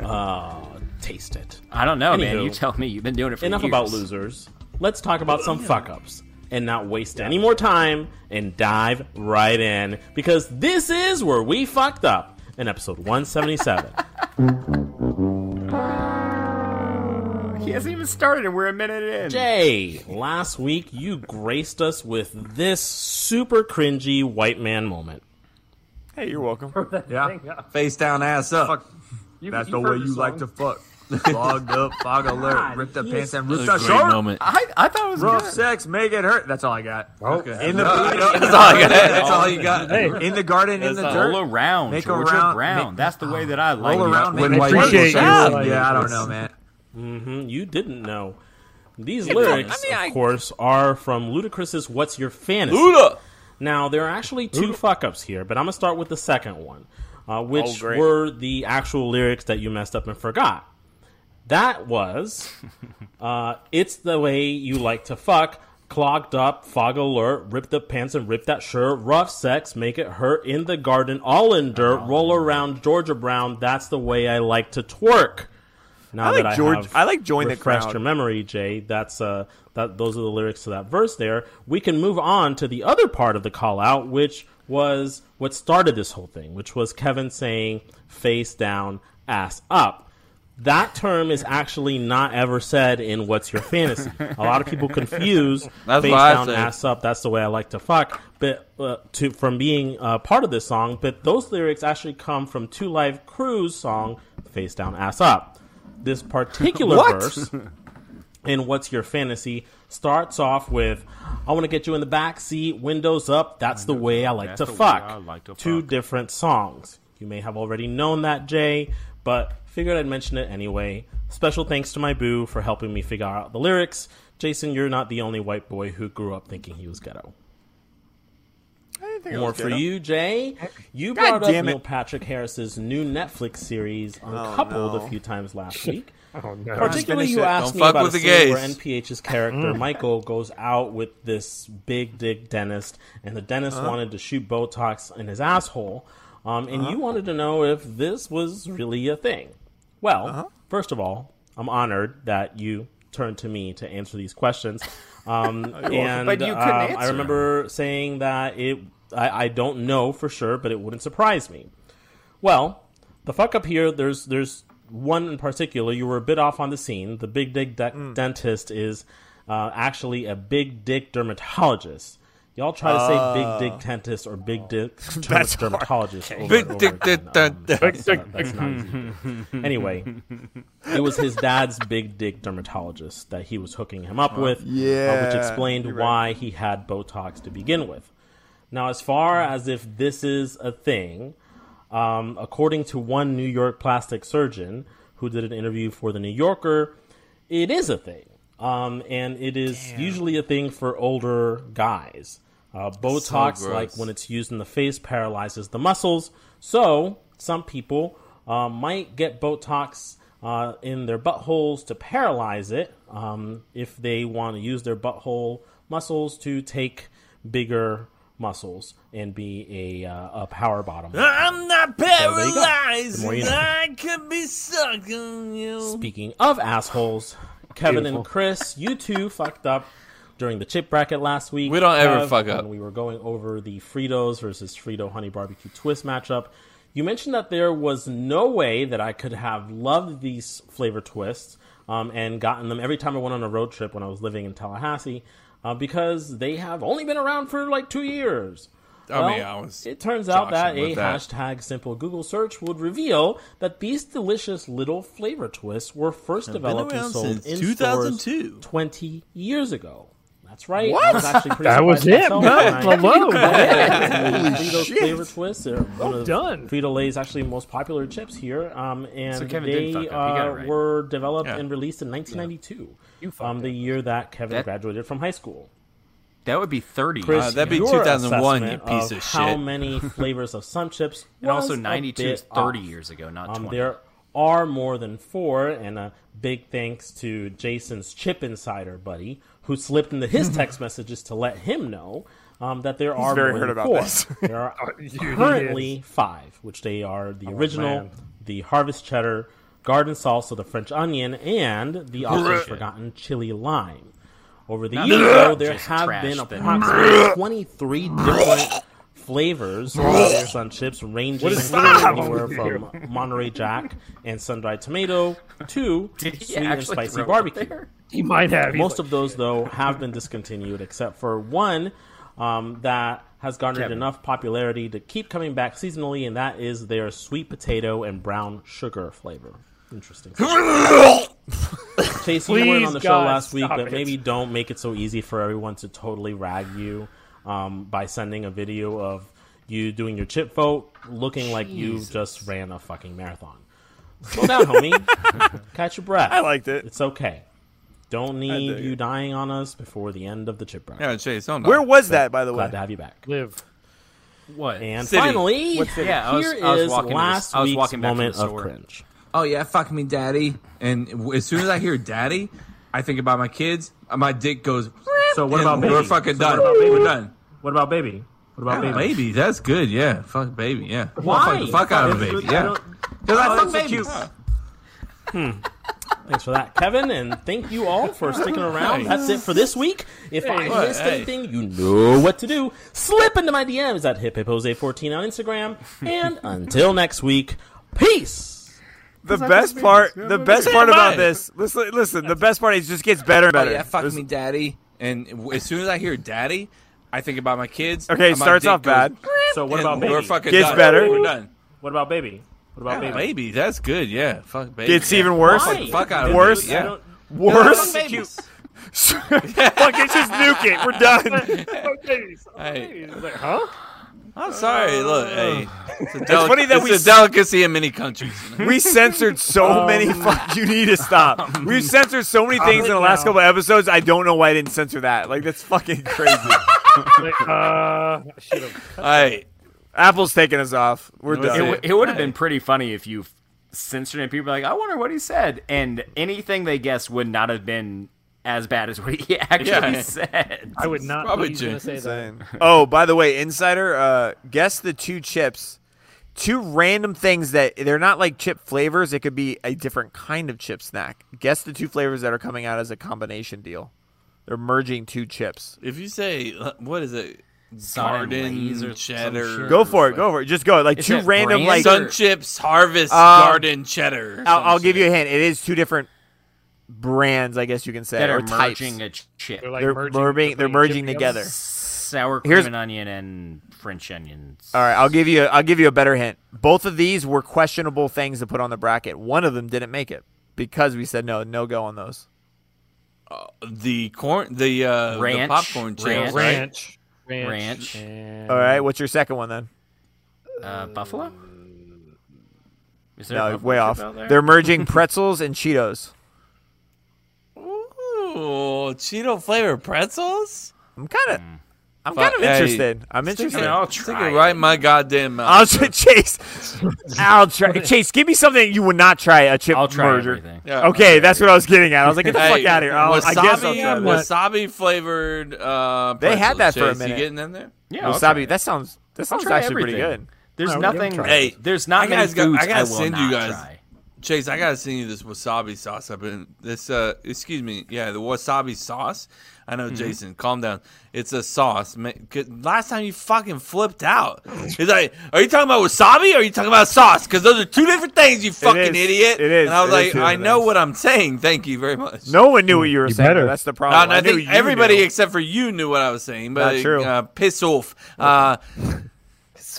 [SPEAKER 7] Uh, taste it.
[SPEAKER 5] I don't know, man.
[SPEAKER 7] Anywho.
[SPEAKER 5] You tell me. You've been doing it for
[SPEAKER 7] Enough
[SPEAKER 5] years.
[SPEAKER 7] about losers. Let's talk about some fuck ups and not waste any more time and dive right in because this is where we fucked up in episode 177.
[SPEAKER 5] He hasn't even started, and we're a minute in.
[SPEAKER 7] Jay, last week you graced us with this super cringy white man moment.
[SPEAKER 2] Hey, you're welcome.
[SPEAKER 8] Yeah,
[SPEAKER 1] Face down, ass up.
[SPEAKER 8] Fuck. that's the way you like to fuck. Logged up, fog alert, ripped up pants and ripped
[SPEAKER 1] That
[SPEAKER 8] up
[SPEAKER 1] was a great
[SPEAKER 8] short.
[SPEAKER 1] moment.
[SPEAKER 5] I, I thought it was
[SPEAKER 8] Rough sex, make it hurt. That's all I got.
[SPEAKER 1] Okay.
[SPEAKER 8] In the
[SPEAKER 1] That's all I got. That's all you got.
[SPEAKER 4] Hey,
[SPEAKER 8] in the garden, in the
[SPEAKER 1] That's
[SPEAKER 8] dirt.
[SPEAKER 5] roll around,
[SPEAKER 8] Make a
[SPEAKER 5] Georgia
[SPEAKER 8] round-
[SPEAKER 5] Brown.
[SPEAKER 8] make-
[SPEAKER 5] That's the way that I like
[SPEAKER 8] Roll
[SPEAKER 5] it.
[SPEAKER 8] around,
[SPEAKER 1] When
[SPEAKER 8] make
[SPEAKER 1] white
[SPEAKER 8] it
[SPEAKER 1] people
[SPEAKER 8] shake.
[SPEAKER 1] say
[SPEAKER 8] Yeah,
[SPEAKER 1] like
[SPEAKER 8] I don't know, man.
[SPEAKER 7] Hmm, You didn't know. These lyrics, of course, are from Ludacris's What's Your Fantasy?
[SPEAKER 1] Luda.
[SPEAKER 7] Now, there are actually two fuck ups here, but I'm going to start with the second one, uh, which
[SPEAKER 2] great.
[SPEAKER 7] were the actual lyrics that you messed up and forgot. That was uh, It's the Way You Like to Fuck, Clogged Up, Fog Alert, Ripped Up Pants and Rip That Shirt, Rough Sex, Make It Hurt, In the Garden, All in Dirt, Roll Around, Georgia Brown, That's the Way I Like to Twerk. Now
[SPEAKER 2] I like
[SPEAKER 7] that
[SPEAKER 2] George-
[SPEAKER 7] I, have
[SPEAKER 2] I like Join the
[SPEAKER 7] refreshed
[SPEAKER 2] Crowd.
[SPEAKER 7] your memory, Jay. That's uh, that. Those are the lyrics to that verse. There, we can move on to the other part of the call out, which was what started this whole thing, which was Kevin saying "face down, ass up." That term is actually not ever said in "What's Your Fantasy." A lot of people confuse
[SPEAKER 1] That's
[SPEAKER 7] face
[SPEAKER 1] what I
[SPEAKER 7] down,
[SPEAKER 1] said.
[SPEAKER 7] ass up. That's the way I like to fuck. But uh, to from being uh, part of this song, but those lyrics actually come from Two Live Crew's song "Face Down, Ass Up." This particular verse in "What's Your Fantasy" starts off with, "I want to get you in the back seat, windows up. That's the way I like
[SPEAKER 5] That's
[SPEAKER 7] to
[SPEAKER 5] the way
[SPEAKER 7] fuck."
[SPEAKER 5] I like to
[SPEAKER 7] Two
[SPEAKER 5] fuck.
[SPEAKER 7] different songs. You may have already known that, Jay, but figured I'd mention it anyway. Special thanks to my boo for helping me figure out the lyrics. Jason, you're not the only white boy who grew up thinking he was ghetto. More for you, Jay. You brought up
[SPEAKER 2] damn it. Oh,
[SPEAKER 7] Neil Patrick Harris's new Netflix series, Uncoupled, a few times last week.
[SPEAKER 4] Oh no.
[SPEAKER 7] Particularly,
[SPEAKER 2] Finish
[SPEAKER 7] you
[SPEAKER 2] it. Mm.
[SPEAKER 7] asked
[SPEAKER 1] Don't
[SPEAKER 7] me
[SPEAKER 1] fuck
[SPEAKER 7] about
[SPEAKER 1] with the
[SPEAKER 7] a scene
[SPEAKER 1] gays.
[SPEAKER 7] where NPH's character Michael goes out with this big dick dentist, and the dentist wanted to shoot Botox in his asshole, um, and you wanted to know if this was really a thing. Well, first of all, I'm honored that you turned to me to answer these questions, um, and
[SPEAKER 5] But you couldn't
[SPEAKER 7] um, I
[SPEAKER 5] answer
[SPEAKER 7] remember saying that it. I, I don't know for sure, but it wouldn't surprise me. Well, the fuck up here. There's there's one in particular. You were a bit off on the scene. The big dick de- dentist is uh, actually a big dick dermatologist. Y'all try to say big dick dentist or big dick dermat- dermatologist. over
[SPEAKER 1] Big
[SPEAKER 7] and over
[SPEAKER 1] dick
[SPEAKER 7] again.
[SPEAKER 1] dent- dent-
[SPEAKER 7] Um,
[SPEAKER 1] dent.
[SPEAKER 7] that's not- that's not easy to do. Anyway, it was his dad's big dick dermatologist that he was hooking him up with, uh, which
[SPEAKER 9] yeah,
[SPEAKER 7] explained why he had Botox to begin with. Now, as far as if this is a thing, um, according to one New York plastic surgeon who did an interview for the New Yorker, it is a thing. Um, and it is usually a thing for older guys. Uh, Botox,
[SPEAKER 1] gross.
[SPEAKER 7] like when it's used in the face, paralyzes the muscles. So some people uh, might get Botox uh, in their buttholes to paralyze it um, if they want to use their butthole muscles to take bigger muscles and be a, uh, a power bottom.
[SPEAKER 1] I'm not
[SPEAKER 7] there you go.
[SPEAKER 1] paralyzed.
[SPEAKER 7] The more you know.
[SPEAKER 1] I could be sucking you.
[SPEAKER 7] Speaking of assholes, Kevin and Chris, you two fucked up during the chip bracket last week.
[SPEAKER 1] We don't ever
[SPEAKER 7] Kev,
[SPEAKER 1] fuck up.
[SPEAKER 7] When we were going over the Fritos versus Frito Honey Barbecue Twist matchup, you mentioned that there was no way that I could have loved these flavor twists um, and gotten them every time I went on a road trip when I was living in Tallahassee uh, because they have only been around for like two years.
[SPEAKER 1] I mean,
[SPEAKER 7] Well,
[SPEAKER 1] I was
[SPEAKER 7] It turns out that
[SPEAKER 1] joshing
[SPEAKER 7] a
[SPEAKER 1] with that.
[SPEAKER 7] hashtag simple Google search would reveal that these delicious little flavor twists were first developed and
[SPEAKER 1] around
[SPEAKER 7] sold
[SPEAKER 1] since
[SPEAKER 7] in
[SPEAKER 1] 2002.
[SPEAKER 7] stores 20 years ago. That's right. I
[SPEAKER 9] What?
[SPEAKER 7] was actually pretty
[SPEAKER 4] That was it.
[SPEAKER 7] surprised myself when I-
[SPEAKER 4] Matt Malone.
[SPEAKER 7] Holy Fritos
[SPEAKER 9] shit.
[SPEAKER 7] flavor twists. They're one of
[SPEAKER 4] done.
[SPEAKER 7] Frito Lay's actually most popular chips here, um, and
[SPEAKER 5] So Kevin
[SPEAKER 7] they
[SPEAKER 5] did fuck up. He got it
[SPEAKER 7] uh,
[SPEAKER 5] right.
[SPEAKER 7] were developed
[SPEAKER 1] Yeah.
[SPEAKER 7] and released in 1992,
[SPEAKER 4] You fucked
[SPEAKER 7] um, the year that Kevin
[SPEAKER 5] That-
[SPEAKER 7] graduated from high school.
[SPEAKER 5] That would be 30.
[SPEAKER 7] Chris,
[SPEAKER 1] Uh, that'd be
[SPEAKER 7] your
[SPEAKER 1] 2001, you
[SPEAKER 7] assessment
[SPEAKER 1] piece of
[SPEAKER 7] How
[SPEAKER 1] shit.
[SPEAKER 7] many flavors of sun chips?
[SPEAKER 5] and also
[SPEAKER 7] was a
[SPEAKER 5] 92 is
[SPEAKER 7] bit
[SPEAKER 5] 30
[SPEAKER 7] off.
[SPEAKER 5] years ago, not
[SPEAKER 7] Um,
[SPEAKER 5] 20.
[SPEAKER 7] there are more than four, and a big thanks to Jason's chip insider buddy who slipped into his text messages to let him know um, that there are
[SPEAKER 9] very
[SPEAKER 7] more
[SPEAKER 9] hurt
[SPEAKER 7] than
[SPEAKER 9] about
[SPEAKER 7] four.
[SPEAKER 9] this.
[SPEAKER 7] there
[SPEAKER 1] Oh,
[SPEAKER 7] are currently five, which they are the original,
[SPEAKER 4] man.
[SPEAKER 7] the harvest cheddar, garden salsa, the French onion, and the often forgotten chili lime. Over the years, though, there
[SPEAKER 5] Just
[SPEAKER 7] have
[SPEAKER 5] trash
[SPEAKER 7] been
[SPEAKER 5] that-
[SPEAKER 7] approximately 23 different flavors of there's on chips, ranging anywhere from Monterey Jack and sun-dried tomato to
[SPEAKER 5] Did he
[SPEAKER 7] sweet and
[SPEAKER 5] actually
[SPEAKER 7] spicy
[SPEAKER 5] throw it
[SPEAKER 7] barbecue.
[SPEAKER 5] there?
[SPEAKER 4] He might have.
[SPEAKER 7] Most of those, though, have been discontinued, except for one um, that has garnered
[SPEAKER 5] Kevin.
[SPEAKER 7] enough popularity to keep coming back seasonally, and that is their sweet potato and brown sugar flavor. Interesting. Chase, you weren't
[SPEAKER 4] Please,
[SPEAKER 7] on the show
[SPEAKER 4] God,
[SPEAKER 7] last week,
[SPEAKER 4] stop
[SPEAKER 7] but
[SPEAKER 4] it.
[SPEAKER 7] maybe don't make it so easy for everyone to totally rag you um, by sending a video of you doing your chip vote looking like you just ran a fucking marathon. Slow down, homie. Catch your breath.
[SPEAKER 9] I liked it.
[SPEAKER 7] It's okay. Don't need
[SPEAKER 9] dig
[SPEAKER 7] you
[SPEAKER 9] it.
[SPEAKER 7] dying on us before the end of the chip round.
[SPEAKER 1] Yeah, Chase, don't
[SPEAKER 9] Where
[SPEAKER 1] know.
[SPEAKER 9] was that, by the way?
[SPEAKER 7] Glad to have you back.
[SPEAKER 4] live.
[SPEAKER 5] What?
[SPEAKER 7] And
[SPEAKER 1] City.
[SPEAKER 7] finally,
[SPEAKER 9] What city?
[SPEAKER 5] Yeah, I was-
[SPEAKER 7] here
[SPEAKER 5] I was
[SPEAKER 7] is
[SPEAKER 5] walking to the-
[SPEAKER 7] last
[SPEAKER 5] I was
[SPEAKER 7] week's
[SPEAKER 5] walking back from
[SPEAKER 7] moment
[SPEAKER 5] the
[SPEAKER 7] of
[SPEAKER 5] store.
[SPEAKER 7] cringe.
[SPEAKER 1] oh yeah, fuck me, daddy. And w- as soon as I hear daddy, I think about my kids. uh, My dick goes.
[SPEAKER 8] So what
[SPEAKER 1] and
[SPEAKER 8] about
[SPEAKER 1] We're
[SPEAKER 8] baby?
[SPEAKER 1] fucking
[SPEAKER 8] So
[SPEAKER 1] done.
[SPEAKER 8] what about baby?
[SPEAKER 1] We're done.
[SPEAKER 8] What about baby? What about
[SPEAKER 1] Yeah,
[SPEAKER 8] baby?
[SPEAKER 1] baby, that's good. Yeah, fuck baby. Yeah.
[SPEAKER 7] Why?
[SPEAKER 1] Fuck the fuck out of a baby. Yeah. Because I fuck Oh,
[SPEAKER 8] that's so
[SPEAKER 1] babies.
[SPEAKER 8] Oh, cute.
[SPEAKER 7] Thanks for that, Kevin, and thank you all for sticking around. That's it for this week. If I
[SPEAKER 1] Hey,
[SPEAKER 7] missed
[SPEAKER 1] hey.
[SPEAKER 7] anything, you know what to do. Slip into my DMs at hiphipose14 on Instagram. And until next week, peace.
[SPEAKER 2] The
[SPEAKER 5] 'Cause I
[SPEAKER 2] best
[SPEAKER 5] just-
[SPEAKER 2] part,
[SPEAKER 5] yeah,
[SPEAKER 2] the
[SPEAKER 5] but-
[SPEAKER 2] best part about
[SPEAKER 1] Right.
[SPEAKER 2] this, listen, listen, the best part is it just gets better and
[SPEAKER 1] Oh,
[SPEAKER 2] better.
[SPEAKER 1] yeah, fuck
[SPEAKER 2] There's-
[SPEAKER 1] me, daddy. And w- as soon as I hear daddy, I think about my kids.
[SPEAKER 2] Okay,
[SPEAKER 1] and
[SPEAKER 2] it
[SPEAKER 1] my
[SPEAKER 2] starts
[SPEAKER 1] dick
[SPEAKER 2] off
[SPEAKER 1] goes,
[SPEAKER 2] bad.
[SPEAKER 9] So what
[SPEAKER 1] and
[SPEAKER 9] about
[SPEAKER 1] We're
[SPEAKER 9] baby?
[SPEAKER 1] fucking
[SPEAKER 2] Gets
[SPEAKER 1] done.
[SPEAKER 2] better.
[SPEAKER 1] We're done.
[SPEAKER 9] What about baby? What about
[SPEAKER 1] Yeah,
[SPEAKER 9] baby?
[SPEAKER 1] baby, that's good. Yeah, fuck baby.
[SPEAKER 2] Gets
[SPEAKER 1] yeah.
[SPEAKER 2] even worse.
[SPEAKER 9] Why?
[SPEAKER 1] Fuck out of
[SPEAKER 2] Worse?
[SPEAKER 1] Yeah.
[SPEAKER 9] don't-
[SPEAKER 2] Worse.
[SPEAKER 1] Fuck
[SPEAKER 2] Fuck,
[SPEAKER 1] babies.
[SPEAKER 2] it's just nuke it. We're done.
[SPEAKER 4] Oh,
[SPEAKER 1] Hey,
[SPEAKER 4] Like, huh?
[SPEAKER 1] I'm sorry. Look, hey, it's, a delic-
[SPEAKER 2] funny that
[SPEAKER 1] it's
[SPEAKER 2] we
[SPEAKER 1] a
[SPEAKER 2] s-
[SPEAKER 1] delicacy in many countries. you know?
[SPEAKER 2] We censored so many. Fuck, you need to stop. We've censored so many things in the last couple episodes. I don't know why I didn't censor that. Like that's fucking crazy.
[SPEAKER 4] Like, uh, I should have.
[SPEAKER 1] All right,
[SPEAKER 2] Apple's taking us off. We're
[SPEAKER 1] Let's
[SPEAKER 5] It,
[SPEAKER 2] done.
[SPEAKER 1] see.
[SPEAKER 5] w- it would have been pretty funny if you censored it. People were like, I wonder what he said, and anything they guessed would not have been as bad as what he actually
[SPEAKER 1] Yeah.
[SPEAKER 5] said.
[SPEAKER 4] I would not.
[SPEAKER 1] Probably
[SPEAKER 4] Probably going to
[SPEAKER 1] Jim.
[SPEAKER 4] say that.
[SPEAKER 2] Oh, by the way, insider, uh, guess the two chips. Two random things that they're not like chip flavors. It could be a different kind of chip snack. Guess the two flavors that are coming out as a combination deal. They're merging two chips.
[SPEAKER 1] if you say uh, what is it,
[SPEAKER 5] Sodden
[SPEAKER 1] garden
[SPEAKER 5] Lays or some
[SPEAKER 1] cheddar,
[SPEAKER 5] shit.
[SPEAKER 2] Go for it. Go for it. Just go. Like
[SPEAKER 5] Is
[SPEAKER 2] two
[SPEAKER 5] that
[SPEAKER 2] random.
[SPEAKER 5] brand?
[SPEAKER 2] Like
[SPEAKER 5] Some-
[SPEAKER 2] I'll,
[SPEAKER 1] sun chips, harvest,
[SPEAKER 2] Uh,
[SPEAKER 1] garden cheddar. or some
[SPEAKER 2] I'll give
[SPEAKER 1] shit.
[SPEAKER 2] you a hint. It is two different brands, I guess you can say,
[SPEAKER 5] that
[SPEAKER 2] or
[SPEAKER 5] are
[SPEAKER 2] types.
[SPEAKER 5] merging a chip.
[SPEAKER 4] They're like
[SPEAKER 2] they're
[SPEAKER 4] merging.
[SPEAKER 2] merging. They're
[SPEAKER 4] different
[SPEAKER 2] merging
[SPEAKER 4] chips
[SPEAKER 2] together.
[SPEAKER 5] Sour cream
[SPEAKER 2] Here's-
[SPEAKER 5] and onion and French onions.
[SPEAKER 1] Uh,
[SPEAKER 2] All right, I'll give you. I'll give you a better hint. Both of these were questionable things to put on the bracket. One of them didn't make it because we said no, no go on those.
[SPEAKER 1] the corn, the, uh,
[SPEAKER 5] Ranch.
[SPEAKER 1] the popcorn chips,
[SPEAKER 5] Ranch.
[SPEAKER 1] right?
[SPEAKER 4] Ranch.
[SPEAKER 5] Ranch.
[SPEAKER 4] and-
[SPEAKER 2] All right, what's your second one then?
[SPEAKER 5] Uh, buffalo? Is there
[SPEAKER 2] No,
[SPEAKER 5] buffalo
[SPEAKER 2] way
[SPEAKER 5] chip
[SPEAKER 2] off.
[SPEAKER 5] out there?
[SPEAKER 2] They're merging pretzels and Cheetos.
[SPEAKER 1] Ooh, Cheeto flavored pretzels.
[SPEAKER 2] I'm kind
[SPEAKER 5] Hmm.
[SPEAKER 2] of, I'm kind of
[SPEAKER 1] Hey,
[SPEAKER 2] interested. I'm
[SPEAKER 1] Stick
[SPEAKER 2] interested.
[SPEAKER 1] it-
[SPEAKER 5] I'll
[SPEAKER 1] stick it
[SPEAKER 5] try
[SPEAKER 1] right
[SPEAKER 5] it.
[SPEAKER 1] in my goddamn mouth.
[SPEAKER 2] I'll try, Chase. I'll try. Chase, give me something you would not try a chip
[SPEAKER 5] I'll try
[SPEAKER 2] merger.
[SPEAKER 5] everything.
[SPEAKER 1] Yeah.
[SPEAKER 2] Okay, that's what I was getting at. I was like, get the
[SPEAKER 1] Hey,
[SPEAKER 2] fuck out of here. I'll, I
[SPEAKER 1] wasabi,
[SPEAKER 2] guess I'll try
[SPEAKER 4] I'm
[SPEAKER 2] this.
[SPEAKER 4] this.
[SPEAKER 1] wasabi flavored. Uh,
[SPEAKER 2] They had
[SPEAKER 1] pretzels,
[SPEAKER 2] that for a
[SPEAKER 1] Chase.
[SPEAKER 2] minute.
[SPEAKER 1] You getting in there?
[SPEAKER 5] Yeah, I'll try
[SPEAKER 2] Wasabi.
[SPEAKER 5] it.
[SPEAKER 2] That sounds. That sounds
[SPEAKER 5] try
[SPEAKER 2] actually pretty good.
[SPEAKER 5] everything. There's
[SPEAKER 4] Oh, we
[SPEAKER 5] nothing.
[SPEAKER 4] haven't tried
[SPEAKER 1] Hey, it.
[SPEAKER 5] there's not
[SPEAKER 1] I
[SPEAKER 5] many
[SPEAKER 1] guys got-
[SPEAKER 5] foods
[SPEAKER 1] I
[SPEAKER 5] I,
[SPEAKER 1] gotta
[SPEAKER 5] will
[SPEAKER 1] send
[SPEAKER 5] not
[SPEAKER 1] you guys-
[SPEAKER 5] try.
[SPEAKER 1] Chase, I gotta send you this wasabi sauce. I've been this. Uh, excuse me. Yeah, the wasabi sauce. I
[SPEAKER 2] Mm-hmm.
[SPEAKER 1] know, Jason. Calm down. It's a sauce. ma- 'cause Last time you fucking flipped out. He's like, "Are you talking about wasabi? or Are you talking about sauce? Because those are two different things. You fucking
[SPEAKER 2] is.
[SPEAKER 1] idiot."
[SPEAKER 2] It is.
[SPEAKER 1] And I was
[SPEAKER 2] It is
[SPEAKER 1] like,
[SPEAKER 2] two
[SPEAKER 1] "I
[SPEAKER 2] different
[SPEAKER 1] know
[SPEAKER 2] things.
[SPEAKER 1] what I'm saying. Thank you very much."
[SPEAKER 2] No one knew what you were saying.
[SPEAKER 4] better.
[SPEAKER 2] though. That's the
[SPEAKER 1] Uh,
[SPEAKER 2] problem.
[SPEAKER 1] and I,
[SPEAKER 2] knew
[SPEAKER 1] think
[SPEAKER 2] you
[SPEAKER 1] everybody
[SPEAKER 2] knew.
[SPEAKER 1] except for you knew what I was saying, but
[SPEAKER 2] Not true.
[SPEAKER 1] Uh, piss off, uh,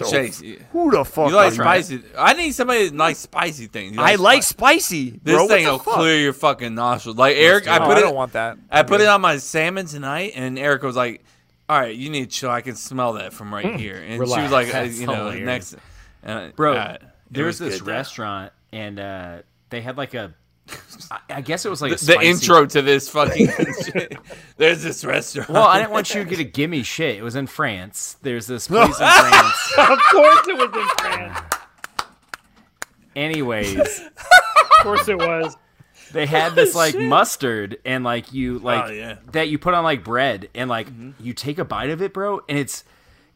[SPEAKER 1] Chase. You
[SPEAKER 2] Who the fuck? are
[SPEAKER 1] like
[SPEAKER 2] you?
[SPEAKER 1] spicy? I need somebody that likes spicy things. You
[SPEAKER 2] I like
[SPEAKER 1] spicy-
[SPEAKER 2] spicy.
[SPEAKER 1] this
[SPEAKER 2] bro.
[SPEAKER 1] thing.
[SPEAKER 2] What
[SPEAKER 1] Will
[SPEAKER 2] the fuck?
[SPEAKER 1] clear your fucking nostrils. Like Eric, I
[SPEAKER 2] No,
[SPEAKER 1] put
[SPEAKER 2] I
[SPEAKER 1] it.
[SPEAKER 2] don't want that.
[SPEAKER 1] I put it on my salmon tonight, and Erica was like, "All right, you need to chill. I can smell that from right here." And she was
[SPEAKER 4] relax.
[SPEAKER 1] like, I,
[SPEAKER 5] Mm, That's
[SPEAKER 1] "You know,
[SPEAKER 5] hilarious.
[SPEAKER 1] next." And I-
[SPEAKER 5] Bro,
[SPEAKER 1] uh, it
[SPEAKER 5] there was
[SPEAKER 1] was
[SPEAKER 5] this
[SPEAKER 1] good, though.
[SPEAKER 5] restaurant, and uh, they had like a. I- I guess it was like a
[SPEAKER 1] The, the
[SPEAKER 5] spicy-
[SPEAKER 1] intro to this fucking. shit. There's this restaurant.
[SPEAKER 5] Well, I didn't want you to get a gimme shit. It was in France. There's this place in France.
[SPEAKER 4] Of course it was in France.
[SPEAKER 5] Anyways,
[SPEAKER 4] Of course it was.
[SPEAKER 5] they had this like mustard and like you like
[SPEAKER 1] Oh, yeah. Mm-hmm.
[SPEAKER 5] that you put on like bread and like you take a bite of it, bro, and it's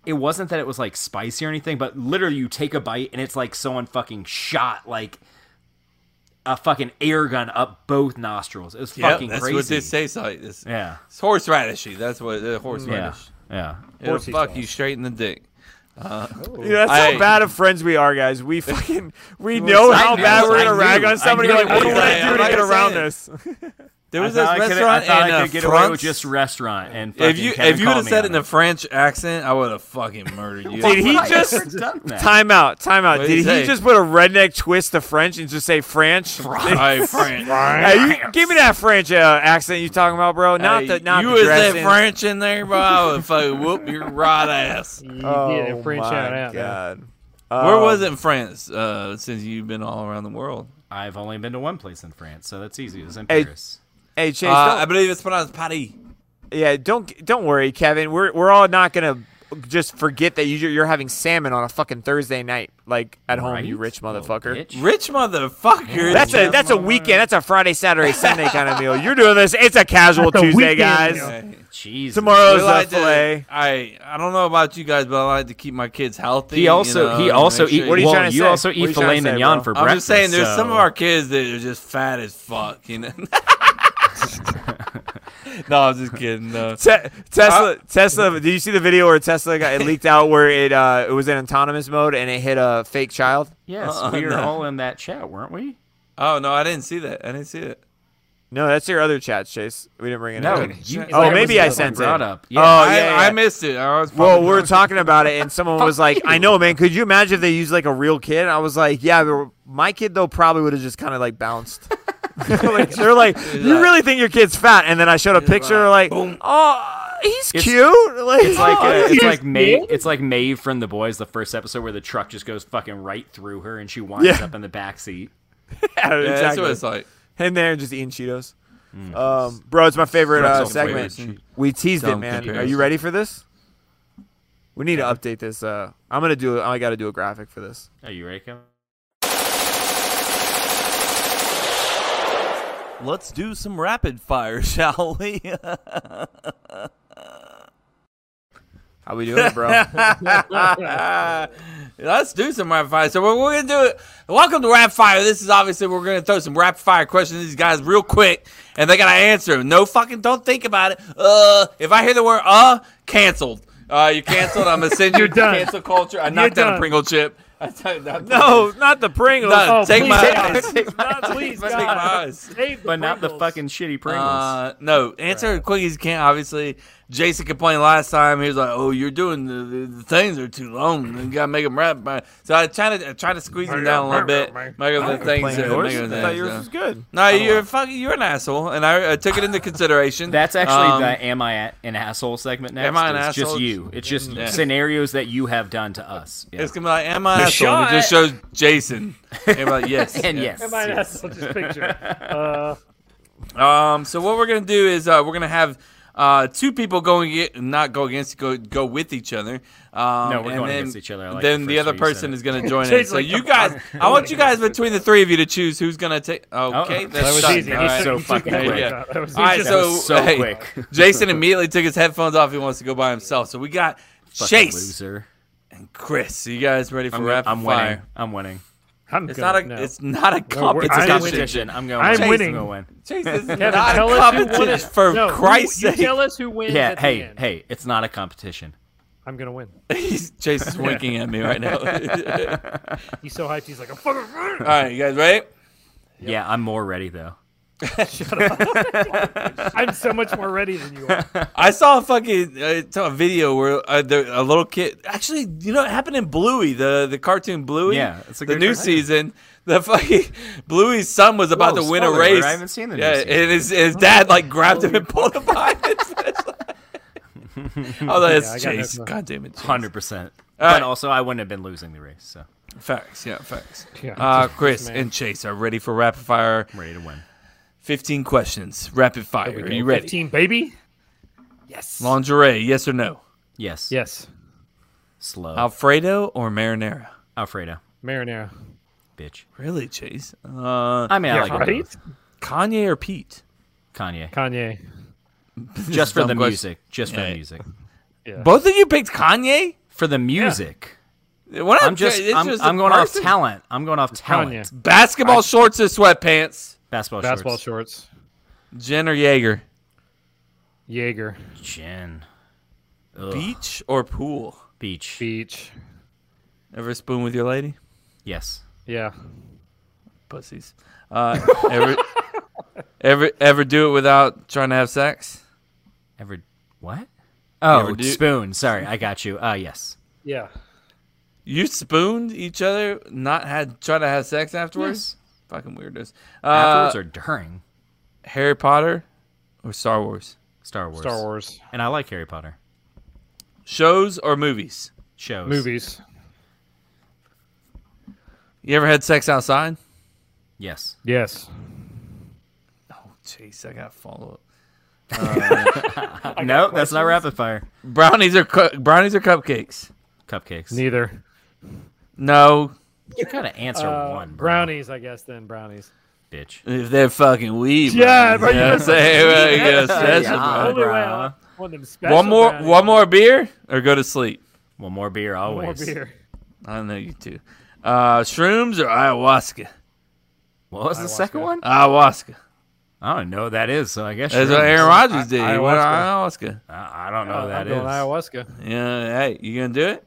[SPEAKER 5] it wasn't that it was like spicy or anything, but literally you take a bite and it's like someone fucking shot like a fucking air gun up both nostrils. It was
[SPEAKER 1] Yep,
[SPEAKER 5] fucking
[SPEAKER 1] that's
[SPEAKER 5] crazy.
[SPEAKER 1] what this tastes like. This,
[SPEAKER 5] Yeah.
[SPEAKER 1] It's horseradishy. That's what uh,
[SPEAKER 5] Yeah.
[SPEAKER 1] horseradish.
[SPEAKER 5] Yeah.
[SPEAKER 1] It'll fuck you straight in the dick.
[SPEAKER 2] Yeah, that's
[SPEAKER 1] I-
[SPEAKER 2] how bad of friends we are, guys. We fucking we know
[SPEAKER 5] I
[SPEAKER 2] how
[SPEAKER 5] knew,
[SPEAKER 2] bad we're
[SPEAKER 5] I
[SPEAKER 2] gonna
[SPEAKER 5] knew,
[SPEAKER 2] rag
[SPEAKER 5] I
[SPEAKER 2] on somebody.
[SPEAKER 5] knew
[SPEAKER 2] Like,
[SPEAKER 5] it
[SPEAKER 2] what do
[SPEAKER 5] was
[SPEAKER 2] I
[SPEAKER 1] bad.
[SPEAKER 2] do to
[SPEAKER 1] Like
[SPEAKER 2] get
[SPEAKER 1] I
[SPEAKER 2] around
[SPEAKER 1] said.
[SPEAKER 2] this?
[SPEAKER 1] There was
[SPEAKER 5] I
[SPEAKER 1] this
[SPEAKER 5] thought I could-
[SPEAKER 1] restaurant
[SPEAKER 5] I thought
[SPEAKER 1] in
[SPEAKER 5] I
[SPEAKER 1] uh,
[SPEAKER 5] could get away with
[SPEAKER 1] France.
[SPEAKER 5] just restaurant and
[SPEAKER 1] if
[SPEAKER 5] fucking
[SPEAKER 1] you
[SPEAKER 5] Kevin
[SPEAKER 1] if you would
[SPEAKER 5] called
[SPEAKER 1] have
[SPEAKER 5] me
[SPEAKER 1] said
[SPEAKER 5] on
[SPEAKER 1] it in a French accent, I would have fucking murdered you.
[SPEAKER 2] Did he
[SPEAKER 5] I've
[SPEAKER 2] just
[SPEAKER 5] never done that.
[SPEAKER 2] time out? Time out.
[SPEAKER 1] What'd he
[SPEAKER 2] Did he
[SPEAKER 1] say?
[SPEAKER 2] just put a redneck twist to French and just say French?
[SPEAKER 1] Hey, French.
[SPEAKER 2] Hey, you, give me that French uh, accent you talking about, bro. Not
[SPEAKER 1] Hey,
[SPEAKER 2] the not
[SPEAKER 1] you
[SPEAKER 2] the
[SPEAKER 1] was
[SPEAKER 2] dressing.
[SPEAKER 1] that French in there, bro? I would fucking whoop your right ass.
[SPEAKER 4] You did
[SPEAKER 2] Oh
[SPEAKER 4] it. French
[SPEAKER 2] my
[SPEAKER 4] out out. man.
[SPEAKER 2] god.
[SPEAKER 1] Where
[SPEAKER 2] Um,
[SPEAKER 1] was it in France? Uh, since you've been all around the world,
[SPEAKER 5] I've only been to one place in France, so that's easy. It was in
[SPEAKER 2] Hey,
[SPEAKER 5] Paris.
[SPEAKER 2] Hey Chase,
[SPEAKER 1] uh,
[SPEAKER 2] don't-
[SPEAKER 1] I believe it's pronounced Paris.
[SPEAKER 2] Yeah, don't don't worry, Kevin. We're we're all not gonna just forget that you you're having salmon on a fucking Thursday night, like at home, you
[SPEAKER 5] Right?
[SPEAKER 2] rich
[SPEAKER 5] Little
[SPEAKER 2] motherfucker.
[SPEAKER 5] bitch.
[SPEAKER 1] Rich motherfucker.
[SPEAKER 2] That's a that's a weekend. That's a Friday, Saturday, Sunday kind of meal. You're doing this. It's a casual
[SPEAKER 4] That's a
[SPEAKER 2] Tuesday,
[SPEAKER 4] weekend
[SPEAKER 2] guys.
[SPEAKER 4] meal.
[SPEAKER 1] Hey.
[SPEAKER 5] Jesus.
[SPEAKER 2] Tomorrow's
[SPEAKER 1] We like
[SPEAKER 2] a
[SPEAKER 1] to-
[SPEAKER 2] fillet.
[SPEAKER 1] I I don't know about you guys, but I like to keep my kids healthy.
[SPEAKER 5] He also
[SPEAKER 1] you know,
[SPEAKER 5] he
[SPEAKER 1] and
[SPEAKER 5] also
[SPEAKER 1] make sure
[SPEAKER 5] eat.
[SPEAKER 2] What are you
[SPEAKER 5] well,
[SPEAKER 2] trying to
[SPEAKER 5] you
[SPEAKER 2] say?
[SPEAKER 5] also
[SPEAKER 2] What are
[SPEAKER 5] eat
[SPEAKER 2] you trying
[SPEAKER 5] filet
[SPEAKER 2] to say,
[SPEAKER 5] mignon
[SPEAKER 2] bro?
[SPEAKER 5] for
[SPEAKER 1] I'm
[SPEAKER 5] breakfast.
[SPEAKER 1] just saying, there's some of
[SPEAKER 5] so-
[SPEAKER 1] our kids that are just fat as fuck. You know. no, I'm just kidding. No.
[SPEAKER 2] Te- Tesla,
[SPEAKER 1] Uh,
[SPEAKER 2] Tesla. Did you see the video where Tesla got it leaked out where it uh it was in autonomous mode and it hit a fake child?
[SPEAKER 5] Yes,
[SPEAKER 1] Uh-uh,
[SPEAKER 5] we were
[SPEAKER 1] no.
[SPEAKER 5] all in that chat, weren't we?
[SPEAKER 1] Oh no, I didn't see that. I didn't see it.
[SPEAKER 2] No, that's your other chats, Chase. We didn't bring it
[SPEAKER 5] No,
[SPEAKER 2] up.
[SPEAKER 5] you-
[SPEAKER 1] Oh,
[SPEAKER 5] that was
[SPEAKER 2] maybe
[SPEAKER 5] the
[SPEAKER 2] I
[SPEAKER 5] other one
[SPEAKER 2] sent it.
[SPEAKER 5] brought Up. Yeah.
[SPEAKER 2] Oh,
[SPEAKER 1] I,
[SPEAKER 2] yeah, yeah.
[SPEAKER 1] I missed it. I was
[SPEAKER 2] Well,
[SPEAKER 1] fucking-
[SPEAKER 2] we were talking about it, and someone was like, "I know, man. Could you imagine if they used like a real kid?" And I was like, "Yeah, but my kid though probably would have just kind of like bounced." like, they're like, "You
[SPEAKER 1] like-
[SPEAKER 2] really think your kid's fat?" And then I showed a picture, they're like, "Oh, he's cute." Like,
[SPEAKER 5] It's like
[SPEAKER 2] "Oh,
[SPEAKER 5] uh,
[SPEAKER 2] he's
[SPEAKER 5] it's like Maeve. It's like Maeve from The Boys, the first episode where the truck just goes fucking right through her and she winds
[SPEAKER 2] Yeah.
[SPEAKER 5] up in the back seat.
[SPEAKER 2] fat."
[SPEAKER 1] Yeah, that's what
[SPEAKER 2] Exactly.
[SPEAKER 1] it's like.
[SPEAKER 2] And they're just eating Cheetos. Um, bro, it's my favorite
[SPEAKER 1] That's
[SPEAKER 2] uh,
[SPEAKER 1] so
[SPEAKER 2] segment.
[SPEAKER 1] weird.
[SPEAKER 2] We teased it,
[SPEAKER 1] Dumb
[SPEAKER 2] man. Are you
[SPEAKER 1] comparison.
[SPEAKER 2] ready for this? We need to update this. Uh, I'm gonna do. I gotta do a graphic for this.
[SPEAKER 5] Are you ready, Kevin?
[SPEAKER 10] Let's do some rapid fire, shall we?
[SPEAKER 2] How we doing, it, bro?
[SPEAKER 1] Let's do some rapid fire. So we're, we're gonna do it. Welcome to rapid fire. This is obviously we're gonna throw some rapid fire questions to these guys real quick, and they gotta answer 'em. No fucking, don't think about it. Uh, if I hear the word uh, canceled. Uh, you canceled. I'm gonna send you
[SPEAKER 4] You're
[SPEAKER 1] to
[SPEAKER 4] done.
[SPEAKER 1] cancel culture. I knocked down a
[SPEAKER 4] done.
[SPEAKER 1] Pringle chip. I knocked down-
[SPEAKER 2] no, not the Pringles.
[SPEAKER 1] No,
[SPEAKER 4] Oh,
[SPEAKER 1] take
[SPEAKER 4] please,
[SPEAKER 1] my
[SPEAKER 4] God.
[SPEAKER 1] eyes. Take
[SPEAKER 4] God, please,
[SPEAKER 1] my
[SPEAKER 4] God.
[SPEAKER 1] eyes.
[SPEAKER 4] Save the
[SPEAKER 5] But not the
[SPEAKER 4] Pringles.
[SPEAKER 5] fucking shitty Pringles.
[SPEAKER 1] Uh, no, answer quick as you can. Obviously, Jason complained last time. He was like, "Oh, you're doing the, the, the things are too long. You gotta make them rap." But so I try to I try to
[SPEAKER 2] Oh,
[SPEAKER 1] squeeze them down a little bit, make them the things.
[SPEAKER 2] Playing
[SPEAKER 1] That,
[SPEAKER 2] yours?
[SPEAKER 1] make them
[SPEAKER 2] I
[SPEAKER 1] the
[SPEAKER 2] thought
[SPEAKER 1] things,
[SPEAKER 2] yours
[SPEAKER 1] yeah.
[SPEAKER 2] was good.
[SPEAKER 1] No, you're fucking you're an asshole, and I, I took it into consideration.
[SPEAKER 5] That's actually
[SPEAKER 1] Um,
[SPEAKER 5] the "Am I a- an asshole?" segment next.
[SPEAKER 1] Am I an
[SPEAKER 5] it's
[SPEAKER 1] asshole?
[SPEAKER 5] just you. It's just
[SPEAKER 1] Yeah.
[SPEAKER 5] scenarios that you have done to us. Yeah.
[SPEAKER 1] It's gonna be like, "Am I an asshole?" And it just shows Jason. And we're like, yes,
[SPEAKER 5] and
[SPEAKER 1] yeah.
[SPEAKER 5] yes,
[SPEAKER 4] Am I an
[SPEAKER 5] yes.
[SPEAKER 4] asshole? Just picture. Uh,
[SPEAKER 1] Um, so what we're gonna do is uh, we're gonna have uh, two people going ag- not go against go go with each other. Um,
[SPEAKER 5] No, we're
[SPEAKER 1] and
[SPEAKER 5] going
[SPEAKER 1] then,
[SPEAKER 5] against each other. I like
[SPEAKER 1] then
[SPEAKER 5] the
[SPEAKER 1] the
[SPEAKER 5] first
[SPEAKER 1] other
[SPEAKER 5] way you said
[SPEAKER 1] person
[SPEAKER 5] it.
[SPEAKER 1] is gonna join in.
[SPEAKER 4] Jade's
[SPEAKER 1] So
[SPEAKER 4] like,
[SPEAKER 1] you
[SPEAKER 4] "Fuck
[SPEAKER 1] guys, I want you guys between the three of you to choose who's gonna take. Okay,
[SPEAKER 5] that
[SPEAKER 1] that's
[SPEAKER 4] that was
[SPEAKER 1] done.
[SPEAKER 4] easy.
[SPEAKER 1] All
[SPEAKER 4] He
[SPEAKER 1] right.
[SPEAKER 4] took-
[SPEAKER 5] So
[SPEAKER 4] he took
[SPEAKER 5] fucking
[SPEAKER 4] it.
[SPEAKER 5] quick.
[SPEAKER 4] Yeah, that was-
[SPEAKER 1] All right,
[SPEAKER 4] he just-
[SPEAKER 1] so,
[SPEAKER 5] was so
[SPEAKER 1] hey,
[SPEAKER 5] quick.
[SPEAKER 1] Jason immediately took his headphones off. He wants to go by himself. So we got
[SPEAKER 5] Fucking
[SPEAKER 1] Chase
[SPEAKER 5] loser.
[SPEAKER 1] and Chris. You guys ready for
[SPEAKER 5] I'm,
[SPEAKER 1] rapid
[SPEAKER 5] I'm
[SPEAKER 1] fire?
[SPEAKER 5] winning. I'm winning.
[SPEAKER 4] I'm
[SPEAKER 1] It's
[SPEAKER 4] gonna-
[SPEAKER 1] not a.
[SPEAKER 4] no.
[SPEAKER 1] It's not a
[SPEAKER 4] we're-
[SPEAKER 1] competition.
[SPEAKER 4] I'm winning.
[SPEAKER 5] Competition. I'm going.
[SPEAKER 4] I'm
[SPEAKER 5] Chase,
[SPEAKER 4] winning.
[SPEAKER 5] I'm gonna win.
[SPEAKER 1] Chase, this is
[SPEAKER 4] Kevin,
[SPEAKER 1] not
[SPEAKER 4] tell
[SPEAKER 1] a
[SPEAKER 4] us who wins.
[SPEAKER 1] competition. For
[SPEAKER 4] no,
[SPEAKER 1] Christ's
[SPEAKER 4] you, you
[SPEAKER 1] sake.
[SPEAKER 4] tell us who wins.
[SPEAKER 5] Yeah.
[SPEAKER 4] at the
[SPEAKER 5] Hey.
[SPEAKER 4] end.
[SPEAKER 5] Hey. It's not a competition.
[SPEAKER 4] I'm gonna win.
[SPEAKER 1] He's, Chase is winking at me right now. All
[SPEAKER 4] He's so hyped. He's like, I'm fucking.
[SPEAKER 1] right, you guys ready?
[SPEAKER 5] Yeah. I'm more ready though.
[SPEAKER 4] I'm so much more ready than you are.
[SPEAKER 1] I saw a fucking uh, saw a video where uh, there, a little kid. Actually, you know, it happened in Bluey, the the cartoon Bluey.
[SPEAKER 5] Yeah, it's a
[SPEAKER 1] the
[SPEAKER 5] good
[SPEAKER 1] new
[SPEAKER 5] cartoon.
[SPEAKER 1] season. The fucking Bluey's son was about
[SPEAKER 5] Whoa,
[SPEAKER 1] to win a
[SPEAKER 5] spoiler alert,
[SPEAKER 1] race.
[SPEAKER 5] I haven't seen the new
[SPEAKER 1] Yeah,
[SPEAKER 5] season.
[SPEAKER 1] and his, his dad like grabbed him and pulled him behind. his fist. I was like,
[SPEAKER 4] I
[SPEAKER 1] it's
[SPEAKER 4] got
[SPEAKER 1] Chase.
[SPEAKER 4] nothing.
[SPEAKER 1] God damn it, Chase.
[SPEAKER 5] Hundred percent.
[SPEAKER 1] All right.
[SPEAKER 5] But also, I wouldn't have been losing the race. So
[SPEAKER 1] Facts, yeah, facts.
[SPEAKER 4] Yeah.
[SPEAKER 1] Uh, Chris and Chase are ready for rapid fire.
[SPEAKER 5] I'm ready to win.
[SPEAKER 1] 15 questions, rapid fire. Are you ready?
[SPEAKER 4] 15, baby. Yes.
[SPEAKER 1] Lingerie, yes or no?
[SPEAKER 5] Yes.
[SPEAKER 4] Yes.
[SPEAKER 5] Slow.
[SPEAKER 1] Alfredo or marinara?
[SPEAKER 5] Alfredo.
[SPEAKER 4] Marinara.
[SPEAKER 5] Bitch.
[SPEAKER 1] Really, Chase? Uh,
[SPEAKER 5] I mean, I
[SPEAKER 4] Yeah,
[SPEAKER 5] like them
[SPEAKER 4] right.
[SPEAKER 5] both.
[SPEAKER 1] Kanye or Pete?
[SPEAKER 5] Kanye.
[SPEAKER 4] Kanye.
[SPEAKER 5] Just for
[SPEAKER 1] dumb
[SPEAKER 5] the
[SPEAKER 1] question.
[SPEAKER 5] music. Just for
[SPEAKER 1] Yeah.
[SPEAKER 5] the music.
[SPEAKER 1] Both of you picked Kanye?
[SPEAKER 5] For the music.
[SPEAKER 1] What
[SPEAKER 5] I'm just.
[SPEAKER 1] it's
[SPEAKER 5] I'm,
[SPEAKER 1] just a
[SPEAKER 5] I'm going
[SPEAKER 1] person.
[SPEAKER 5] off talent. I'm going off talent.
[SPEAKER 4] Kanye.
[SPEAKER 1] Basketball shorts or sweatpants?
[SPEAKER 5] Basketball,
[SPEAKER 4] Basketball
[SPEAKER 5] shorts.
[SPEAKER 4] shorts.
[SPEAKER 1] Jen or Jaeger?
[SPEAKER 4] Jaeger.
[SPEAKER 5] Gin.
[SPEAKER 1] Beach or pool?
[SPEAKER 5] Beach.
[SPEAKER 4] Beach.
[SPEAKER 1] Ever spoon with your lady?
[SPEAKER 5] Yes.
[SPEAKER 4] Yeah.
[SPEAKER 1] Pussies. Uh, ever, ever, ever do it without trying to have sex?
[SPEAKER 5] Ever what?
[SPEAKER 1] ever
[SPEAKER 5] Oh,
[SPEAKER 1] do-
[SPEAKER 5] spoon. Sorry, I got you. Uh yes.
[SPEAKER 4] Yeah.
[SPEAKER 1] You spooned each other, not had trying to have sex afterwards. Fucking weirdos. Uh,
[SPEAKER 5] Afterwards or during
[SPEAKER 1] Harry Potter or Star Wars?
[SPEAKER 5] Star Wars.
[SPEAKER 4] Star Wars.
[SPEAKER 5] And I like Harry Potter
[SPEAKER 1] Shows or movies?
[SPEAKER 5] shows.
[SPEAKER 4] Movies.
[SPEAKER 1] You ever had sex outside?
[SPEAKER 5] Yes.
[SPEAKER 4] Yes.
[SPEAKER 1] Oh, jeez, I got follow up.
[SPEAKER 5] No, that's not rapid fire.
[SPEAKER 1] Brownies or cu- brownies or cupcakes?
[SPEAKER 5] Cupcakes.
[SPEAKER 4] Neither.
[SPEAKER 1] No,
[SPEAKER 5] You gotta answer
[SPEAKER 4] Uh,
[SPEAKER 5] one. bro,
[SPEAKER 4] Brownies, I guess, then. Brownies.
[SPEAKER 5] bitch.
[SPEAKER 1] if they're fucking weed.
[SPEAKER 4] Yeah,
[SPEAKER 1] bro.
[SPEAKER 4] bro,
[SPEAKER 1] You know what I'm saying? Well, you know, that's a-
[SPEAKER 5] Yeah.
[SPEAKER 4] Only way
[SPEAKER 5] bruh.
[SPEAKER 4] I want- want them special
[SPEAKER 1] One more,
[SPEAKER 4] brownies.
[SPEAKER 1] one more beer or go to sleep.
[SPEAKER 5] One more beer
[SPEAKER 4] One more
[SPEAKER 5] always.
[SPEAKER 4] beer.
[SPEAKER 1] I know you two. Uh, shrooms or ayahuasca?
[SPEAKER 5] What was the second one?
[SPEAKER 1] Ayahuasca.
[SPEAKER 5] I don't know what that is, so I guess
[SPEAKER 1] That's
[SPEAKER 5] sure.
[SPEAKER 1] what Aaron Rodgers did. He went ayahuasca.
[SPEAKER 4] ayahuasca.
[SPEAKER 5] I I don't
[SPEAKER 1] Oh,
[SPEAKER 5] know what that
[SPEAKER 4] Uh, I'm
[SPEAKER 5] is.
[SPEAKER 4] going ayahuasca.
[SPEAKER 1] Yeah, hey, you gonna do it?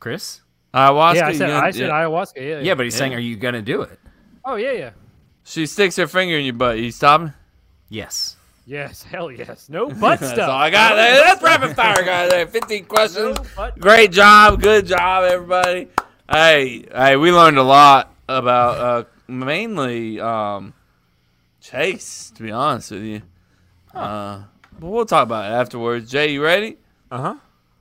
[SPEAKER 5] Chris?
[SPEAKER 1] Ayahuasca.
[SPEAKER 4] yeah, I said,
[SPEAKER 1] you
[SPEAKER 4] I
[SPEAKER 1] know,
[SPEAKER 4] said
[SPEAKER 1] yeah.
[SPEAKER 4] ayahuasca. Yeah, yeah.
[SPEAKER 5] Yeah, but he's saying, are you gonna do it?
[SPEAKER 4] oh yeah, yeah.
[SPEAKER 1] She sticks her finger in your butt. You stopping?
[SPEAKER 5] Yes.
[SPEAKER 4] Yes, hell yes. No butt stuff.
[SPEAKER 1] That's all I got. Hey, That's rapid fire, guys. Hey, 15
[SPEAKER 4] No
[SPEAKER 1] questions.
[SPEAKER 4] butt
[SPEAKER 1] Great job. Good job, everybody. Hey, hey, we learned a lot about uh, mainly um, Chase, to be honest with you. Uh, but we'll talk about it afterwards. Jay, you ready?
[SPEAKER 2] Uh huh.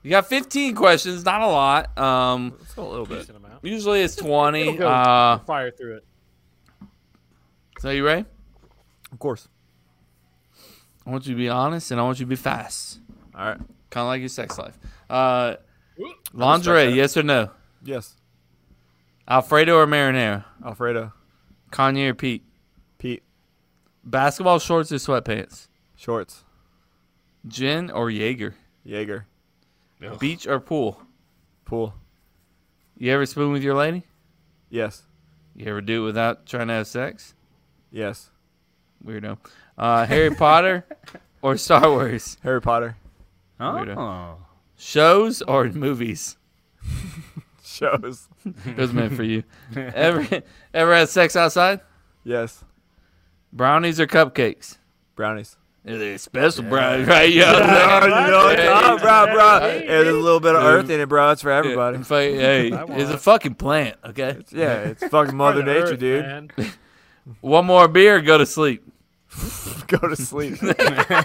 [SPEAKER 1] You got 15 questions, not a lot. Um,
[SPEAKER 2] Let's go a little bit.
[SPEAKER 4] decent amount.
[SPEAKER 1] usually it's
[SPEAKER 4] It'll
[SPEAKER 1] 20.
[SPEAKER 4] go
[SPEAKER 1] Uh,
[SPEAKER 4] fire through it.
[SPEAKER 1] so you ready?
[SPEAKER 2] Of course.
[SPEAKER 1] I want you to be honest and I want you to be fast.
[SPEAKER 2] All right.
[SPEAKER 1] Kind of like your sex life. Uh, lingerie, yes or no?
[SPEAKER 2] Yes.
[SPEAKER 1] Alfredo or marinara?
[SPEAKER 2] Alfredo,
[SPEAKER 1] Kanye or Pete?
[SPEAKER 2] Pete,
[SPEAKER 1] Basketball shorts or sweatpants?
[SPEAKER 2] shorts,
[SPEAKER 1] Gin or Jaeger?
[SPEAKER 2] Jaeger,
[SPEAKER 1] Beach or pool?
[SPEAKER 2] pool.
[SPEAKER 1] You ever spoon with your lady?
[SPEAKER 2] Yes.
[SPEAKER 1] You ever do it without trying to have sex?
[SPEAKER 2] Yes.
[SPEAKER 1] Weirdo. Uh, Harry Potter or Star Wars?
[SPEAKER 2] Harry Potter
[SPEAKER 5] Oh.
[SPEAKER 1] Shows or movies?
[SPEAKER 2] shows.
[SPEAKER 1] It was meant for you. ever ever had sex outside?
[SPEAKER 2] Yes.
[SPEAKER 1] Brownies or cupcakes?
[SPEAKER 2] Brownies.
[SPEAKER 1] They're special brownies, right? Yeah.
[SPEAKER 2] you know,
[SPEAKER 1] Hey.
[SPEAKER 2] oh, bro, bro. Hey, there's a little bit of earth in it, bro. It's for everybody.
[SPEAKER 1] In fact, Hey, it's a fucking plant, okay?
[SPEAKER 2] Yeah, it's fucking Mother
[SPEAKER 4] Fire to
[SPEAKER 2] Nature,
[SPEAKER 4] earth,
[SPEAKER 2] dude.
[SPEAKER 4] man.
[SPEAKER 1] One more beer, go to sleep.
[SPEAKER 2] Go to sleep.
[SPEAKER 4] Yeah,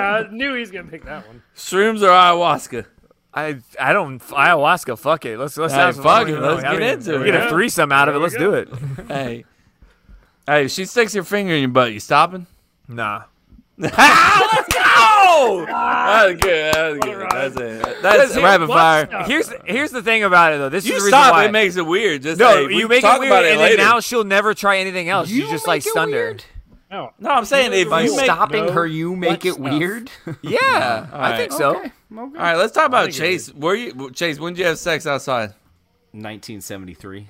[SPEAKER 4] I knew he was gonna pick that one.
[SPEAKER 1] Shrooms or ayahuasca?
[SPEAKER 2] I I don't ayahuasca. Fuck it. Let's let's
[SPEAKER 1] Hey,
[SPEAKER 2] have some
[SPEAKER 1] fuck
[SPEAKER 2] fun.
[SPEAKER 1] it,
[SPEAKER 2] You know,
[SPEAKER 1] let's
[SPEAKER 2] I
[SPEAKER 1] get
[SPEAKER 2] mean,
[SPEAKER 1] into
[SPEAKER 2] We
[SPEAKER 1] it.
[SPEAKER 2] get a threesome out of it. Let's do it.
[SPEAKER 1] hey. Hey, if she sticks her finger in your butt, you stopping?
[SPEAKER 2] Nah.
[SPEAKER 1] Oh! That's good. That's good. That's it. That's rapid fire.
[SPEAKER 2] Here's here's the thing about it though. This
[SPEAKER 1] You
[SPEAKER 2] is the reason
[SPEAKER 1] stop.
[SPEAKER 2] why.
[SPEAKER 1] It makes it weird. Just
[SPEAKER 2] no,
[SPEAKER 1] hey, we
[SPEAKER 2] you
[SPEAKER 1] can
[SPEAKER 2] make
[SPEAKER 1] talk
[SPEAKER 2] it weird,
[SPEAKER 1] about it
[SPEAKER 2] and
[SPEAKER 1] later.
[SPEAKER 2] then now she'll never try anything else. You, just like stunned her.
[SPEAKER 4] No,
[SPEAKER 1] No, I'm saying if
[SPEAKER 5] By
[SPEAKER 1] you make. All
[SPEAKER 5] stopping
[SPEAKER 4] no
[SPEAKER 5] her, you make it
[SPEAKER 4] stuff.
[SPEAKER 5] weird.
[SPEAKER 2] Yeah, I
[SPEAKER 1] right.
[SPEAKER 2] think so.
[SPEAKER 5] Okay.
[SPEAKER 1] right, let's talk about Chase. Where you, Chase? When did you have sex outside?
[SPEAKER 5] 1973.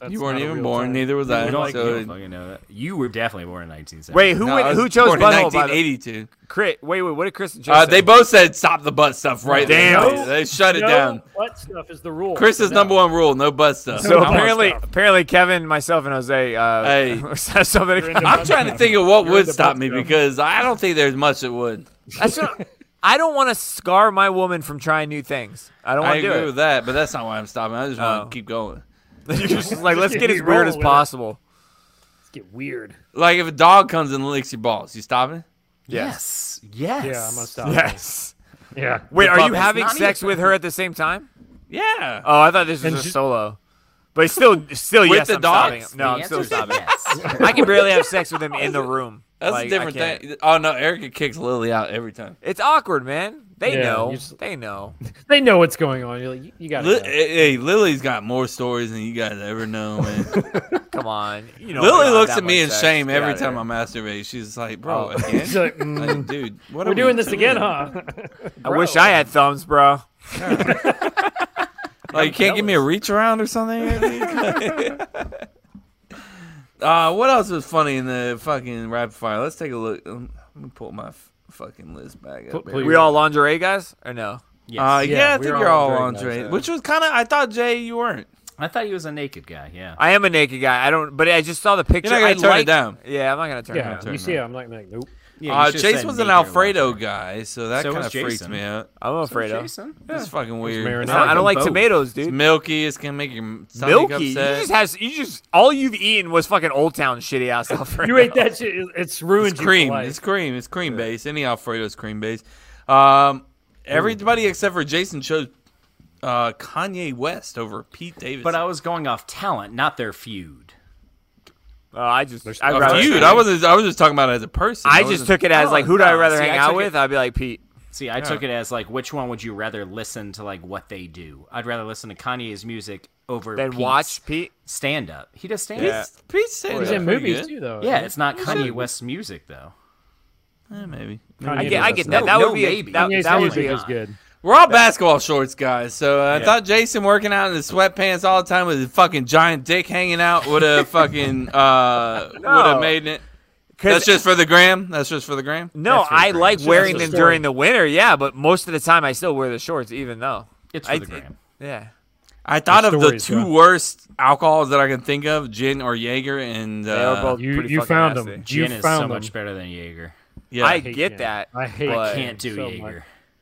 [SPEAKER 4] that's
[SPEAKER 1] You weren't
[SPEAKER 4] not a
[SPEAKER 1] even
[SPEAKER 4] real
[SPEAKER 1] born.
[SPEAKER 4] time.
[SPEAKER 1] Neither was I.
[SPEAKER 5] You don't, you
[SPEAKER 1] so,
[SPEAKER 5] don't fucking know that. You were definitely born in 1970.
[SPEAKER 2] Wait, who
[SPEAKER 1] No, I
[SPEAKER 2] went,
[SPEAKER 1] was
[SPEAKER 2] who chose
[SPEAKER 1] born in
[SPEAKER 2] butthole? By the,
[SPEAKER 1] 1982.
[SPEAKER 2] Crit. Wait, wait. What did Chris and Chase
[SPEAKER 1] Uh,
[SPEAKER 2] say?
[SPEAKER 1] they both said stop the butt stuff right
[SPEAKER 2] Damn.
[SPEAKER 1] there. They shut it
[SPEAKER 4] No
[SPEAKER 1] down.
[SPEAKER 4] butt stuff is the rule.
[SPEAKER 1] Chris's number one rule: no butt stuff.
[SPEAKER 2] So
[SPEAKER 1] I'm-
[SPEAKER 2] apparently,
[SPEAKER 4] stuff.
[SPEAKER 2] apparently, Kevin, myself, and Jose. Uh,
[SPEAKER 1] Hey.
[SPEAKER 2] have so many.
[SPEAKER 4] You're into
[SPEAKER 1] I'm
[SPEAKER 4] butt
[SPEAKER 1] trying to
[SPEAKER 4] stuff.
[SPEAKER 1] think of what
[SPEAKER 4] You're
[SPEAKER 1] would
[SPEAKER 4] into
[SPEAKER 1] stop
[SPEAKER 4] butt
[SPEAKER 1] me
[SPEAKER 4] stuff.
[SPEAKER 1] because I don't think there's much that would.
[SPEAKER 2] That's what- I don't want to scar my woman from trying new things. I don't
[SPEAKER 1] I
[SPEAKER 2] want to
[SPEAKER 1] agree
[SPEAKER 2] do it.
[SPEAKER 1] with that, but that's not why I'm stopping. I just
[SPEAKER 2] Oh.
[SPEAKER 1] want to keep going.
[SPEAKER 2] You're just like, let's get as
[SPEAKER 4] keep
[SPEAKER 2] weird
[SPEAKER 4] rolling
[SPEAKER 2] as
[SPEAKER 4] with it.
[SPEAKER 2] possible.
[SPEAKER 4] Let's get weird.
[SPEAKER 1] Like if a dog comes and licks your balls, you stopping?
[SPEAKER 5] Yes. Yes.
[SPEAKER 4] Yeah, I'm gonna stop.
[SPEAKER 2] Yes.
[SPEAKER 4] Yeah.
[SPEAKER 2] Wait, are you
[SPEAKER 1] puppets.
[SPEAKER 2] having
[SPEAKER 5] Not
[SPEAKER 2] sex
[SPEAKER 5] even-
[SPEAKER 2] with her at the same time?
[SPEAKER 1] Yeah.
[SPEAKER 2] Oh, I thought this was
[SPEAKER 4] And
[SPEAKER 2] just
[SPEAKER 4] she-
[SPEAKER 2] solo. But still, still,
[SPEAKER 1] With
[SPEAKER 2] yes,
[SPEAKER 1] the
[SPEAKER 2] I'm stopping.
[SPEAKER 1] dogs,
[SPEAKER 2] No, I'm
[SPEAKER 5] answer
[SPEAKER 2] still
[SPEAKER 5] is
[SPEAKER 2] stopping.
[SPEAKER 5] yes.
[SPEAKER 2] I can barely have sex with him in the room.
[SPEAKER 1] That's
[SPEAKER 2] Like, I
[SPEAKER 1] a different
[SPEAKER 2] can't.
[SPEAKER 1] thing. Oh no, Erica kicks Lily out every time.
[SPEAKER 2] It's awkward, man. They
[SPEAKER 4] Yeah,
[SPEAKER 2] know.
[SPEAKER 4] you just-
[SPEAKER 2] They know.
[SPEAKER 4] They know what's going on. You're like, you, you gotta.
[SPEAKER 1] Li- eh,
[SPEAKER 4] go.
[SPEAKER 1] hey, hey, Lily's got more stories than you guys ever know, man.
[SPEAKER 2] Come on. You know. we don't
[SPEAKER 1] Lily
[SPEAKER 2] have
[SPEAKER 1] looks
[SPEAKER 2] that
[SPEAKER 1] at me
[SPEAKER 2] much
[SPEAKER 1] in
[SPEAKER 2] sex.
[SPEAKER 1] shame
[SPEAKER 2] Get
[SPEAKER 1] every
[SPEAKER 2] outta
[SPEAKER 1] time
[SPEAKER 2] here.
[SPEAKER 1] I masturbate. She's like, "Bro,
[SPEAKER 2] Oh.
[SPEAKER 1] again?
[SPEAKER 4] She's like, mm,
[SPEAKER 1] Like, dude, what
[SPEAKER 4] we're
[SPEAKER 1] are
[SPEAKER 4] doing
[SPEAKER 1] we
[SPEAKER 4] this again, huh?
[SPEAKER 2] I wish I had thumbs, bro.
[SPEAKER 1] Like, Oh, you can't give me a reach around or something? uh, what else was funny in the fucking rapid fire? Let's take a look. Um, Let me pull my f- fucking list back up.
[SPEAKER 4] Put-
[SPEAKER 1] here.
[SPEAKER 2] We all lingerie guys or no?
[SPEAKER 1] Uh, yeah,
[SPEAKER 4] Yeah,
[SPEAKER 1] I
[SPEAKER 4] we
[SPEAKER 1] think
[SPEAKER 4] were
[SPEAKER 1] you're
[SPEAKER 4] all
[SPEAKER 1] all on
[SPEAKER 4] on
[SPEAKER 1] train, which was kind of. I thought Jay, you weren't.
[SPEAKER 5] I thought he was a naked guy. Yeah.
[SPEAKER 2] I am a naked guy. I don't, but I just saw the picture.
[SPEAKER 1] You're not
[SPEAKER 2] I
[SPEAKER 1] gonna turn it
[SPEAKER 2] like-
[SPEAKER 1] down.
[SPEAKER 2] Yeah, I'm not gonna turn it
[SPEAKER 4] Yeah,
[SPEAKER 2] down.
[SPEAKER 4] you see, I'm like, like, nope.
[SPEAKER 5] yeah
[SPEAKER 1] uh,
[SPEAKER 5] you should've
[SPEAKER 1] Chase
[SPEAKER 5] said
[SPEAKER 1] was an
[SPEAKER 5] naked or
[SPEAKER 1] Alfredo
[SPEAKER 5] lingerie.
[SPEAKER 1] guy, so that
[SPEAKER 5] So
[SPEAKER 1] kind of
[SPEAKER 5] was
[SPEAKER 1] freaks
[SPEAKER 5] Jason.
[SPEAKER 1] me out.
[SPEAKER 2] I'm afraid of. It's
[SPEAKER 5] Jason?
[SPEAKER 1] It's fucking
[SPEAKER 4] marinara.
[SPEAKER 1] weird.
[SPEAKER 2] not- I don't like
[SPEAKER 5] both.
[SPEAKER 2] tomatoes,
[SPEAKER 1] It's
[SPEAKER 2] dude.
[SPEAKER 1] milky. It's gonna make your stomach
[SPEAKER 2] Milky. You
[SPEAKER 1] upset.
[SPEAKER 2] just has. You just all you've eaten was fucking Old Town shitty ass Alfredo.
[SPEAKER 4] You ate that shit. it- It's ruined
[SPEAKER 1] It's
[SPEAKER 4] you for
[SPEAKER 1] cream.
[SPEAKER 4] life.
[SPEAKER 1] It's cream. It's cream based. Any Alfredo's cream based. Um, everybody except for Jason chose uh, Kanye West over Pete Davis.
[SPEAKER 5] But I was going off talent, not their feud.
[SPEAKER 2] Oh, I just. I'd
[SPEAKER 1] A
[SPEAKER 2] rather-
[SPEAKER 1] feud. I wasn't. I was just talking about it as a person.
[SPEAKER 2] I just
[SPEAKER 1] wasn't-
[SPEAKER 2] took it as like, who do I
[SPEAKER 5] Oh,
[SPEAKER 2] rather
[SPEAKER 5] see,
[SPEAKER 2] hang
[SPEAKER 5] I
[SPEAKER 2] out
[SPEAKER 5] took it-
[SPEAKER 2] with? I'd be like Pete.
[SPEAKER 5] See, I took it as like, which one would you rather listen to, like what they do? I'd rather listen to Kanye's music over
[SPEAKER 2] Then
[SPEAKER 5] Pete's
[SPEAKER 2] watch Pete.
[SPEAKER 5] stand up. He does stand
[SPEAKER 2] Yeah.
[SPEAKER 5] up.
[SPEAKER 1] Pete's, Pete's saying
[SPEAKER 4] He's
[SPEAKER 1] that
[SPEAKER 4] in
[SPEAKER 1] pretty
[SPEAKER 4] movies
[SPEAKER 1] good.
[SPEAKER 4] too, though.
[SPEAKER 5] Yeah, it's not Kanye West's music though.
[SPEAKER 1] Eh, maybe.
[SPEAKER 2] I
[SPEAKER 4] Kanye
[SPEAKER 2] get. I
[SPEAKER 4] does
[SPEAKER 2] get
[SPEAKER 4] that.
[SPEAKER 2] that. That
[SPEAKER 5] No,
[SPEAKER 2] would be. A,
[SPEAKER 5] maybe.
[SPEAKER 2] that,
[SPEAKER 4] Kanye's
[SPEAKER 2] that would
[SPEAKER 4] music
[SPEAKER 2] be. A,
[SPEAKER 4] is good.
[SPEAKER 1] We're all basketball shorts guys, so I thought Jason working out in his sweatpants all the time with his fucking giant dick hanging out would have fucking uh, would have made it.
[SPEAKER 2] 'cause-
[SPEAKER 1] That's just for the gram. That's just for the gram.
[SPEAKER 2] No, I like wearing them
[SPEAKER 4] story.
[SPEAKER 2] during the winter. Yeah, but most of the time I still wear the shorts, even though.
[SPEAKER 5] It's
[SPEAKER 2] I-
[SPEAKER 5] for the gram.
[SPEAKER 2] Yeah.
[SPEAKER 1] I thought of the
[SPEAKER 4] stories,
[SPEAKER 1] two
[SPEAKER 4] huh?
[SPEAKER 1] worst alcohols that I can think of: gin or Jaeger, and
[SPEAKER 2] They are
[SPEAKER 1] uh,
[SPEAKER 2] both
[SPEAKER 4] you
[SPEAKER 2] pretty
[SPEAKER 4] you
[SPEAKER 2] fucking
[SPEAKER 4] found
[SPEAKER 2] nasty.
[SPEAKER 4] them.
[SPEAKER 5] Gin
[SPEAKER 4] you
[SPEAKER 5] is
[SPEAKER 4] found
[SPEAKER 5] so
[SPEAKER 4] them.
[SPEAKER 5] much better than Jaeger.
[SPEAKER 1] yeah.
[SPEAKER 2] I
[SPEAKER 4] hate
[SPEAKER 2] get
[SPEAKER 4] gin.
[SPEAKER 2] that.
[SPEAKER 4] I hate
[SPEAKER 2] but-
[SPEAKER 4] gin.
[SPEAKER 5] Can't do
[SPEAKER 4] so
[SPEAKER 5] Jaeger.
[SPEAKER 4] much.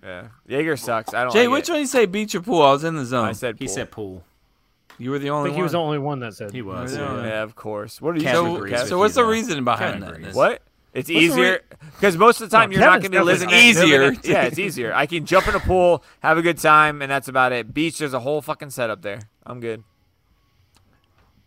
[SPEAKER 2] Yeah. Jaeger sucks. I don't.
[SPEAKER 1] Jay,
[SPEAKER 2] like
[SPEAKER 1] which
[SPEAKER 2] it.
[SPEAKER 1] one did you say beat your pool? I was in the zone.
[SPEAKER 2] I said.
[SPEAKER 5] He
[SPEAKER 2] pool.
[SPEAKER 5] said pool.
[SPEAKER 1] you were the
[SPEAKER 4] I
[SPEAKER 1] only
[SPEAKER 4] think he was the
[SPEAKER 1] one.
[SPEAKER 4] only one that said
[SPEAKER 5] He was.
[SPEAKER 1] Yeah.
[SPEAKER 5] yeah.
[SPEAKER 2] Yeah, of course. What are you
[SPEAKER 5] Kevin
[SPEAKER 2] so-
[SPEAKER 1] So,
[SPEAKER 5] agrees
[SPEAKER 2] Kev-
[SPEAKER 5] with
[SPEAKER 1] so what's
[SPEAKER 5] you
[SPEAKER 1] the
[SPEAKER 5] there.
[SPEAKER 1] reason behind
[SPEAKER 5] Kevin agrees.
[SPEAKER 1] that?
[SPEAKER 2] What? It's
[SPEAKER 1] the
[SPEAKER 2] easier because most of the time
[SPEAKER 4] No,
[SPEAKER 2] you're not
[SPEAKER 4] Kevin's
[SPEAKER 2] going to be living
[SPEAKER 1] definitely not.
[SPEAKER 2] living in-
[SPEAKER 1] Easier.
[SPEAKER 2] yeah, it's easier. I can jump in a pool, have a good time, and that's about it. Beach, there's a whole fucking setup there. I'm good.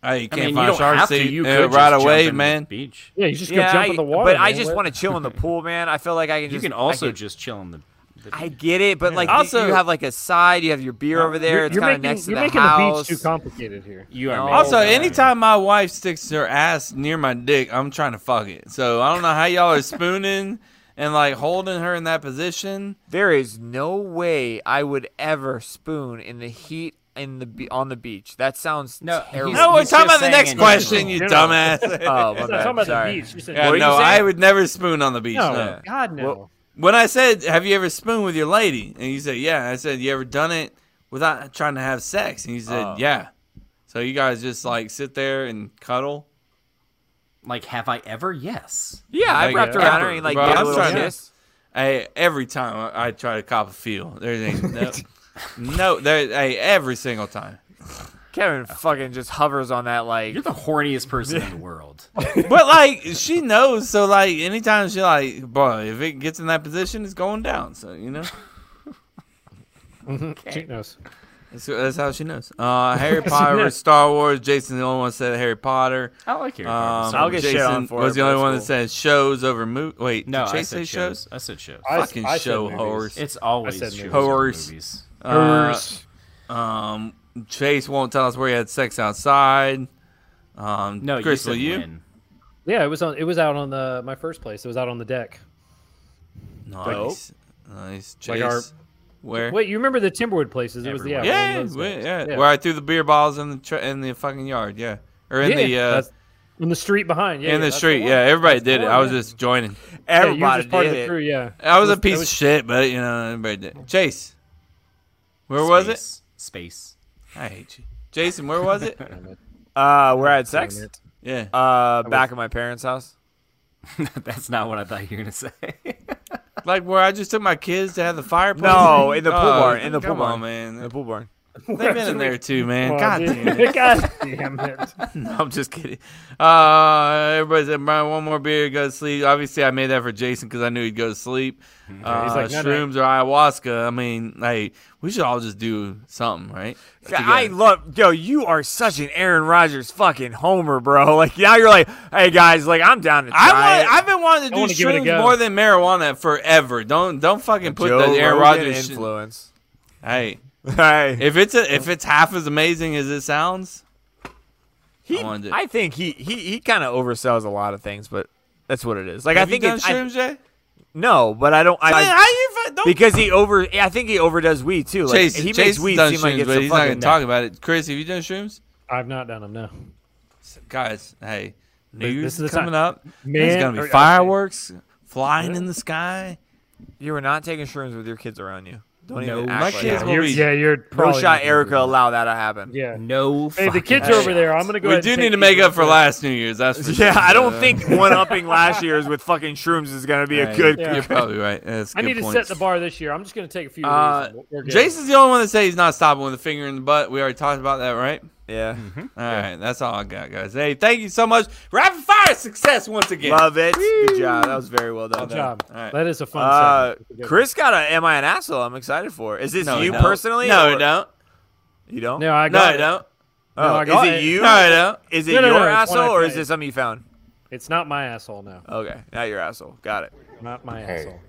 [SPEAKER 1] Hey, you
[SPEAKER 5] I
[SPEAKER 1] can't
[SPEAKER 5] mean, you
[SPEAKER 1] find
[SPEAKER 5] don't
[SPEAKER 1] shark
[SPEAKER 5] have to.
[SPEAKER 1] seat
[SPEAKER 5] You
[SPEAKER 1] uh,
[SPEAKER 5] could just
[SPEAKER 1] right
[SPEAKER 5] jump
[SPEAKER 1] away,
[SPEAKER 5] into the
[SPEAKER 1] man.
[SPEAKER 5] Beach.
[SPEAKER 4] Yeah, you just go
[SPEAKER 2] yeah,
[SPEAKER 4] jump
[SPEAKER 2] I,
[SPEAKER 4] in the water.
[SPEAKER 2] but I
[SPEAKER 4] man.
[SPEAKER 2] just
[SPEAKER 4] What-
[SPEAKER 2] want to chill in the pool, man. I feel like I can
[SPEAKER 5] You
[SPEAKER 2] just.
[SPEAKER 5] can
[SPEAKER 2] I
[SPEAKER 5] also
[SPEAKER 2] can-
[SPEAKER 5] just chill in the. the
[SPEAKER 2] I get it, but like
[SPEAKER 1] Also-
[SPEAKER 2] you have like a side, you have your beer over there.
[SPEAKER 4] You're,
[SPEAKER 2] it's
[SPEAKER 4] you're
[SPEAKER 2] kind of
[SPEAKER 4] making,
[SPEAKER 2] next to
[SPEAKER 4] you're
[SPEAKER 2] the
[SPEAKER 4] making
[SPEAKER 2] house.
[SPEAKER 4] the beach too complicated here.
[SPEAKER 5] you are
[SPEAKER 2] No.
[SPEAKER 5] making
[SPEAKER 1] Also,
[SPEAKER 5] that
[SPEAKER 1] anytime my wife sticks her ass near my dick, I'm trying to fuck it. So I don't know how y'all are spooning and like holding her in that position.
[SPEAKER 2] There is no way I would ever spoon in the heat in the be- on the beach. That sounds
[SPEAKER 5] No, he's-
[SPEAKER 2] terrible.
[SPEAKER 1] No, we're
[SPEAKER 5] he's
[SPEAKER 1] talking
[SPEAKER 5] just
[SPEAKER 1] about the
[SPEAKER 5] saying
[SPEAKER 1] next
[SPEAKER 5] in
[SPEAKER 1] question,
[SPEAKER 5] general.
[SPEAKER 1] you
[SPEAKER 4] General.
[SPEAKER 1] dumbass.
[SPEAKER 2] Oh, my
[SPEAKER 4] He's not
[SPEAKER 2] bad.
[SPEAKER 4] talking about
[SPEAKER 2] Sorry.
[SPEAKER 4] the beach. You're saying,
[SPEAKER 1] Yeah,
[SPEAKER 2] were you
[SPEAKER 1] no,
[SPEAKER 2] saying?
[SPEAKER 1] I would never spoon on the beach.
[SPEAKER 4] no,
[SPEAKER 1] no.
[SPEAKER 4] God no.
[SPEAKER 2] Well-
[SPEAKER 1] When I said, "Have you ever spooned with your lady?" and you said, "Yeah," I said, "You ever done it without trying to have sex?" and you said,
[SPEAKER 2] Oh.
[SPEAKER 1] "Yeah." So you guys just like sit there and cuddle.
[SPEAKER 5] Like, have I ever? Yes.
[SPEAKER 2] Yeah, I
[SPEAKER 1] Like,
[SPEAKER 2] wrapped
[SPEAKER 1] uh,
[SPEAKER 2] around her
[SPEAKER 1] effort,
[SPEAKER 2] and like
[SPEAKER 1] bro.
[SPEAKER 2] gave
[SPEAKER 1] I'm
[SPEAKER 2] a little
[SPEAKER 1] trying to-
[SPEAKER 2] kiss.
[SPEAKER 1] Hey, every time I, I try to cop a feel, there ain't no, no, there. Hey, every single time.
[SPEAKER 2] Kevin fucking just hovers on that like.
[SPEAKER 5] You're the horniest person in the world.
[SPEAKER 1] But like she knows, so like anytime she like, bro, if it gets in that position, it's going down. So you know,
[SPEAKER 4] She knows.
[SPEAKER 1] that's, that's how she knows. Uh, Harry Potter, Star Wars. Jason's the only one that said Harry Potter.
[SPEAKER 5] I like your.
[SPEAKER 1] Um,
[SPEAKER 2] I'll get shit
[SPEAKER 1] Jason
[SPEAKER 2] on for
[SPEAKER 1] was
[SPEAKER 2] it,
[SPEAKER 1] the
[SPEAKER 2] but
[SPEAKER 1] only
[SPEAKER 2] it's
[SPEAKER 1] one that
[SPEAKER 2] cool.
[SPEAKER 1] said shows over movies. Wait,
[SPEAKER 5] no,
[SPEAKER 1] did
[SPEAKER 5] I
[SPEAKER 1] Chase say
[SPEAKER 5] said
[SPEAKER 1] shows?
[SPEAKER 5] shows. I said shows.
[SPEAKER 4] I-
[SPEAKER 1] Fucking
[SPEAKER 4] I said
[SPEAKER 1] show
[SPEAKER 4] movies.
[SPEAKER 1] horse.
[SPEAKER 5] It's always
[SPEAKER 4] said
[SPEAKER 5] shows
[SPEAKER 1] Horse.
[SPEAKER 5] and movies.
[SPEAKER 1] Uh, um, Chase won't tell us where he had sex outside. Um,
[SPEAKER 5] No,
[SPEAKER 1] Chris,
[SPEAKER 5] you
[SPEAKER 1] will
[SPEAKER 5] said
[SPEAKER 1] you?
[SPEAKER 5] Win.
[SPEAKER 4] Yeah, it was on. It was out on the my first place. It was out on the deck.
[SPEAKER 1] Nice, nice. Chase,
[SPEAKER 4] Like our-
[SPEAKER 1] where?
[SPEAKER 4] Wait, you remember the Timberwood places? It was the yeah,
[SPEAKER 5] Everywhere.
[SPEAKER 4] one
[SPEAKER 1] yeah,
[SPEAKER 4] of those
[SPEAKER 1] wait,
[SPEAKER 4] things.
[SPEAKER 1] yeah,
[SPEAKER 4] Yeah.
[SPEAKER 1] Where I threw the beer bottles in the tr- in the fucking yard. Yeah, or in
[SPEAKER 4] Yeah,
[SPEAKER 1] the uh,
[SPEAKER 4] that's- in the street behind. Yeah,
[SPEAKER 1] in
[SPEAKER 4] yeah,
[SPEAKER 1] the
[SPEAKER 4] that's
[SPEAKER 1] street.
[SPEAKER 4] one.
[SPEAKER 1] yeah, everybody did it.
[SPEAKER 4] one,
[SPEAKER 1] I was
[SPEAKER 4] yeah.
[SPEAKER 1] just joining.
[SPEAKER 4] Yeah, you were
[SPEAKER 2] Everybody
[SPEAKER 4] just part of
[SPEAKER 2] did
[SPEAKER 4] the
[SPEAKER 2] it.
[SPEAKER 4] crew. Yeah,
[SPEAKER 1] I was a
[SPEAKER 4] That
[SPEAKER 1] piece
[SPEAKER 4] was-
[SPEAKER 1] of shit, but you know, everybody did. it. Chase, where was it?
[SPEAKER 5] Space. Space.
[SPEAKER 1] I hate you, Jason. Where was it?
[SPEAKER 2] Uh, where I had sex?
[SPEAKER 4] Damn it.
[SPEAKER 1] Yeah.
[SPEAKER 2] Uh, back at my parents' house.
[SPEAKER 5] That's not what I thought you were gonna say.
[SPEAKER 1] Like where I just took my kids to have the fireplace.
[SPEAKER 2] No, in the pool
[SPEAKER 1] Oh,
[SPEAKER 2] barn. In the pool
[SPEAKER 1] come on,
[SPEAKER 2] barn.
[SPEAKER 1] man.
[SPEAKER 2] The pool barn.
[SPEAKER 1] They've been in there too, man.
[SPEAKER 4] Oh,
[SPEAKER 1] God
[SPEAKER 4] dude.
[SPEAKER 1] damn it.
[SPEAKER 4] God damn it.
[SPEAKER 1] No, I'm just kidding. Uh, everybody said, Brian, one more beer, go to sleep. Obviously, I made that for Jason because I knew he'd go to sleep. Uh,
[SPEAKER 4] He's like, no, no.
[SPEAKER 1] shrooms or ayahuasca. I mean, like, we should all just do something, right?
[SPEAKER 2] God, I
[SPEAKER 1] Together.
[SPEAKER 2] love yo. You are such an Aaron Rodgers fucking homer, bro. Like now you're like, hey guys, like I'm down to try.
[SPEAKER 1] I
[SPEAKER 2] it.
[SPEAKER 1] want, I've been wanting to
[SPEAKER 4] I wanna
[SPEAKER 1] do
[SPEAKER 4] give it a
[SPEAKER 1] shrooms
[SPEAKER 4] go.
[SPEAKER 1] more than marijuana forever. Don't don't fucking put
[SPEAKER 2] Joe
[SPEAKER 1] the Aaron
[SPEAKER 2] Rogan
[SPEAKER 1] Rodgers. shit-
[SPEAKER 2] influence.
[SPEAKER 1] Hey,
[SPEAKER 2] Hey,
[SPEAKER 1] if it's a, if it's half as amazing as it sounds,
[SPEAKER 2] he,
[SPEAKER 1] I wanted to-
[SPEAKER 2] I, think he he he kind of oversells a lot of things, but that's what it is. Like
[SPEAKER 1] have
[SPEAKER 2] I think
[SPEAKER 1] you done
[SPEAKER 2] it's I-
[SPEAKER 1] shrooms, Jay?
[SPEAKER 2] no, but I don't. I,
[SPEAKER 1] Man,
[SPEAKER 2] I-
[SPEAKER 1] how you fi- don't
[SPEAKER 2] because he over. I think he overdoes weed too. Like
[SPEAKER 1] Chase,
[SPEAKER 2] he
[SPEAKER 1] Chase
[SPEAKER 2] makes
[SPEAKER 1] has
[SPEAKER 2] weed
[SPEAKER 1] done
[SPEAKER 2] seem like
[SPEAKER 1] shrooms,
[SPEAKER 2] it's
[SPEAKER 1] but
[SPEAKER 2] a
[SPEAKER 1] he's not gonna
[SPEAKER 2] fucking.
[SPEAKER 1] talk about it. Chris, have you done shrooms?
[SPEAKER 4] I've not done them. No.
[SPEAKER 1] Guys, hey, New
[SPEAKER 4] This
[SPEAKER 1] Year's
[SPEAKER 4] is the
[SPEAKER 1] coming
[SPEAKER 4] time.
[SPEAKER 1] up. There's
[SPEAKER 4] Man-
[SPEAKER 1] gonna
[SPEAKER 4] or-
[SPEAKER 1] be fireworks flying in the sky.
[SPEAKER 2] You were not taking shrooms with your kids around you. Don't
[SPEAKER 5] No,
[SPEAKER 2] even act
[SPEAKER 1] my
[SPEAKER 2] like
[SPEAKER 1] kids
[SPEAKER 2] that.
[SPEAKER 1] will
[SPEAKER 4] You're,
[SPEAKER 1] be-
[SPEAKER 4] yeah, you're
[SPEAKER 2] No
[SPEAKER 4] probably
[SPEAKER 2] shot,
[SPEAKER 4] not gonna
[SPEAKER 2] Erica.
[SPEAKER 4] do that.
[SPEAKER 2] Allow that to happen.
[SPEAKER 4] Yeah.
[SPEAKER 5] no.
[SPEAKER 4] Hey, the
[SPEAKER 5] fucking
[SPEAKER 4] kids
[SPEAKER 5] way.
[SPEAKER 4] are over there. I'm gonna go.
[SPEAKER 1] We
[SPEAKER 4] ahead
[SPEAKER 1] do
[SPEAKER 4] and
[SPEAKER 1] need
[SPEAKER 4] take
[SPEAKER 1] to make
[SPEAKER 4] these
[SPEAKER 1] up for
[SPEAKER 4] ones.
[SPEAKER 1] last New Year's. That's for
[SPEAKER 2] Yeah,
[SPEAKER 1] sure.
[SPEAKER 2] I don't
[SPEAKER 1] Uh,
[SPEAKER 2] think one upping last year's with fucking shrooms is gonna be a
[SPEAKER 1] hey,
[SPEAKER 2] good.
[SPEAKER 1] You're probably right. That's
[SPEAKER 4] I
[SPEAKER 1] good
[SPEAKER 4] need to set
[SPEAKER 1] points.
[SPEAKER 4] the bar this year. I'm just gonna take a few.
[SPEAKER 1] Uh,
[SPEAKER 4] of these and we're good.
[SPEAKER 1] Jason's the only one that says he's not stopping with a finger in the butt. We already talked about that, right?
[SPEAKER 2] Yeah,
[SPEAKER 1] All right, that's all I got, guys. Hey, thank you so much. Rapid fire success once again.
[SPEAKER 2] love it. Good job. That was very well done.
[SPEAKER 4] Good job.
[SPEAKER 1] All right.
[SPEAKER 4] That is a fun.
[SPEAKER 2] Uh,
[SPEAKER 4] segment. It's a good
[SPEAKER 2] Chris got a "Am I an asshole?" I'm excited for. Is this
[SPEAKER 1] No, I
[SPEAKER 2] you
[SPEAKER 1] don't.
[SPEAKER 2] personally?
[SPEAKER 1] No, I
[SPEAKER 2] or-
[SPEAKER 1] don't.
[SPEAKER 2] You
[SPEAKER 4] one.
[SPEAKER 2] don't.
[SPEAKER 4] No, I
[SPEAKER 1] No,
[SPEAKER 4] got
[SPEAKER 1] I
[SPEAKER 4] it.
[SPEAKER 1] don't.
[SPEAKER 2] Oh,
[SPEAKER 4] No, I
[SPEAKER 2] is
[SPEAKER 4] got
[SPEAKER 2] it
[SPEAKER 4] it.
[SPEAKER 2] you?
[SPEAKER 1] No, I don't.
[SPEAKER 2] Is it
[SPEAKER 4] No, no,
[SPEAKER 2] your
[SPEAKER 4] no, it's
[SPEAKER 2] asshole
[SPEAKER 4] one I
[SPEAKER 2] or is
[SPEAKER 4] played.
[SPEAKER 2] this something you found?
[SPEAKER 4] It's not my asshole. No,
[SPEAKER 1] uh,
[SPEAKER 2] Okay, not your asshole. Got it.
[SPEAKER 4] not my
[SPEAKER 11] Hey.
[SPEAKER 4] asshole.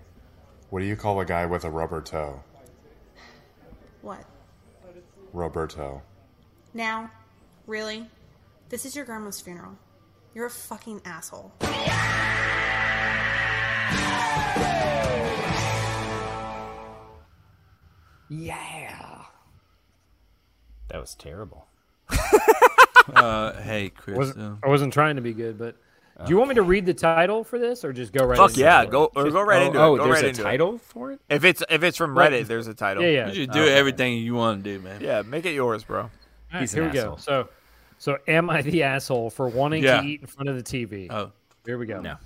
[SPEAKER 11] What do you call a guy with a rubber toe?
[SPEAKER 12] What?
[SPEAKER 11] Rubber toe.
[SPEAKER 12] Now? Really? This is your grandma's funeral. You're a fucking asshole.
[SPEAKER 5] That was terrible.
[SPEAKER 1] Uh, hey, Chris.
[SPEAKER 4] Wasn't,
[SPEAKER 1] uh,
[SPEAKER 4] I wasn't trying to be good, but Do you want me to read the title for this, or just go right?
[SPEAKER 2] Fuck
[SPEAKER 4] into
[SPEAKER 2] yeah,
[SPEAKER 4] it?
[SPEAKER 2] go or go right
[SPEAKER 4] Oh,
[SPEAKER 2] into
[SPEAKER 4] oh,
[SPEAKER 2] it. Go
[SPEAKER 4] there's
[SPEAKER 2] right
[SPEAKER 4] a
[SPEAKER 2] into
[SPEAKER 4] title
[SPEAKER 2] it.
[SPEAKER 4] for it?
[SPEAKER 2] If it's if it's from
[SPEAKER 4] Like-
[SPEAKER 2] Reddit, there's a title.
[SPEAKER 4] Yeah, yeah.
[SPEAKER 1] You should do everything you want to do, man.
[SPEAKER 2] Yeah, make it yours, bro.
[SPEAKER 4] All right, here we go. So, so am I the asshole for wanting
[SPEAKER 2] Yeah.
[SPEAKER 4] to eat in front of the TV?
[SPEAKER 1] Oh,
[SPEAKER 4] here we go.
[SPEAKER 1] No.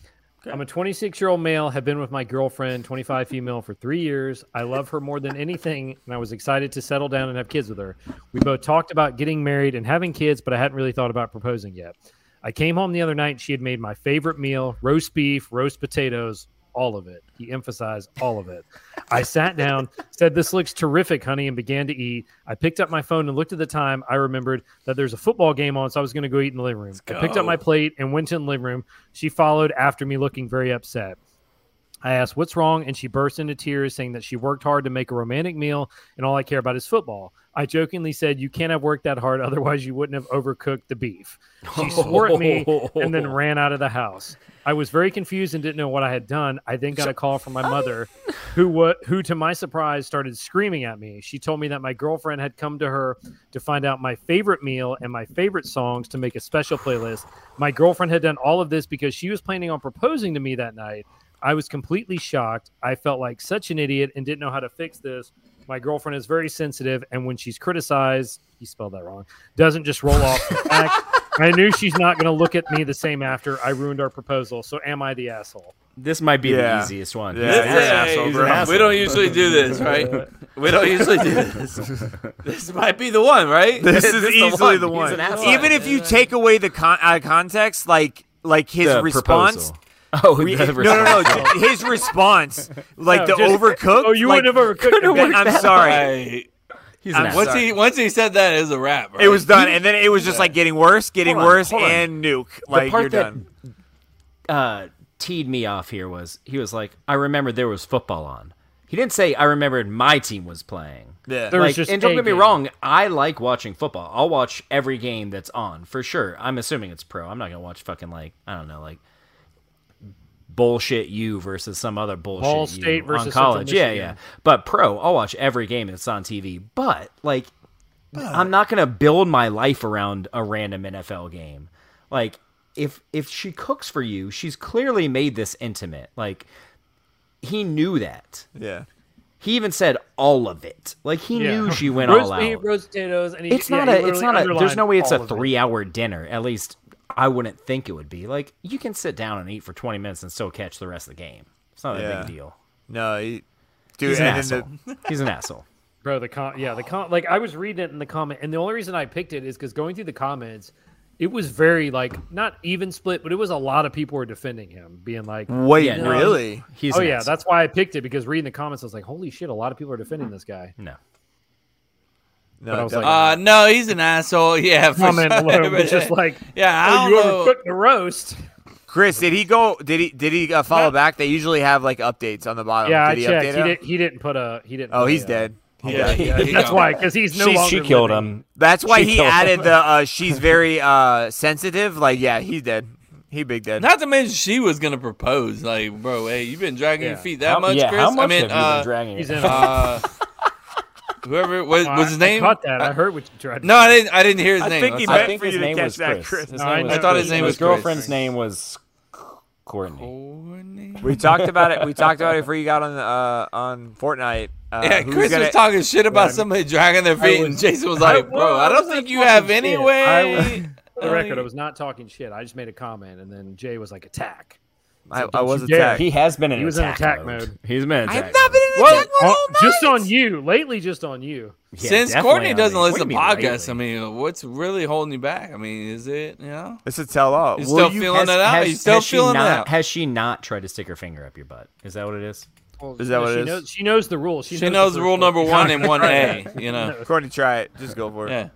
[SPEAKER 4] I'm a 26 year old male. Have been with my girlfriend, 25 female, for three years. I love her more than anything, and I was excited to settle down and have kids with her. We both talked about getting married and having kids, but I hadn't really thought about proposing yet. I came home the other night. and She had made my favorite meal: roast beef, roast potatoes, all of it. He emphasized all of it. I sat down, said, This looks terrific, honey, and began to eat. I picked up my phone and looked at the time. I remembered that there's a football game on, so I was going to go eat in the living room. I picked
[SPEAKER 13] go.
[SPEAKER 4] up my plate and went in the living room. She followed after me, looking very upset. I asked, What's wrong? And she burst into tears, saying that she worked hard to make a romantic meal and all I care about is football. I jokingly said, You can't have worked that hard, otherwise, you wouldn't have overcooked the beef. She swore at me and then ran out of the house. I was very confused and didn't know what I had done. I then got a call from my mother, who wa- who to my surprise started screaming at me. She told me that my girlfriend had come to her to find out my favorite meal and my favorite songs to make a special playlist. My girlfriend had done all of this because she was planning on proposing to me that night. I was completely shocked. I felt like such an idiot and didn't know how to fix this. My girlfriend is very sensitive, and when she's criticized, he spelled that wrong, doesn't just roll off the back. I knew she's not going to look at me the same after I ruined our proposal. So am I the asshole?
[SPEAKER 5] This might be
[SPEAKER 1] Yeah.
[SPEAKER 5] the easiest one.
[SPEAKER 1] Yeah, yeah, he's an asshole. We don't usually do this, right? We don't usually do this. This might be the one, right?
[SPEAKER 2] This is easily the one. Even if you take away the con- out of context, like like his
[SPEAKER 5] The
[SPEAKER 2] response.
[SPEAKER 5] proposal. Oh,
[SPEAKER 2] Re-
[SPEAKER 5] the
[SPEAKER 2] no, no, no,
[SPEAKER 5] response.
[SPEAKER 2] ju- His response, like
[SPEAKER 1] No,
[SPEAKER 2] the
[SPEAKER 1] just-
[SPEAKER 2] overcooked.
[SPEAKER 1] Oh, you
[SPEAKER 2] like,
[SPEAKER 1] wouldn't have overcooked it.
[SPEAKER 2] I'm- I'm
[SPEAKER 1] Right.
[SPEAKER 2] sorry. He's
[SPEAKER 1] Um, once he once he said that, it was a wrap.
[SPEAKER 2] It was done, and then it was just like getting worse, getting
[SPEAKER 1] Hold on,
[SPEAKER 2] worse,
[SPEAKER 1] hold on.
[SPEAKER 2] and nuke.
[SPEAKER 1] The
[SPEAKER 2] Like
[SPEAKER 1] part
[SPEAKER 2] you're
[SPEAKER 1] that-
[SPEAKER 2] done.
[SPEAKER 5] uh, teed me off here was he was like, I remembered there was football on. He didn't say I remembered my team was playing.
[SPEAKER 2] Yeah.
[SPEAKER 4] There was
[SPEAKER 5] Like,
[SPEAKER 4] just
[SPEAKER 5] and don't
[SPEAKER 4] a
[SPEAKER 5] get me
[SPEAKER 4] game.
[SPEAKER 5] wrong, I like watching football. I'll watch every game that's on for sure. I'm assuming it's pro. I'm not gonna watch fucking like I don't know like bullshit you versus some other bullshit
[SPEAKER 4] Ball
[SPEAKER 5] you
[SPEAKER 4] State versus
[SPEAKER 5] on
[SPEAKER 4] Central
[SPEAKER 5] college. Yeah,
[SPEAKER 4] Michigan.
[SPEAKER 5] yeah. But pro, I'll watch every game that's on TV. But like I'm not gonna build my life around a random NFL game. Like if if she cooks for you, she's clearly made this intimate. Like he knew that.
[SPEAKER 2] Yeah.
[SPEAKER 5] He even said all of it. Like he knew she went
[SPEAKER 4] roast
[SPEAKER 5] all
[SPEAKER 4] beef,
[SPEAKER 5] out.
[SPEAKER 4] roast potatoes, and he,
[SPEAKER 5] It's
[SPEAKER 4] yeah,
[SPEAKER 5] not
[SPEAKER 4] he
[SPEAKER 5] a. It's
[SPEAKER 4] literally
[SPEAKER 5] not a. There's no way it's
[SPEAKER 4] underlined
[SPEAKER 5] a
[SPEAKER 4] all of it.
[SPEAKER 5] three-hour dinner. At least I wouldn't think it would be. Like you can sit down and eat for 20 minutes and still catch the rest of the game. It's not a
[SPEAKER 2] Yeah.
[SPEAKER 5] big deal.
[SPEAKER 2] No, he, dude,
[SPEAKER 5] He's an
[SPEAKER 2] and then
[SPEAKER 5] asshole. He's an asshole.
[SPEAKER 4] Bro, the com yeah, the com like I was reading it in the comment, and the only reason I picked it is because going through the comments, it was very like not even split, but it was a lot of people were defending him, being like,
[SPEAKER 2] Wait,
[SPEAKER 4] you know,
[SPEAKER 2] really?
[SPEAKER 5] He's
[SPEAKER 4] oh
[SPEAKER 5] an
[SPEAKER 4] yeah,
[SPEAKER 5] asshole.
[SPEAKER 4] that's why I picked it because reading the comments, I was like, holy shit, a lot of people are defending this guy.
[SPEAKER 5] No,
[SPEAKER 2] No,
[SPEAKER 4] I was like,
[SPEAKER 1] Uh, no, he's an asshole. Yeah, for
[SPEAKER 4] comment
[SPEAKER 1] sure. uh,
[SPEAKER 4] alone was just like,
[SPEAKER 1] yeah, I don't
[SPEAKER 4] oh, you
[SPEAKER 1] know.
[SPEAKER 4] overcooked the roast.
[SPEAKER 2] Chris, did he go? Did he? Did he uh, follow back? They usually have like updates on the bottom.
[SPEAKER 4] yeah, I
[SPEAKER 2] did he update
[SPEAKER 4] checked. He,
[SPEAKER 2] him?
[SPEAKER 4] did, he didn't put a he didn't.
[SPEAKER 2] Oh,
[SPEAKER 4] put
[SPEAKER 2] he's
[SPEAKER 4] a, uh,
[SPEAKER 2] dead. He
[SPEAKER 4] yeah,
[SPEAKER 2] died.
[SPEAKER 4] yeah, that's why because he's no
[SPEAKER 7] She- she
[SPEAKER 4] longer.
[SPEAKER 7] killed
[SPEAKER 4] living.
[SPEAKER 7] him.
[SPEAKER 2] That's why
[SPEAKER 7] She
[SPEAKER 2] he
[SPEAKER 7] killed
[SPEAKER 2] added
[SPEAKER 7] him.
[SPEAKER 2] the. Uh, she's very uh, sensitive. Like, yeah, he's dead. He big dead.
[SPEAKER 1] Not to mention she was gonna propose. Like, bro, hey, you've been dragging your
[SPEAKER 2] Yeah.
[SPEAKER 1] feet that
[SPEAKER 2] How-
[SPEAKER 1] much,
[SPEAKER 2] yeah,
[SPEAKER 1] Chris?
[SPEAKER 2] how much
[SPEAKER 1] I mean,
[SPEAKER 2] have you been
[SPEAKER 1] uh,
[SPEAKER 2] dragging
[SPEAKER 4] He's it? in.
[SPEAKER 1] uh, whoever was,
[SPEAKER 4] Oh,
[SPEAKER 1] was his
[SPEAKER 4] I- I
[SPEAKER 1] name?
[SPEAKER 4] caught that. I heard what you tried to
[SPEAKER 1] No,
[SPEAKER 4] do.
[SPEAKER 1] I didn't. I didn't hear his
[SPEAKER 4] I
[SPEAKER 1] name.
[SPEAKER 4] think he
[SPEAKER 1] Let's-
[SPEAKER 4] meant I think for his you to name catch was that, Chris. Chris.
[SPEAKER 1] No, I I thought his name was Chris.
[SPEAKER 13] girlfriend's name was Courtney.
[SPEAKER 2] We talked about it. We talked about it before you got on the, uh, on Fortnite. Uh,
[SPEAKER 1] Yeah,
[SPEAKER 2] who's
[SPEAKER 1] Chris
[SPEAKER 2] gonna-
[SPEAKER 1] was talking shit about somebody dragging their feet, and Jason was like, "Bro, I don't think you have any way."
[SPEAKER 4] I was, for the
[SPEAKER 1] I
[SPEAKER 4] record, I
[SPEAKER 1] mean-
[SPEAKER 4] was not talking shit. I just made a comment, and then Jay was like, "Attack."
[SPEAKER 2] I-
[SPEAKER 4] like,
[SPEAKER 2] I
[SPEAKER 4] "Don't
[SPEAKER 2] was
[SPEAKER 4] you dare."
[SPEAKER 2] attacked. He has been in
[SPEAKER 4] Oh. He was in
[SPEAKER 2] attack
[SPEAKER 4] attack
[SPEAKER 2] mode.
[SPEAKER 4] mode.
[SPEAKER 5] He's been in attack.
[SPEAKER 2] not been in
[SPEAKER 4] Well, oh, just on you lately. Just on you.
[SPEAKER 1] Since Courtney doesn't listen to podcasts, I mean, what's really holding you back? I mean, is it you know?
[SPEAKER 2] It's a tell all.
[SPEAKER 1] You still feeling it out? you still
[SPEAKER 5] she
[SPEAKER 1] feeling it
[SPEAKER 5] not,
[SPEAKER 1] out?
[SPEAKER 5] Has she not tried to stick her finger up your butt? Is that what it is?
[SPEAKER 2] Is that what
[SPEAKER 4] she
[SPEAKER 2] it
[SPEAKER 4] Knows,
[SPEAKER 2] is?
[SPEAKER 4] she knows the rules. She,
[SPEAKER 1] She
[SPEAKER 4] knows,
[SPEAKER 1] knows
[SPEAKER 4] the
[SPEAKER 1] rule
[SPEAKER 4] first
[SPEAKER 1] number
[SPEAKER 4] She's
[SPEAKER 1] one
[SPEAKER 4] not
[SPEAKER 1] and
[SPEAKER 4] gonna
[SPEAKER 1] one
[SPEAKER 4] try
[SPEAKER 1] A,
[SPEAKER 4] it.
[SPEAKER 1] you know.
[SPEAKER 2] Courtney, try it. Just go for it.
[SPEAKER 1] Yeah.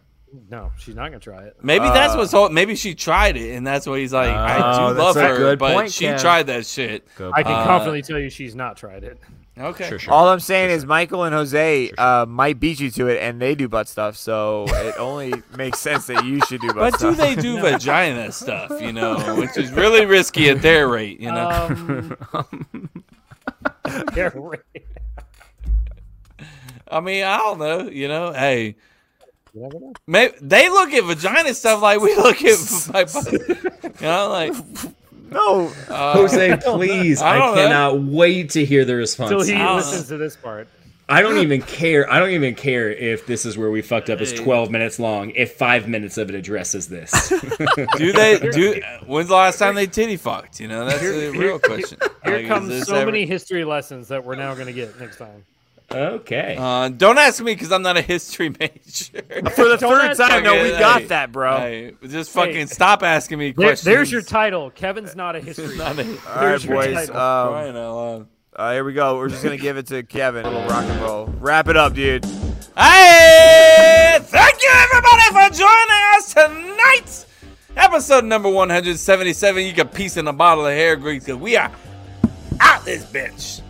[SPEAKER 4] No, she's not gonna try it.
[SPEAKER 1] Maybe that's
[SPEAKER 2] Uh,
[SPEAKER 1] what's holding. Maybe she tried it, and that's why he's like, "I
[SPEAKER 2] Oh,
[SPEAKER 1] do
[SPEAKER 2] that's
[SPEAKER 1] love
[SPEAKER 2] a
[SPEAKER 1] her,
[SPEAKER 2] good
[SPEAKER 1] but
[SPEAKER 2] point,
[SPEAKER 1] she
[SPEAKER 2] Kev.
[SPEAKER 1] tried that shit."
[SPEAKER 4] I can
[SPEAKER 1] Uh,
[SPEAKER 4] confidently tell you she's not tried it.
[SPEAKER 1] Okay.
[SPEAKER 2] All I'm saying is Michael and Jose uh, might beat you to it, and they do butt stuff, so it only makes sense that you should do butt
[SPEAKER 1] But do
[SPEAKER 2] stuff.
[SPEAKER 1] they do vagina stuff, you know, which is really risky at their rate, you
[SPEAKER 4] Uh,
[SPEAKER 1] know?
[SPEAKER 4] Um, They're ra-
[SPEAKER 1] I mean, I don't know, you know, hey. Maybe they look at vagina stuff like we look at, like, you know, like
[SPEAKER 2] No.
[SPEAKER 1] Uh,
[SPEAKER 6] Jose, please. I,
[SPEAKER 1] don't know.
[SPEAKER 6] cannot wait to hear the response.
[SPEAKER 4] Till
[SPEAKER 6] to
[SPEAKER 4] he
[SPEAKER 6] this.
[SPEAKER 4] listens to this part.
[SPEAKER 6] I don't even care. I don't even care if this is where we fucked up. It's
[SPEAKER 1] Hey.
[SPEAKER 6] 12 minutes long. If five minutes of it addresses this,
[SPEAKER 1] do they do? When's the last time they titty fucked? You know, that's the
[SPEAKER 4] Here-
[SPEAKER 1] real question.
[SPEAKER 4] Here
[SPEAKER 1] Like, is
[SPEAKER 4] comes
[SPEAKER 1] this
[SPEAKER 4] so
[SPEAKER 1] ever-
[SPEAKER 4] many history lessons that we're now going to get next time.
[SPEAKER 6] Okay.
[SPEAKER 1] Uh, don't ask me because I'm not a history major.
[SPEAKER 2] For the third time, no,
[SPEAKER 1] Okay,
[SPEAKER 2] we
[SPEAKER 1] hey,
[SPEAKER 2] got that, bro.
[SPEAKER 1] hey, just fucking stop asking me
[SPEAKER 4] There-
[SPEAKER 1] questions.
[SPEAKER 4] there's your title. Kevin's not a history.
[SPEAKER 1] Not a-
[SPEAKER 4] There's
[SPEAKER 2] All right,
[SPEAKER 4] your
[SPEAKER 2] boys.
[SPEAKER 1] uh,
[SPEAKER 4] title.
[SPEAKER 2] Um,
[SPEAKER 1] Brian Allen.
[SPEAKER 2] uh, here we go. We're just gonna give it to Kevin. A little rock and roll. Wrap it up, dude.
[SPEAKER 1] Hey, thank you everybody for joining us tonight. Episode number 177. You got peace in a bottle of hair, Greeks, because we are out this bitch.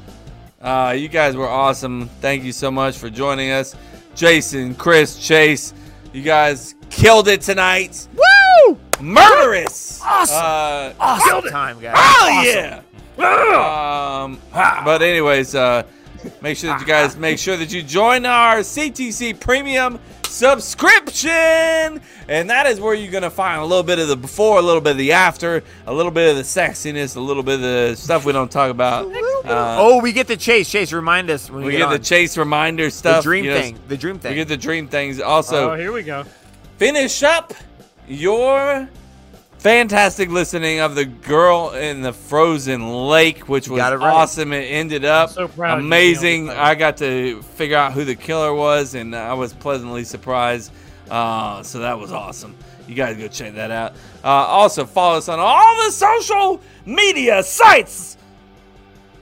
[SPEAKER 1] Uh, you guys were awesome. Thank you so much for joining us. Jason, Chris, Chase, you guys killed it tonight.
[SPEAKER 2] Woo!
[SPEAKER 1] Murderous.
[SPEAKER 2] Awesome.
[SPEAKER 1] Uh,
[SPEAKER 2] Awesome time, guys.
[SPEAKER 1] Oh
[SPEAKER 2] Awesome.
[SPEAKER 1] yeah. Um, but anyways, uh, make sure that you guys make sure that you join our CTC Premium subscription, and that is where you're gonna find a little bit of the before, a little bit of the after, a little bit of the sexiness, a little bit of the stuff we don't talk about. Uh,
[SPEAKER 2] oh, we get the chase. Chase, remind us when
[SPEAKER 1] we
[SPEAKER 2] get
[SPEAKER 1] get the
[SPEAKER 2] on.
[SPEAKER 1] chase reminder stuff,
[SPEAKER 2] The dream
[SPEAKER 1] you know,
[SPEAKER 2] thing. The dream
[SPEAKER 1] We
[SPEAKER 2] thing.
[SPEAKER 1] get the dream things. Also,
[SPEAKER 4] oh, here we go.
[SPEAKER 1] finish up your fantastic listening of the girl in the frozen lake which was
[SPEAKER 2] got it right.
[SPEAKER 1] awesome it ended up
[SPEAKER 4] so proud you
[SPEAKER 1] amazing
[SPEAKER 4] nailed it.
[SPEAKER 1] i got to figure out who the killer was and i was pleasantly surprised uh, so that was awesome you guys go check that out uh, also follow us on all the social media sites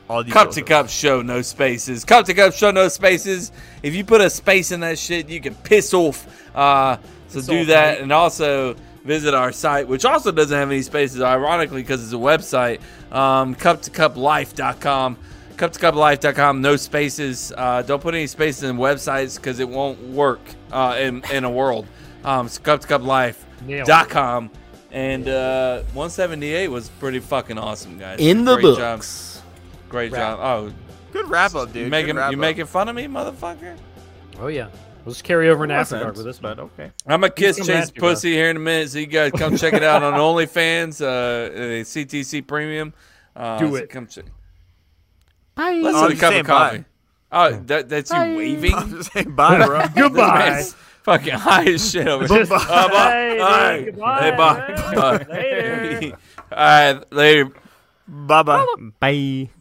[SPEAKER 2] All these
[SPEAKER 1] Cup
[SPEAKER 2] girls
[SPEAKER 1] to
[SPEAKER 2] are-
[SPEAKER 1] cup show, no spaces. Cup to cup show, no spaces. If you put a space in that shit, you can piss off. Uh, so do
[SPEAKER 4] off,
[SPEAKER 1] that,
[SPEAKER 4] mate.
[SPEAKER 1] and also visit our site, which also doesn't have any spaces, ironically, because it's a website. Um, cup to cuplife.com. Cup to cuplife.com, no spaces. Uh, don't put any spaces in websites because it won't work uh, in, in a world. Um, so cup to cuplife.com. And uh, 178 was pretty fucking awesome, guys.
[SPEAKER 14] In the
[SPEAKER 1] Great job.
[SPEAKER 14] books.
[SPEAKER 1] Great job. Oh,
[SPEAKER 2] Good wrap up, dude.
[SPEAKER 1] you
[SPEAKER 2] Good
[SPEAKER 1] making
[SPEAKER 2] wrap
[SPEAKER 1] you
[SPEAKER 2] up.
[SPEAKER 1] making fun of me, motherfucker?
[SPEAKER 4] Oh yeah. We'll just carry over in
[SPEAKER 2] Wasn't,
[SPEAKER 4] Afterdark with this one.
[SPEAKER 2] but okay.
[SPEAKER 1] I'm gonna kiss
[SPEAKER 4] He's coming
[SPEAKER 1] Chase
[SPEAKER 4] at you, bro.
[SPEAKER 1] pussy here in a minute, so you guys come check it out on OnlyFans, uh, uh, CTC Premium. Uh,
[SPEAKER 4] Do
[SPEAKER 1] so
[SPEAKER 4] it.
[SPEAKER 1] come check.
[SPEAKER 14] Bye.
[SPEAKER 1] Let's
[SPEAKER 2] Oh,
[SPEAKER 1] have a
[SPEAKER 2] he's
[SPEAKER 1] cup
[SPEAKER 2] saying
[SPEAKER 1] of coffee.
[SPEAKER 2] bye.
[SPEAKER 1] Oh, that, that's
[SPEAKER 14] Bye.
[SPEAKER 1] you waving.
[SPEAKER 2] I'm just saying bye, bro.
[SPEAKER 1] This
[SPEAKER 4] Goodbye.
[SPEAKER 1] man's Fucking high as shit over here.
[SPEAKER 4] Just-
[SPEAKER 1] Uh,
[SPEAKER 4] Hey,
[SPEAKER 1] bye.
[SPEAKER 4] dude,
[SPEAKER 1] All right.
[SPEAKER 4] goodbye.
[SPEAKER 1] Hey, bye. Bye.
[SPEAKER 4] Later.
[SPEAKER 1] All right, later.
[SPEAKER 2] Bye bye. Bye.